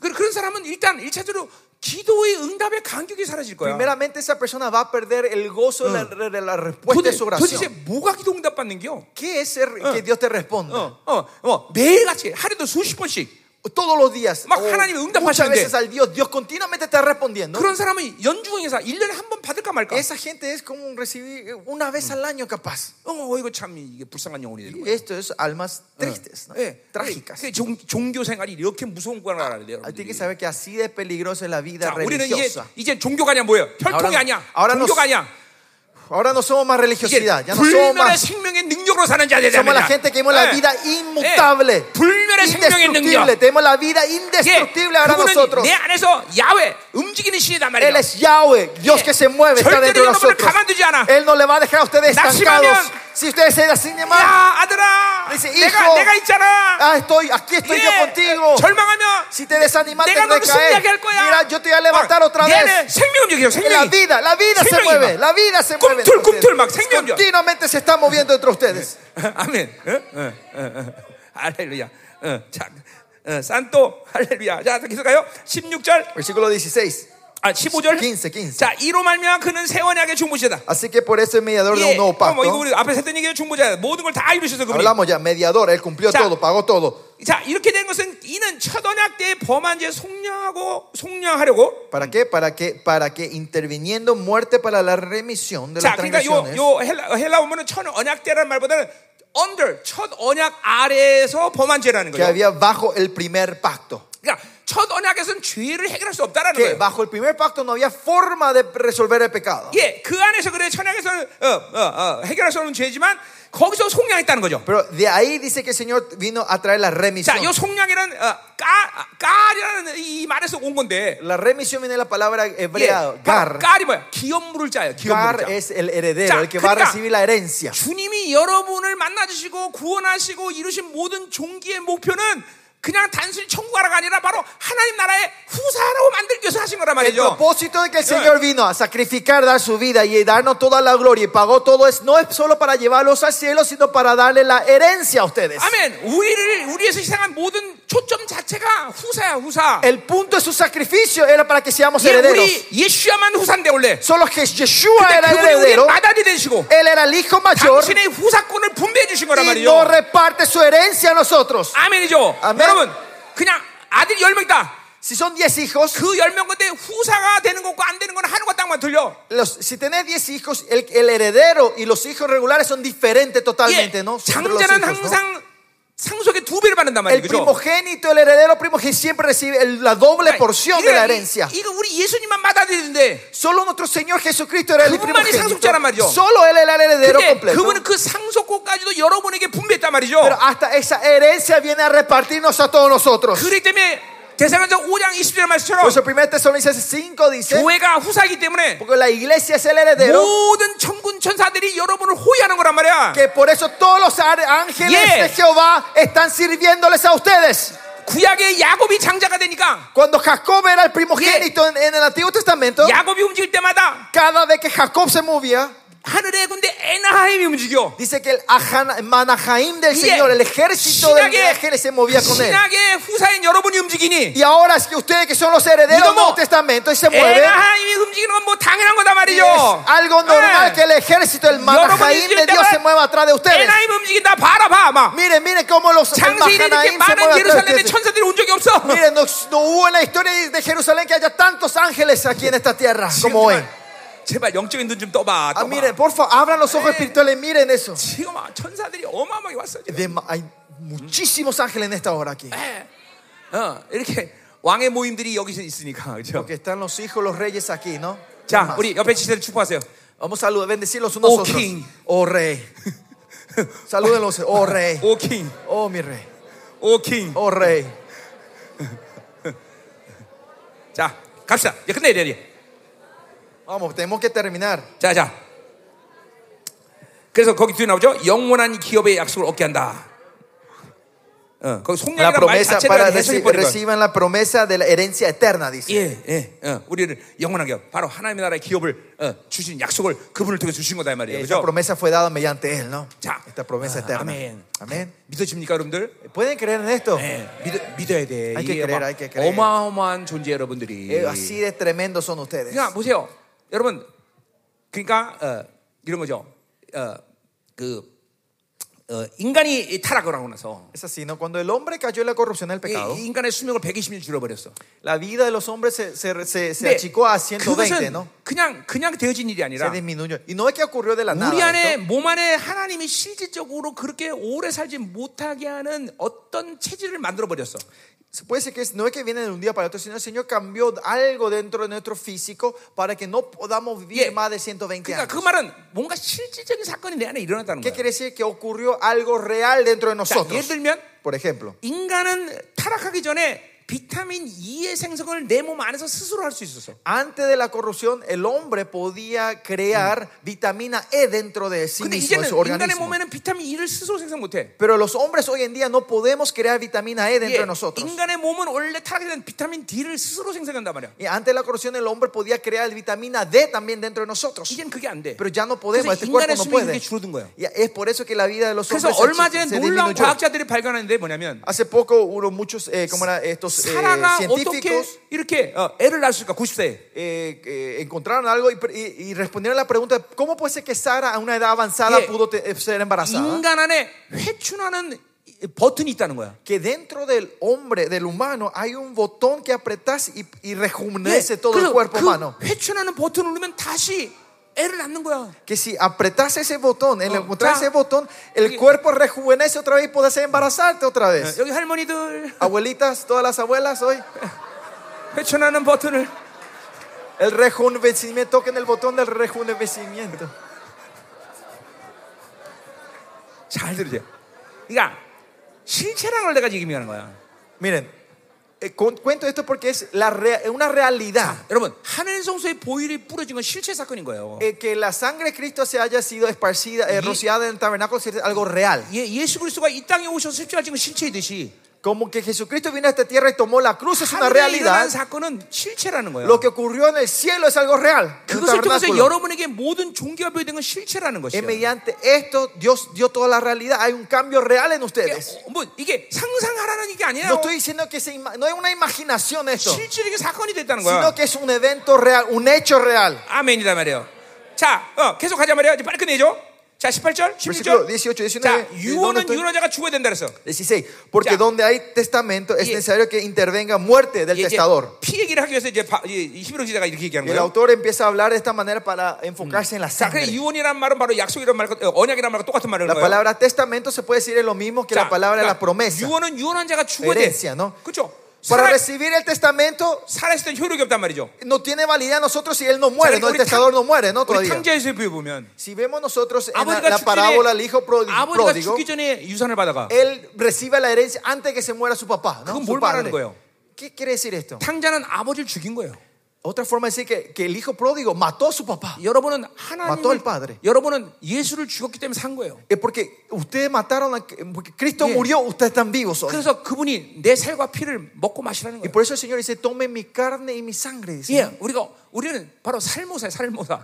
그- 그런 사람은 일단 1차적으로 기도의 응답의 간격이 사라질 거야. primeramente esa persona va a perder el gozo de la, de la respuesta 도대, de su 도대체 oración. 뭐가 기도 응답 받는 게요? ¿Qué es ser- que Dios te responda? 어, 어, 어, 매일같이 하루도 수십 번씩 Todos los días, 막 o 하나님이 muchas 응답하시는데. veces al Dios, Dios continuamente está respondiendo. 그런 사람은 연중에서 1년에 한 번 받을까 말까? Esa gente es como un recibir una vez al año capaz. 어, 이거 참 이게 불쌍한 영혼이 되는 Y 거예요. esto es almas tristes, ¿no? 예, trágicas. 그 종, 종교 생활이 이렇게 무서운 거라는 걸 알아야 돼요. Hay que 여러분들이. saber que así de peligrosa es la vida 자, 우리는 이제 religiosa. 이제 종교가 아니야 뭐예요? 혈통이 Ahora- 아니야. ahora nos- 종교가 아니야. Ahora no somos más 이제 religiosidad, ya no somos 불멸의 más. 생명의 능력으로 사는 자들이 Somos la gente que vemos la vida inmutable, 예. 불멸의 생명의 indestructible. 능력. Tenemos la vida 예, indestructible ahora 그분은 nosotros. 내 안에서 야외 움직이는 신이단 Él 말이에요. es Yahweh, Dios 예. que se mueve, está 절대로 dentro de 여러분을 nosotros. 가만두지 않아. Él no le va a dejar a ustedes estancados. 낙심하면- Si ustedes se desanimar, 야 아들아, Dice, 내가 "Hijo, 내가 있잖아. 예. ah, estoy, aquí estoy yo contigo. 절망하면 Si te desanimas, te 내가 너를 recaes. 승리하게 할 거야. Mira, yo te voy a levantar otra 내 vez. 안에 생명 움직여, La 생명이. vida, la vida se 생명이 mueve, 막 la vida se mueve. 꿈틀, entre 꿈틀 막 ustedes. 생명이야. Continuamente se está moviendo entre ustedes. 아멘. 어? 어, 어, 어. 할렐루야. 어, 자, 어, 산또 할렐루야. 자, 계속 가요. 16절, Versículo 16. 아 15절. 15, 15. 자, 이로 말미암아 그는 새 언약의 중보자다. Así que por eso es mediador de 예, un nuevo 어, 뭐 이거 pacto. 우리 앞에 했던 얘기는 중보자. 모든 걸 다 이루셔서 그분이. Hablamos ya, mediador, él cumplió 자. todo, pagó todo. 자, 이렇게 된 것은 이는 첫 언약 때의 범한 죄 속량하고 속량하려고. ¿Para qué? Para que, para que interviniendo muerte para la remisión de 자, las 그러니까 요, transgresiones. 요 헬라, 헬라 보면은 첫 언약 때라는 말보다는 under 첫 언약 아래에서 범한 죄라는 que 거예요. había bajo el primer pacto. 그러니까 첫 언약에서는 죄를 해결할 수 없다라는 Que 거예요. bajo el primer pacto no había forma de resolver el pecado. 예, 그 안에서 그래 천약에서 어, 어, 어, 해결할 수 없는 죄지만 거기서 속량했다는 거죠. Pero de ahí dice que el Señor vino a traer la remisión. 자, 요 속량이란 어, 까 까라는 이 말에서 온 건데. La remisión viene de la palabra 예, hebrea, 바로 gar. 깔이 뭐야? 기업물을 짜요. 기업물을 Gar 짜. es el heredero, Ya, el que va a 그러니까- recibir la herencia. 주님이 여러분을 만나주시고 구원하시고 이루신 모든 종기의 목표는 그냥 단순히 천국 하라가 아니라 바로 하나님 나라의 후사라고 만들기 위해서 하신 거란 El 말이죠. propósito de que el Señor vino a sacrificar, dar su vida y darnos toda la gloria y pagó todo es no es solo para llevarlos al cielo, sino para darle la herencia a ustedes. 아멘. 우리를 우리에서 희생한 모든 초점 자체가 후사야 후사. El punto de su sacrificio era para que seamos 예, herederos. 우리 예수야만 후사인데 원래. Solo que Yeshua era el 그분이 우리의 heredero, 마다리 되시고 él era el hijo mayor 당신의 후사권을 분배해 주신 거란 y no 말이죠. reparte su herencia a nosotros. 아멘이죠. 아멘. 여러분 그냥 아들이 열명 있다. Si son 10 hijos, 그 열 명 건데 후사가 되는 것과 안 되는 건 하늘과 땅만 들려. los- si tenés 10 hijos, el, el heredero y los hijos regulares son diferentes totalmente, 예, ¿no? Son entre los 장자는 hijos, ¿no? 항상 상속의 두 배를 받는단 El 말이죠. 뭐, 그죠? primogénito, el heredero primogénito siempre recibe el- la doble porción de la herencia. 이거 우리 예수님만 받아들이는데 Solo nuestro Señor Jesucristo era el 그분만이 상속자란 말이죠. primogénito. Solo Él era el heredero 근데 completo. 그분은 그 상속권까지도 여러분에게 분배했단 말이죠. Pero hasta esa herencia viene a repartirnos a todos nosotros. 그렇기 때문에 대사관적 5장 20절 말씀처럼 Por eso 1 Tesalonicenses 5 dice, 교회가 후사이기 때문에 porque la iglesia es el heredero, 모든 천군 천사들이 여러분을 호위하는 거란 말이야. que por eso todos los ar- ángeles Yeah. de Jehová están sirviéndoles a ustedes. 구약의 야곱이 장자가 되니까 Cuando Jacob era el primogénito en, en el Antiguo Testamento, 야곱이 움직일 때마다 cada vez que Jacob se movía, 하늘의 군대 에나하임이 움직여. Dice que el Ajan- Manahaim del Yeah. Señor, el ejército de Sinagé. ángeles se movía con él. 신학의 후사인 여러분이 네. 움직이니 Y ahora es que ustedes que son los herederos del Digamos, Nuevo Testamento y se mueven, 에나하임이 움직이는 건 뭐 당연한 거다 y es 말이죠. algo normal 네. que el ejército, el Manahaim de Dios se mueva atrás de ustedes. 에나임 움직인다 바라봐 막. Miren, miren cómo los el 장세일이 이렇게 Mahanaim se 많은 mueve atrás de 예루살렘에 ustedes. 천사들이 온 적이 없어. Miren, no, no hubo en la historia de Jerusalén que haya tantos ángeles aquí en esta tierra 지금 como hoy. 정말 제발 영적인 눈 좀 떠봐. Ah, 떠봐. miren, por favor, abran los ojos espirituales, miren eso. 지금 막 천사들이 어마어마하게 왔어. 지금. De ma- hay muchísimos ángeles en esta hora aquí. Eh. 어, 이렇게 왕의 모임들이 여기서 있으니까 그렇죠. Porque están los hijos, los reyes aquí, ¿no? 자, 우리 옆에 지세를 축복하세요. Vamos a saludar, bendecirlos unos a Oh, otros. King. Oh rey. Salúdenlos, oh 네. rey. 오킹, Oh mi rey. 오킹. Oh rey. 자, 갑시다. 이제 끝내야 돼. 이제. Vamos, tenemos que terminar. 자, 자. 그래서 거기 뒤에 나오죠. 영원한 기업의 약속을 얻게 한다. 어, 거기 La 속량이란 말 promesa 자체를 para 해석해 버린 reci- 거예요. reciban la promesa de la herencia eterna, dice. 예, 예, 어, 우리를 영원한 기업, 바로 하나님의 나라의 기업을 어, 주신 약속을 그분을 통해 주신 거다 이 말이에요. Esa 그죠? promesa fue dada mediante él, ¿no? Ya. Esta promesa Ah, eterna. amén. Eh. Amén. Eh, 믿어집니까, 여러분들? ¿Pueden creer en esto? 예, 믿어, 믿어야 돼. 아, 이렇게 이게 그래라, 막 이렇게 그래. 어마어마한 존재 여러분들이. Eh, así de tremendos son ustedes. 그러니까 보세요, 여러분. 그러니까 어, 이런 거죠. 어, 그 어, 인간이 이 타락을 하고 나서 Es así, ¿no? Cuando el hombre cayó en la corrupción del 이- pecado, 이 인간의 수명을 120년 줄여버렸어. la vida de los hombres se, se, se, se 근데 achicó a 120, 그것은 ¿no? 그냥 그냥 되어진 일이 Se 아니라 disminuyó. Y no es que ocurrió de la nada. 우리 esto. 안에 몸 안에 하나님이 실질적으로 그렇게 오래 살지 못하게 하는 어떤 체질을 man들어 버렸어. Se puede decir que es- no es que viene de un día para otro, sino el Señor cambió algo dentro de nuestro físico para que no podamos vivir Yeah. más de 120 그러니까 años. 그 말은 뭔가 실질적인 사건이 내 안에 일어났다는 ¿Qué 거야. quiere decir? Que ocurrió algo real dentro de 자, nosotros. 예를 들면 Por ejemplo, 인간은 타락하기 전에 비타민 E의 생성을 내 몸 안에서 스스로 할 수 있었어. antes de la corrupción, el hombre podía crear vitamina E dentro de sí 근데 mismo, de 이제는 su 인간의 organismo. 몸에는 비타민 E를 스스로 생성 못해. Pero los hombres hoy en día no podemos crear vitamina E 예, dentro de nosotros. 인간의 몸은 원래 타락하기 전 비타민 D를 스스로 생성한단 말이야. Y antes de la corrupción, el hombre podía crear vitamina D también dentro de nosotros. 이젠 그게 안 돼. Pero ya no podemos, 그래서 este cuerpo 인간의 no 수명이 puede. 그렇게 줄어든 거야. Y es por eso que la vida de los 그래서 hombres 얼마 se, 전에 se 놀라운 disminuyó. 과학자들이 발견한 데 뭐냐면 Hace poco hubo muchos, eh, ¿cómo era? Estos eh, 사라가 어떻게 científicos 이렇게 어, 애를 낳을 수 있을까 90세 eh, eh, encontraron algo y, pre- y- y respondieron la pregunta, ¿cómo puede ser que Sara a una edad avanzada Yeah. pudo te- eh, ser embarazada? 인간 안에 회춘하는 이- 버튼이 있다는 거야 que dentro del hombre, del humano, hay un botón que apretás y, y 예, rejuvenece 그래서 todo el cuerpo humano. 그 회춘하는 버튼을 누르면 다시 애를 낳는 거야. Que si apretás ese botón, el Oh, encontrar ya. ese botón, Oye. el cuerpo rejuvenece otra vez y podés embarazarte otra vez. 어, 여기 할머니들 아. Abuelitas, todas las abuelas hoy, 회춘하는 버튼을 el rejuvenecimiento, toquen el botón del rejuvenecimiento. 잘 들으세요. 그러니까 실체라는 걸 내가 지금 얘기하는 거야. Miren, eh, con- cuento esto porque es la rea- una realidad. 여러분 하늘 성소의 보일이 뿌려진 건 실체 사건인 거예요. Eh, que la sangre de Cristo se haya sido esparcida, eh, Y- rociada en el tabernáculo, es algo real. 예, 예수 그리스도가 이 땅에 오셔서 십자가진 건 실체이듯이 Como que Jesucristo vino a esta tierra y tomó la cruz es una 하늘에 일어난 realidad. 사건은 실체라는 Lo 거예요. que ocurrió en el cielo es algo real. en el 그것을 통해서 tabernáculo. 여러분에게 모든 종교가 보여된 건 실체라는 Es 것이에요. mediante esto Dios dio toda la realidad. Hay un cambio real en ustedes. 이게, 뭐 이게 상상하라는 이게 No 아니라 estoy diciendo que se ima- no es una imaginación esto, 실질적인 사건이 됐다는 거야. sino que es un evento real, un hecho real. 아멘이다 말이에요. 자, 어, 계속 가자 말이야. 이제 빨리 끝내죠. 자, 18절, 16절. Versículo 네, 18, 19. 자, ¿y dónde 유언은 estoy? 유언자가 죽어야 된다 그랬어. 16. Porque Ya. donde hay testamento es Y- necesario que intervenga muerte del 예, 이게 이제 testador. 피 얘기를 하기 위해서 이제 바- 이- 이 히브리 기자가 이렇게 얘기하는 El 거예요. autor empieza a hablar de esta manera para enfocarse en la 자, 그래 sangre. 유언이란 말은 바로 약속이란 말, 어, 언약이란 말과 똑같은 말을 La 거예요. palabra testamento se puede decir es lo mismo que la palabra de la 그러니까 promesa. 유언은 유언한 자가 죽어야 돼. Herencia, no? 그렇죠. Para 살아, recibir el testamento 살아있을 땐 효력이 없단 말이죠. no tiene validez nosotros si él no muere, Sabe, no el 우리 탕- testador no muere, no 우리 todavía. 탕자에서 보면 Si vemos nosotros en la, 아버지가 la 죽기 parábola del 전에 hijo pródi- 아버지가 pródigo, Eh. 죽기 전에 유산을 받아가. él recibe la herencia antes que se muera su papá, ¿no? 그건 Su 뭘 말하는 padre. 거예요? ¿Qué quiere decir esto? 탕자는 아버지를 죽인 거예요. Otra forma de decir que, que el hijo pródigo mató a su papá. 여러분은 Mató al 하나님을 padre. 여러분은 예수를 죽었기 때문에 산 거예요. Es porque ustedes mataron, a, porque Cristo Yeah. murió, ustedes están vivos hoy. 그래서 그분이 내 살과 피를 먹고 마시라는 Y 거예요. por eso el Señor dice, tomen mi carne y mi sangre. dice. 예, 우리가 우리는 바로 살모사예요, 살모사.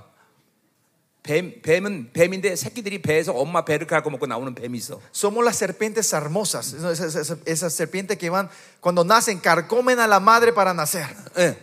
뱀 뱀은 뱀인데 새끼들이 배에서 엄마 배를 갈고 먹고 나오는 뱀이 있어. Somos las serpientes hermosas, esas, esas- esas serpientes que van, cuando nacen, carcomen a la madre para nacer. 예.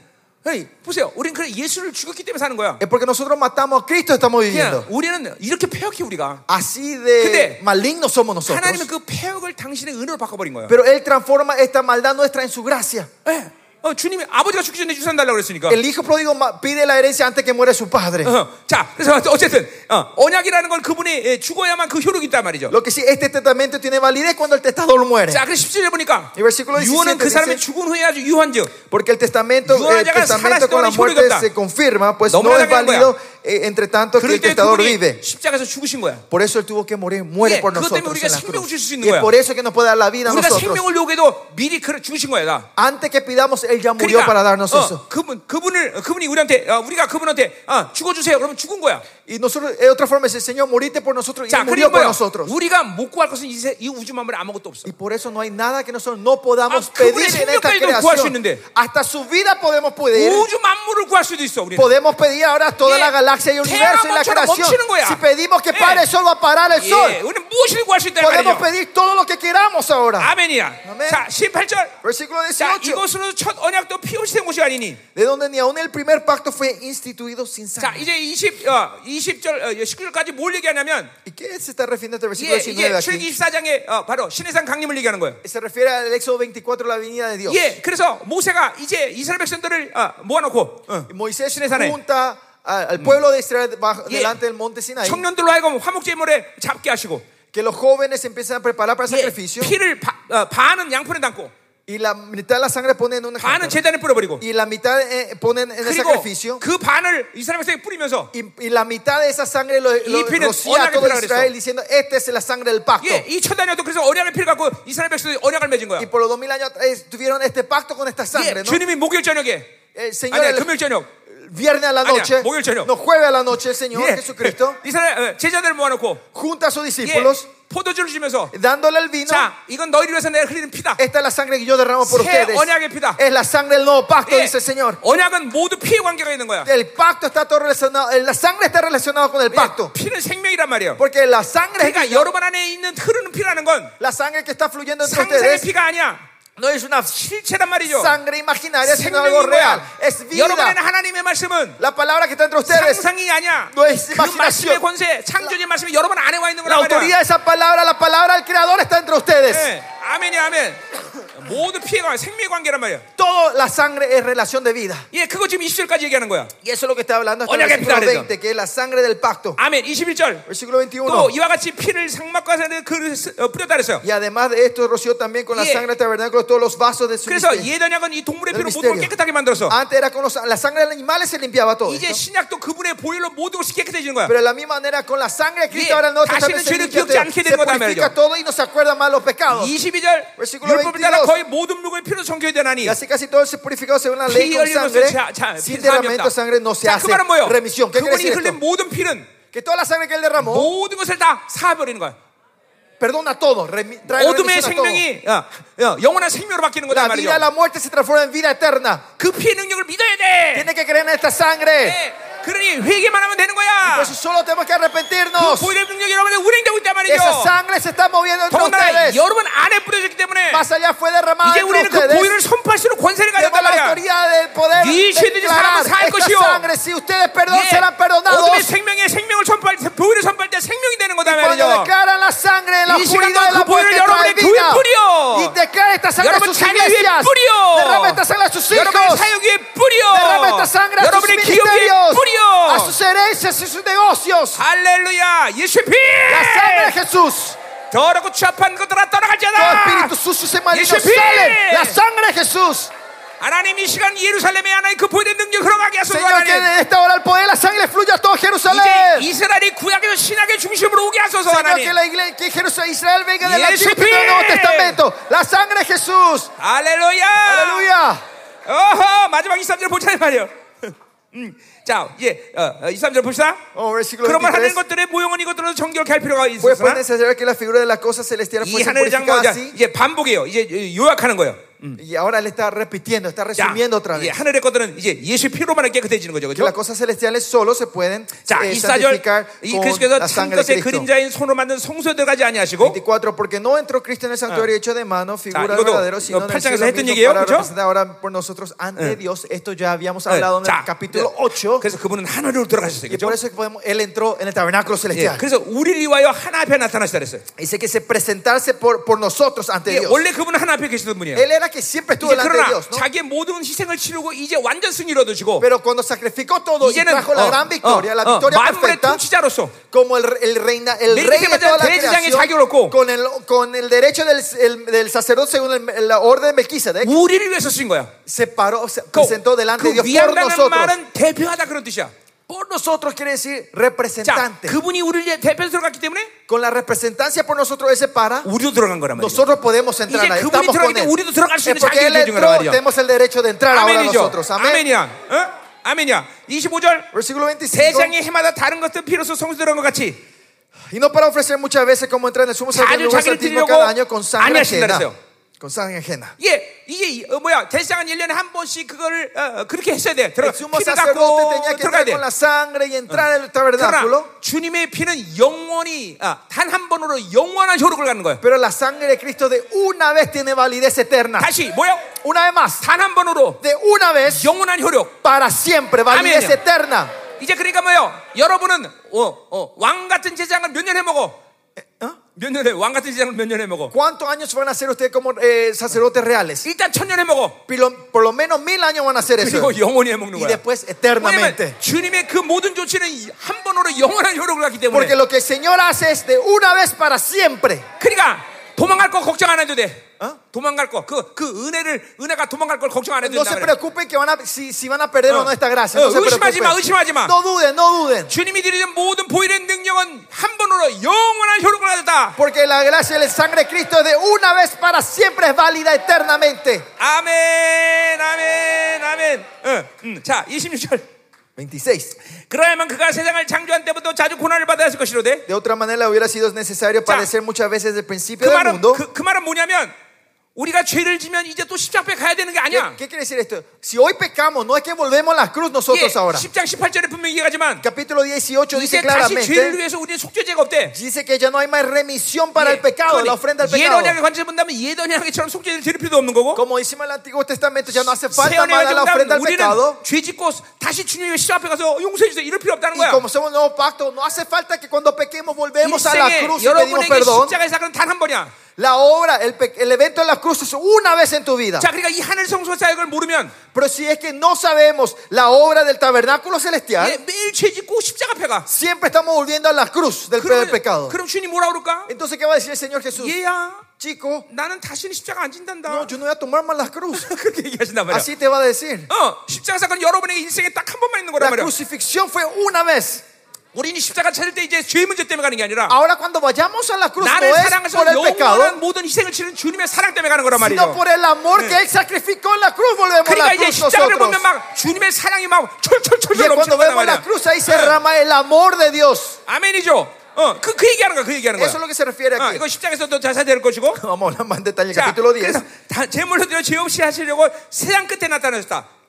에이, 보세요. 우린 그래 예수를 죽였기 때문에 사는 거야. Es porque nosotros matamos a Cristo, estamos viviendo. 그냥 우리는 이렇게 폐역해 우리가. Así de 근데 malignos somos nosotros. 하나님은 그 폐역을 당신의 은혜로 바꿔버린 거야. Pero Él transforma esta maldad nuestra en su gracia. 예. 어, 주님이 아버지가 죽기 전에 유산 달라고 그랬으니까. El hijo pródigo ma- pide la herencia antes que muere su padre. 어, 자, 그래서 어쨌든 어, 언약이라는 건 그분이 예, 죽어야만 그 효력이 있단 말이죠. Lo que sí, este testamento tiene validez cuando el testador muere. 자, 그래서 17절 보니까 이 versículo 17 유언은 그 dice- 사람이 죽은 후에 아주 유한즉 Porque el testamento, 유언하자가 el testamento con la 살아있을 동안에 muerte 효력이 없다. se confirma, pues no 너무나 es 당연한 válido eh, entre tanto que 그럴 el 때 testador 그분이 vive. 십자가에서 죽으신 거야. Por eso Él tuvo que morir, muere 예, por 그것 때문에 nosotros. 우리가 en la 생명을 cruz. 줄수 있는 Y es 거야. por eso que nos puede dar la vida a 우리가 nosotros. 생명을 요구해도 미리 그를 죽으신 거야, 나. Antes que pidamos, Él ya murió 그러니까 para darnos 어, eso. 그분 그분을 어, 그분이 우리한테 어, 우리가 그분한테 어, 죽어주세요. 그러면 죽은 거야. Y nosotros, es otra forma, es el Señor, moriste por nosotros y 자, Él murió 그리고 por 뭐야? nosotros. 우리가 못 구할 것은 이, 세- 이 우주 만물에 아무것도 없어. Y por eso no hay nada que nosotros no podamos Ah, pedir 그분의 en esta 생명까지도 구할 수 creación. 있는데. Hasta su vida podemos pedir. 우주 만물을 구할 수도 있어, 우리는. Podemos pedir ahora toda 예, la galaxia y el universo y la 태양처럼 creación. 멈추는 거야. Si pedimos que 예. pare el sol, va a parar el sol. 예, 우리는 무엇을 구할 수 있다 말이죠. Podemos pedir todo lo que queramos ahora. 아멘이야. 아멘. 자, 18절. Versículo 자, 18. 이것으로 첫 언약도 피 없이 된 것이 아니니. De donde ni aún el primer pacto fue instituido sin 자, sangre. 이제 20 어, 20절 어, 19절까지 뭘 얘기하냐면 ¿Y qué se está refiriendo este 이게 versículo 이게 19 출기 aquí? 24장에 어, 바로 신의 산 강림을 얘기하는 거예요. Se refiere al Éxodo 24, la venida de Dios. 예, 그래서 모세가 이제 이스라엘 백성들을 어, 모아놓고 어, Y Moisés 신의 산에 junta a- al pueblo de Israel bajo- 예. delante del monte Sinaí. 청년들로 하여금 화목제물에 잡게 하시고 Que los jóvenes se empiezan a preparar para el 예, sacrificio. 피를 바, 어, 반은 양푼에 담고 Y la mitad de la sangre ponen en una 반은 cántara. 재단에 뿌려버리고 Y la mitad eh, ponen en el 그리고 sacrificio. 그 반을 이스라엘 백성에 뿌리면서 Y, y la mitad de esa sangre lo, lo 피는 rocía a 언약의 todo 피라 Israel 그랬어. diciendo, esta es la sangre del pacto. 예, 이 천단이어도 그래서 언약을 피를 갖고 이스라엘 백성들이 언약을 맺은 거야. Y por los dos mil años atrás tuvieron este pacto con esta 예, sangre, ¿no? 주님이 목요일 저녁에 El Señor, 아니야 el, 금요일 저녁 viernes a la 아니야, noche, 목요일 저녁. no, jueves a la noche, el Señor 예, Jesucristo 이스라엘 어, 제자들 모아놓고 junta a sus 예, discípulos, 포도주를 주면서 dándole el vino. 자 이건 너희를 위해서 내가 흘리는 피다. Esta es la sangre que yo derramo por 새 ustedes. 언약의 피다. Es la sangre del nuevo pacto, 예, dice el Señor. 언약은 모두 피의 관계가 있는 거야. El pacto está todo relacionado, la sangre está relacionada con 예, el pacto. 피는 생명이란 말이에요. Porque la sangre es 그러니까 여러분 안에 있는 흐르는 피라는 건 La sangre que está fluyendo entre 상상의 ustedes 피가 아니야. no es una 실체란 말이죠. sangre imaginaria, sino algo 생명인 real. 거야. Es 여러분 안에 vida. 하나님의 말씀은 La palabra que está entre ustedes, 상상이 아니야. No es 그 imaginación. 말씀의 권세, 창조의 말씀이 여러분 안에 와 있는 la 거란 말이야. Eh. autoridad de esa palabra, la palabra del Creador está entre ustedes. 예. 아멘이 아멘. 모든 피해가 생명 의 관계란 말이야. Toda la sangre es relación de vida. 예, 그거 지금 20절까지 얘기하는 거야. Y eso es lo que está hablando hasta el Oye, que versículo pilar, 20, que es la sangre del pacto. 아멘. 21절. Ah, Versículo 21. 또 이와 같이 피를 상막과 산에 그릇- 어, 뿌렸다 그랬어요. Y además de esto, roció también con la Yeah. sangre del tabernáculo todos los vasos de su 그래서 misterio. 예전약은 이 동물의 Del 피로 모든 걸 misterio. 깨끗하게 만들었어. Antes era con los- la sangre de los animales se limpiaba todo. 이제 esto. 신약도 그분의 보혈로 모든 것이 깨끗해지는 거야. Pero de la misma manera, con la sangre de Cristo Yeah. ahora el Nuevo 다시는 Testamento se, 죄를 limpia 기억지 않게 todo. 되는 Se 거다, purifica 말이죠. todo y no se acuerda más los pecados. 22 Versículo 율법을 따라 22. 거의 모든 물건의 피로 정결해야 Y 되나니 así casi todo se purificado según la ley 피 con 흘리는 것은 sangre. 자- 자- Sin 피 사함이 derramamiento 없다 de sangre no se 자, 그 hace 말은 뭐예요? remisión. ¿Qué 그분이 quiere 어? decir 흘린 esto? 모든 피는 Que toda la sangre que él derramó 모든 것을 다 사버리는 거야 perdona todo, remi- trae 어둠의 remisión a todo. 생명이 어, 어, 영원한 생명으로 바뀌는 거다 La vida, 말이죠 la muerte se transforma en vida eterna. 그 피의 능력을 믿어야 돼 Tiene que creer en esta sangre. 네. 그러니 회개만 하면 되는 거야 Por eso solo tenemos que 그 arrepentirnos. 보일의 능력이 여러분에 운행되고 있단 말이죠 Esa sangre se está moviendo entre 더군다나 ustedes. 여러분 안에 뿌려졌기 때문에 Más allá fue derramada 이제 entre 우리는 그 ustedes. 보일을 선포할 수 있는 권세를 Tenemos 가졌단 la 말이야 autoridad del poder 이 죄든지 declarar 사람은 살 것이요. esta sangre. Si ustedes perdonan, serán 예, perdonados. 어둠의 생명의 생명을 선포할 때 보일을 선포할 때 생명이 되는 거다 Cuando 말이죠 declaran la sangre en la 이 시간 oscuridad de 동안 la 그 보혈을 muerte trae 여러분의 교회 뿌려. vida. Y declara esta sangre a 여러분 sus 자녀 위에 iglesias. 뿌려. Derrama esta sangre a sus 여러분의 hijos. 사역 위에 뿌려. Derrama esta sangre a sus 여러분의 기업 위에 ministerios. 뿌려. A sus herencias y sus negocios. Ah. 할렐루야. 예수의 피. La sangre de Jesús. 더럽고 추합한 것들아 떠나가지 Todo 않아. espíritu sucio y maligno Jesús. sale. La sangre de Jesús. 하나님 이 시간 예루살렘에 하나의 그 보혈의 능력 흘러가게 하소서 Señor, que 하나님. en esta hora el poder de la sangre fluya a todo 이제 Jerusalén. 이스라엘이 구약에서 신약의 중심으로 오게 하소서 Señor, que 하나님. la iglesia, que Jerusalén, Israel venga del Jesús. Antiguo y del Nuevo Testamento. La sangre de Jesús. 할렐루야. Aleluya. 어허 마지막 23절 보자 말이요. 음, 자, 예, 어, 어, 23절 봅시다. Oh, versículo 그러면 하는 23. 것들의 모형은 이것들로 정결케 할 필요가 Pues fue 있었으나 necesario que la figura de las cosas celestiales 이 fuese 하늘의 장막 purificada 이제, así. 이제 반복이에요. 이제 요약하는 거예요. Y ahora él está repitiendo, está 자, resumiendo otra 예, vez. 하늘의 것들은 이제 예수 피로만 깨끗해지는 거죠, Que las 그렇죠? cosas celestiales solo se pueden 자, eh, 24절 santificar 이 con 그리스도께서 la 참 sangre de 것의 Cristo. 그림자인 손으로 만든 성소에 들어가지 아니하시고 24. Porque no entró Cristo en el santuario hecho de mano, figura 이것도 verdadero, sino 이거 en el cielo 팔장에서 했던 mismo 얘기예요, para 그렇죠? representar ahora por nosotros ante Dios. Esto Eh. ya habíamos 예, hablado en el capítulo 8. 그래서 그분은 하늘로 들어가셨어요, Y 그렇죠? por eso es que podemos, él entró en el tabernáculo 예, celestial. 그래서 우리를 위하여 하나 앞에 나타나시다 그랬어요. Dice que se presentarse por, por nosotros ante 예, Dios. 원래 그분은 하나 앞에 계시던 분이에요. Él era que siempre estuvo 이제 delante de 그러나 Dios. ¿no? 자기의 모든 희생을 치르고 이제 완전 승리를 얻으시고 Pero cuando sacrificó todo y 이제는 어, trajo la gran victoria, la victoria 만물의 perfecta, 통치자로서 como el, el reina, el 내일 rey de 때마다 toda la 대제사장의 자격을 creación, 얻고, con el, con el derecho del, el- del sacerdote según el- la orden de Melquisedec, 우리를 위해서 쓰신 거야. se paró, se 그, presentó delante de 그 Dios por 위한다는 nosotros. 말은 대표하다 그런 뜻이야. Por nosotros quiere decir 자, representante. 그분이 우리를 위해 대표해서 들어갔기 때문에 Con la representancia por nosotros, él se para. 우리도 들어간 거란 말이야. Nosotros podemos entrar 이제 ahí. 그분이 Estamos con 들어가기 él. 때문에 우리도 들어갈 수 Es 있는 porque él 자격이 주는 거란 entró, 말이야. tenemos el derecho de entrar ahora 아멘이죠. nosotros. Amén. 아멘이야. 어? 아멘이야. 25절. Versículo 25. 세상이 해마다 다른 것들 피로서 성수 들어간 것 같이 Y no para ofrecer muchas veces como entra en el sumo 자주 sacerdote lugar 자기를 santísimo 드리려고 cada año con sangre 아니하신다 ajena. 그랬어요. Con sangre ajena. 예, 이게 이- 어, 뭐야 대상은 1년에 한 번씩 그걸 어, 그렇게 했어야 돼. 들어 El sumo 피를 sacerdote 갖고 tenía que 들어가야 entrar 돼. con la sangre y entrar en el tabernáculo. 그러나 주님의 피는 영원히 아, 단 한 번으로 영원한 효력을 갖는 거예요. Pero la sangre de Cristo de una vez tiene validez eterna. 다시 뭐요? Una vez más, 단 한 번으로 de una vez 영원한 효력. para siempre, validez Amén. eterna. 이제 그러니까 뭐요? 여러분은 어, 어, 왕 같은 제장을 몇 년 해 먹어? 몇 년에 왕 같은 제장을 몇 년 해 먹어? ¿Cuántos años van a ser ustedes como eh, sacerdotes reales? 일단 천 년 해 먹어. Por lo, por lo menos mil años van a hacer eso. 그리고 영원히 해 먹는 Y 거야. después 왜냐면 eternamente. 주님의 그 모든 조치는 이- 한 번으로 영원한 효력을 갖기 때문에. Porque lo que el Señor hace es de una vez para siempre. 그러니까 도망갈 거 걱정 안 해도 돼. 어? 도망갈 거 그 그 은혜를 은혜가 도망갈 걸 걱정 안 해도 No 된다. se 그래. preocupen que van a, si, si van a perder 어. o no esta gracia. 어, No, se 의심하지 preocupen. 마, 의심하지 마. no duden, no duden. 주님이 드리는 모든 보일의 능력은 한 번으로 영원한 효력을 가졌다. Porque la gracia del sangre de Cristo de una vez para siempre es válida eternamente. 아멘, 아멘, 아멘. 응, 응. 자, 26절. 26. 그러야만 그가 세상을 창조한 때부터 자주 고난을 받아야 할 것이로되. De otra manera hubiera sido necesario padecer muchas veces el 그 principio del 말은 mundo. 그, 그 말은 뭐냐면 우리가 죄를 지면 이제 또 십장에 가야 되는 게 ¿Qué, 아니야. qué quiere decir esto? Si hoy pecamos, no es que volvemos a la cruz 예, nosotros ahora. 십장 18절에 분명히 얘기하지만 Capítulo 18 dice 이제 다시 죄를 claramente. 위해서 우리는 속죄죄가 없대. Dice que ya no hay más remisión para el pecado, la ofrenda al pecado. 예언약의 관점을 본다면 예언약처럼 속죄를 드릴 필요도 없는 거고 Como decimos en el Antiguo Testamento, ya no hace falta 세언의 más dar la ofrenda 관점을 al 우리는 pecado. 죄 짓고 다시 주님의 시 앞에 가서 용서해 주세요 이럴 필요 없다는 Y 거야 como somos nuevo pacto, no hace falta que cuando pequemos volvemos a la 일생에 cruz y pedimos 여러분에게 perdón. 십자가의 사건은 단 한 번이야 La obra, el, pe- el evento de la cruz es una vez en tu vida. 자, 그러니까 이 하늘 성소 사역을 모르면 Pero si es que no sabemos la obra del tabernáculo celestial, 예, 매일 죄 짓고 십자가 패가. siempre estamos volviendo a la cruz del, del 네, pecado. 네, 그럼 주님 뭐라 그럴까? Entonces, ¿qué va a decir el Señor Jesús? 얘야, Chico, 나는 다시는 십자가 안 진단다. no, yo no voy a tomar más la cruz. 그렇게 얘기하신단 말이야. Así te va a decir. 어, 십자가 사건 여러분의 인생에 딱 한 번만 있는 거란 La 말이야. crucifixión fue una vez. 우리는 십자가 찾을 때 이제 죄 문제 때문에 가는 게 아니라 Ahora cuando vayamos a la cruz no 나를 es por 사랑하셔서 el 영원한 pecado, 모든 희생을 치는 주님의 사랑 때문에 가는 거란 sino 말이죠. por el amor que Él sacrificó en la cruz. Volvemos a 그러니까 la 이제 cruz 십자가를 보면 nosotros. 막 주님의 사랑이 막 Y es 철철철철 cuando 넘치는 거란 vemos la Ah. 말이야. 어, cruz, ahí se derrama el amor de Dios. 아멘이죠. 어, 그, 그 얘기하는 거야. 그 얘기하는 거야. Eso es lo que se refiere 어, aquí. 이거 십자가에서도 자세히 될 것이고. Vamos a hablar más en detalle en el 자, capítulo 10. 그래서 다- 제물로 드려 죄 없이 하시려고 세상 끝에 나타나셨다.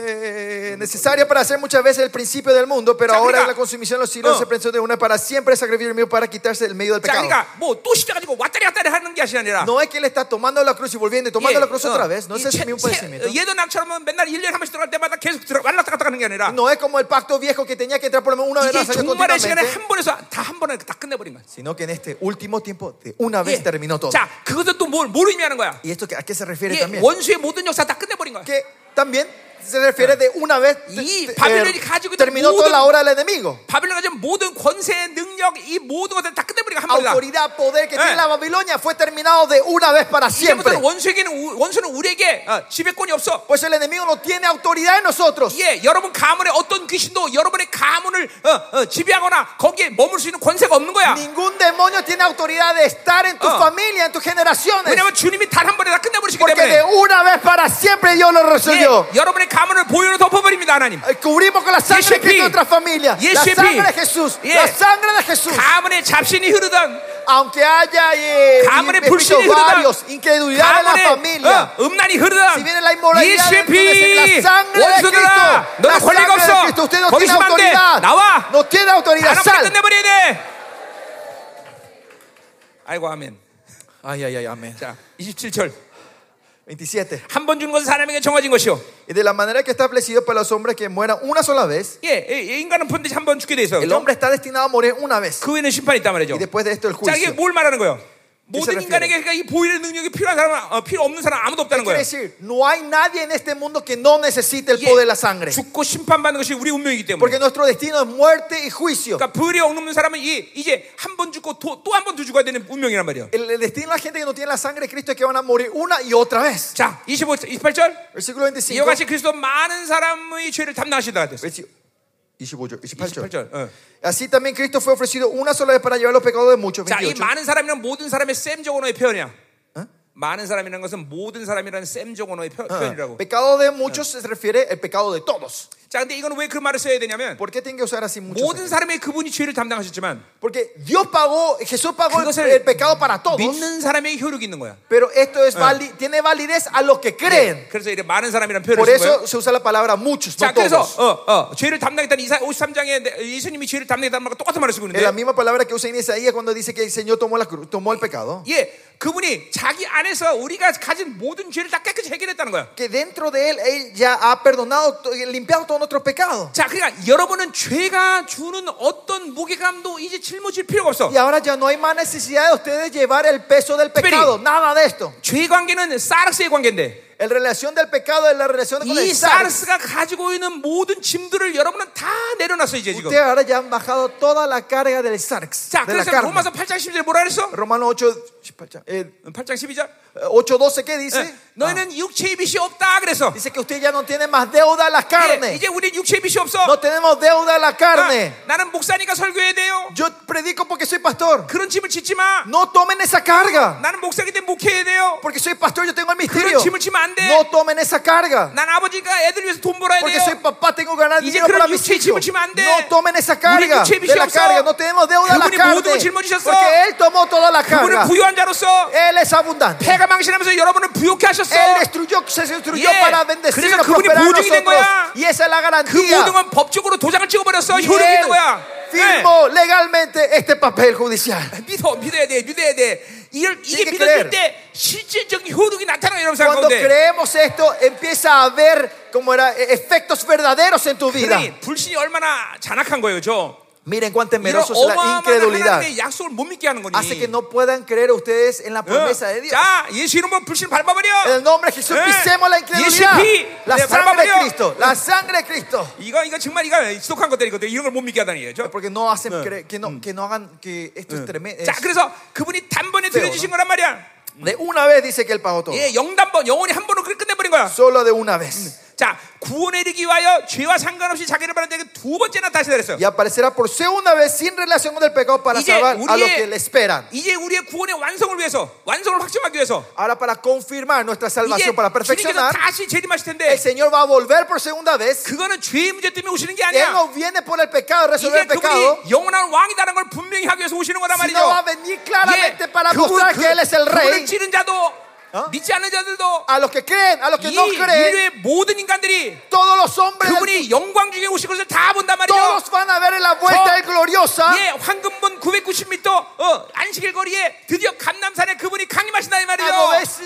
Eh, necesaria para hacer muchas veces el principio del mundo, pero Ya, ahora mira. la consumición de los siglos Oh. se pensó de una para siempre sacrificar el mío para quitarse el medio del 자, pecado. 그러니까 뭐 또 십자가 지고 왔다리 갔다리 하는 게 아니라 No es que él está tomando la cruz y volviendo y tomando 예, la cruz otra 어, vez. No 이 es ese 채- mismo 채- pensamiento. 어, 예도 남처럼 맨날 1년에 한 번씩 들어갈 때마다 계속 들어, 왔다 갔다 가는 게 아니라 No es como el pacto viejo que tenía que entrar por lo menos una vez 이게 al año 종말의 시간에 continuamente, 한 번에서 다 한 번에 다 끝내버린 거야. sino que en este último tiempo de una 예. vez terminó todo. 자, 그것은 또뭘 뭘 의미하는 거야? ¿Y esto que- a qué se refiere 이게 también? 원수의 모든 역사 다 끝내버린 거야. Que también se refiere de una vez te- Y te- eh, Babilonia 가지고 있는 terminó toda 모든- la obra del enemigo. 바빌론 가진 모든 권세, 능력, 이 모든 것들 다 끝내버린 거야 한 번이다. Autoridad, poder que Eh. tiene la Babilonia fue terminado de una vez para siempre. 이제부터는 원수에게는 우- 원수는 우리에게 어, 지배권이 없어. Pues el enemigo no tiene autoridad en nosotros. 예, 여러분 가문의 어떤 귀신도 여러분의 가문을 어, 어, 지배하거나 거기에 머물 수 있는 권세가 없는 거야. Ningún demonio tiene autoridad de estar en tu Ah. familia, en tus generaciones. 왜냐하면 주님이 단 한 번에 다 끝내버리시기 Porque 때문에 de una vez para siempre Dios lo 예, resolvió. 여러분의 가문을 보혈로 덮어버립니다 하나님. Eh, Cubrimos con la sangre Yes, de Cristo P. nuestra familia. Yes, la P. sangre de Jesús. Yeah. La sangre de Jesús. 가문에 잡신이 흐르던, Aunque haya eh, Hambre, repito, pulsión y duda. varios, incredulidad en la 가문에 familia. 어, 음란이 흐르던, Si viene la inmoralidad, 예수의 피, entonces la sangre de Cristo, 원수들아, la 너는 권리가 sangre de Cristo, 없어. usted no tiene 거기서만 돼. autoridad, 나와. no tiene 단 autoridad, 한 번에 sal. 끝내버려야 돼. 아이고 아멘. Ay, ay, ay, amén. 자, 27절. 27. 한 번 주는 것은 사람에게 정해진 것이요. Y de la manera que está establecido para los hombres que mueran una sola vez, 예, 예, 예, 인간은 반드시 한 번 죽게 돼 있어. el hombre está destinado a morir una vez. 그 외에는 심판이 있단 예, 말이죠. Y después de esto el 자, 이게 juicio. 뭘 말하는 거예요? 모든 refiere? 인간에게 그러니까 이 보일의 능력이 필요한 사람, 어, 필요 없는 사람 아무도 없다는 Quiere 거예요. decir, no hay nadie en este mundo que no necesite el 이게 poder de la sangre. 죽고 심판받는 것이 우리 운명이기 때문에. Porque nuestro destino es muerte y juicio. 그러니까 불이 억누르는 사람은 이, 이제 한 번 죽고 또 한 번 더 죽어야 되는 운명이란 말이에요. El, el destino de la gente que no tiene la sangre de Cristo es que van a morir una y otra vez. 자, 25, 28절. Versículo 25. 이와 같이 그리스도 많은 사람의 죄를 담당하시다 그랬어요. Versi- 25, 28. 28절. 어. Así también Cristo fue ofrecido una sola vez para llevar los pecados de muchos. 자, 이 28. 많은 사람이란 모든 사람의 셈적 언어의 표현이야. 많은 사람이라는 것은 모든 사람이라는 셈적 언어의 표, 현이라고 Ah, Pecado de muchos se refiere al pecado de todos. 자, 근데 이건 왜 그 말을 써야 되냐면 ¿Por qué tienen que usar así muchos? 모든 사람의 그분이 죄를 담당하셨지만 Porque Dios pagó, Jesús pagó el, 그것을 el pecado para todos. 믿는 사람의 효력이 있는 거야. Pero esto es vali- tiene validez a los que creen. 네. 그래서 이렇게 많은 사람이란 표현을 Por 쓴 거예요. eso se usa la palabra muchos, 자, no 그래서 todos. 어, 어, 죄를 담당했다는 이사 53장에 예수님이 죄를 담당했다는 말과 똑같은 말을 쓰고 Es la 있는데 misma palabra que usa en Isaías cuando dice que el Señor tomó, la cruz, tomó el pecado. 예, 그분이 자기 안에서 우리가 가진 모든 죄를 다 깨끗이 해결했다는 거야. Que dentro de Él, Él ya ha perdonado, to- limpiado todo nuestro pecado. 자, 그러니까 여러분은 죄가 주는 어떤 무게감도 이제 짊어질 필요가 없어. Y ahora ya no hay más necesidad de ustedes llevar el peso del pecado. Nada de esto. 죄 관계는 사르스의 관계인데 La relación del pecado es la relación con 이 el SARS. 사르스가 가지고 있는 모든 짐들을 여러분은 다 내려놨어 이제 지금. Ustedes ahora ya han bajado toda la carga del SARS. 자, De la 그래서 carne. 로마서 8장 10절에 뭐라 그랬어? 음, Romano 8, eh, 8장 12절. 8.12, ¿qué 네. dice? Eh, 너희는 육체의 빚이 없다 그래서. Dice que usted ya no tiene más deuda a la 예, carne. 이제 우리 육체의 빚이 없어. No tenemos deuda a la carne. 아, 나는 목사니까 설교해야 돼요. Yo predico porque soy pastor. 그런 짐을 짓지 마. No tomen esa carga. 나는 목사기 때문에 목회해야 돼요. Porque soy pastor, yo tengo el misterio. 그런 짐을 지면 안 돼. No tomen esa carga. 난 아버지가 애들 위해서 돈 벌어야 Porque soy 돼요. papá, tengo que ganar 이제 dinero 그런 para mis 육체의 hijos. 짐을 지면 안 돼. No tomen esa carga. 우리 육체의 De la 빚이 없어. carga. No tenemos deuda a la 그분이 carne. 모든 걸 짊어지셨어. Porque Él tomó toda la 그분은 carga. 부유한 자로서 Él es abundante. 폐가 망신하면서 여러분을 부욕해 하셨어. Él destruyó, se destruyó 예. para bendecir 그래서 y 그분이 prosperar a 보증이 된 nosotros. 거야. Y esa es la 그 모든 garantía. 건 법적으로 도장을 찍어버렸어. Y 효력이 él 있는 거야. 예. firmó legalmente este papel judicial. 믿어, 믿어야 돼, 믿어야 돼. 이걸, 이게 Tiene que 믿어질 creer. 때 실질적인 효력이 나타나요, 여러분 Cuando 생각하는데. creemos esto, empieza a e-, ver como era eh, efectos verdaderos en tu vida. 불신이 얼마나 잔악한 거예요, 저. Miren 이런 cuán temerosos es la 어마어마한 incredulidad. 하나님의 약속을 못 믿게 하는 거니. Hace que no puedan creer ustedes en la 어. promesa de Dios. 자, 예수 이름으로 불신 밟아버려. En el nombre de Jesús Eh. pisemos la incredulidad. Y ese pi- La le sangre de bárbaro. Cristo. La sangre de Cristo. 이거 이거 정말 이거 지독한 것들이거든. 이런 걸 못 믿게 하다니. 그죠? Porque no hacen cre- que, no, que no hagan que esto es tremendo. 자, 그래서 그분이 단번에 들려주신 거란 말이야. De una vez dice que él pagó todo. 예, 영단번 영원히 한 번으로 끝- 끝내버린 거야. Solo de una vez. 자, 구원에 이르기 위하여 죄와 상관없이 자기를 바라는 자에게 두 번째 나타나시다 그랬어요. Y aparecerá por segunda vez sin relación con el pecado para Y que salvar a los Uriel- que le esperan. 이제 우리의 구원의 완성을 위해서 완성을 확증하기 위해서 Ahora para confirmar nuestra 이제 salvación, para 주님께서 perfeccionar, 다시 재림하실 el 텐데 Señor va a volver por segunda vez. 그거는 죄의 문제 때문에 오시는 게 Él 아니야. no viene por el pecado, a resolver 이제 el pecado, 그분이 영원한 왕이라는 걸 분명히 하기 위해서 오시는 거란 말이죠. 예, sino va a venir claramente para mostrar que Él es el 그분을 rey. 찌른 자도 어? 믿지 않는 자들도 A los que creen, a los que 이 no creen, 인류의 모든 인간들이 todos los hombres, del- 그분이 영광 중에 오신 것을 다 본단 말이죠. todos ¿ah? van a ver en la vuelta 저- del gloriosa. 예, 황금문 990m 어, 안식일 거리에 드디어 감남산에 그분이 강림하신다 이 A 말이죠.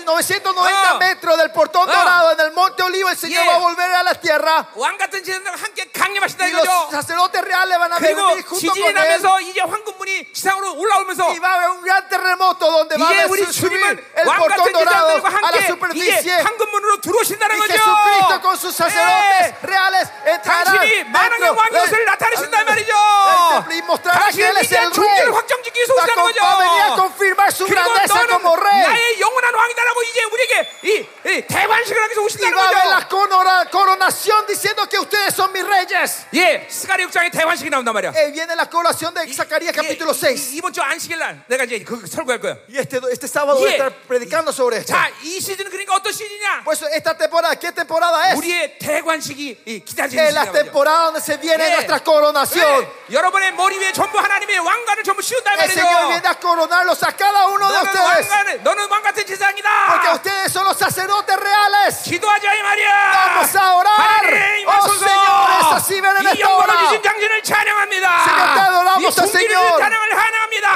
900 990 Ah. metros del portón Ah. dorado en el monte Olivo, el Señor Yeah. va a volver a la tierra. 왕 같은 제사장과 함께 강림하신다 Y los 이거죠. sacerdotes reales van a venir 그리고 junto con 지진이 Él. 나면서 이제 황금문이 지상으로 올라오면서 Y va a haber un gran terremoto donde va 이제 a haber 우리 subir 주님은 el 왕 portón 같은 dorado 제사장들과 a la 함께 이제 superficie. 황금문으로 들어오신다는 Y 거죠. Jesucristo con sus sacerdotes 예. reales entrarán 당신이 만왕의 dentro 왕의 것을 del- 나타내신단 말이죠. 예. 그 del templo y mostrará que Él 당신의 es el 위대한 rey. 존재를 확정짓기 위해서 Va a 오신다는 con- va a venir a 거죠. confirmar su 그리고 grandeza como 너는 rey. 나의 영원한 왕이다라고 이제 우리에게 이, 이 대관식을 하기 위해서 Y 오신다는 va a haber 거죠. la conora- coronación diciendo que ustedes son mis reyes. 예, 스가리 6장에 대관식이 나온단 말이야. Eh, viene la coronación de Zacarías capítulo 예, 6. 이- 이번 주 안식일 날 내가 이제 그 설교할 거야. Y este, este sábado voy a Yeah. estar predicando sobre esto. 자, 이 시즌은 그러니까 어떤 시즌이냐? Por eso Pues esta temporada, ¿qué temporada es? 우리의 대관식이 이 기다리는 Es la 어, 네, 시즌이라고. temporada donde se viene Yeah. nuestra coronación. 예, 여러분의 머리 위에 전부 하나님의 왕관을 전부 씌운다 이 El 말이죠. Señor viene a coronarlos a cada uno de 너는 ustedes. 왕관을, 너는 왕 같은 Porque 제사장이다. ustedes son los sacerdotes reales. 기도하자 이 말이야. Vamos a orar. 하나님, Oh, 와소서. Señor, es así, ven en 이 esta 영광을 hora. 주신 당신을 찬양합니다. Señor, te adoramos, 이 손길을 Señor. 주신 찬양을 Damos la 환영합니다.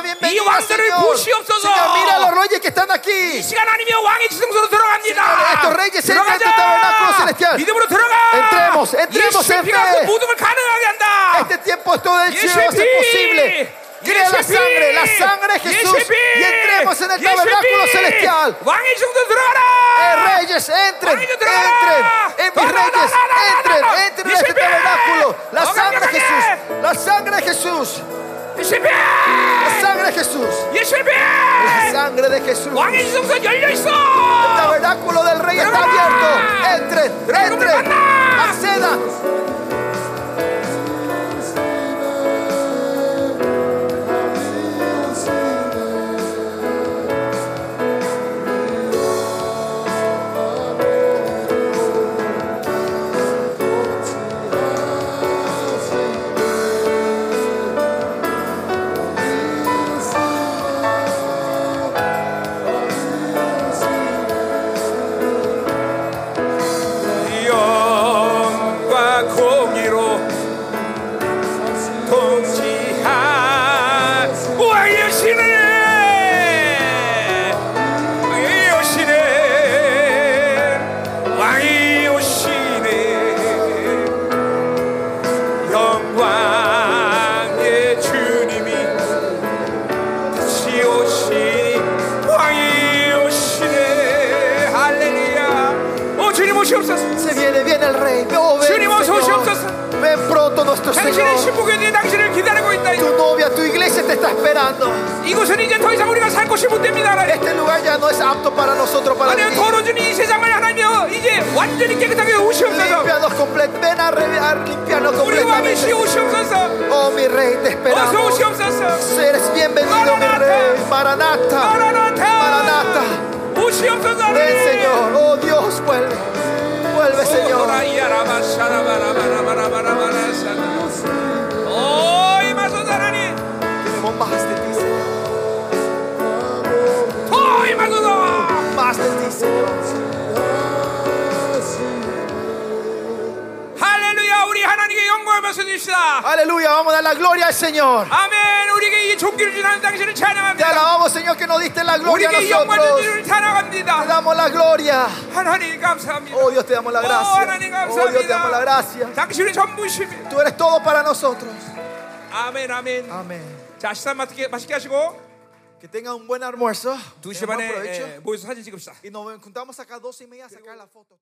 이 bienvenida, 왕들을 Señor. 보시옵소서. Señor, mira a los reyes que están aquí. 이 시간 아니면 왕의 지성소로 Señor, 들어갑니다. estos reyes entran en tu tabernáculo 들어가자. celestial. 믿음으로 들어가. Entremos, entremos 예수의 en 피가 fe. 그 모든 걸 가능하게 한다. Este tiempo es todo el 예수의 cielo va a ser 피! posible. Crea 예수의 la 피! sangre, la sangre de Jesús. 예수의 피! Y entremos en el 예수의 tabernáculo 피! celestial. 왕의 지성소로 Eh, 들어가라. reyes, entren, Ay, que tragará. entren, en mis No, no, no, no, reyes, no, entren, no, no. entren en Dice este bien. tabernáculo. La No, sangre de no, no, Jesús, la sangre de Jesús, 예수의 피! la sangre de Jesús, 예수의 피! la sangre de Jesús. 왕의 지성소 열려 El 있어. tabernáculo del rey está Tragará. abierto. Entren, Tragará. entren, accedan. 그 영과 공의로 통치한 왕의 여신을 왕의 여신을 왕의 여신을 영광의 주님이 다시 오신 왕의 여신을 할렐루야 오 주님 오시옵소서 Se viene, viene el rey. Oh, ven, Señor, vos Señor. sos- Ven pronto nuestro 당신의 Señor. 신부교들이 당신을 기다리고 있다. Tu novia, tu iglesia te está esperando. 이곳은 이제 더 이상 우리가 살 곳이 못 됩니다. 하나님. Este lugar ya no es apto para nosotros, para 하나님 vivir. 더러워진 이 세상을 하나님 이제 완전히 깨끗하게 오시옵소서. Límpianos completamente. Ven a, re- a limpiarnos 우리 왕이시 completamente. 오시옵소서. Oh, mi rey, te 어서 esperamos. 오시옵소서. Eres bienvenido, mi Maranatha. rey. Maranata. 마라나타. 네, 마라나타. 오시옵소서. Ven, 하나님. Señor. Oh, Dios, vuelve. Oh, Vuelve, Señor. 오 이마소서 하나님. Queremos más de ti, Señor. 오 이마소서. Más de ti, Señor. 할렐루야 우리 하나님께 영광을 받으십시다 Aleluya. Vamos a dar la gloria al Señor. 아멘 우리에게 이 종기를 주는 하나님 당신을 Te 찬양합니다. alabamos, Señor, que nos diste la gloria a 우리에게 이 영광 nosotros. 주님을 Te 찬양합니다. damos la gloria. 하나님 감사합니다. Oh Dios, te damos la Oh, gracia. 하나님 Oh Dios, te damos la 감사합니다. gracia. 당신이 전부이십니다. Tú eres todo para nosotros. 아멘, 아멘. Amén. 자, 식사 맛있게, 맛있게 하시고 Que tengan un buen almuerzo. 두 tengan 시 buen 반에 provecho. 에, 모여서 사진 찍읍시다. Y nos juntamos acá a 12 y media a sacar la foto.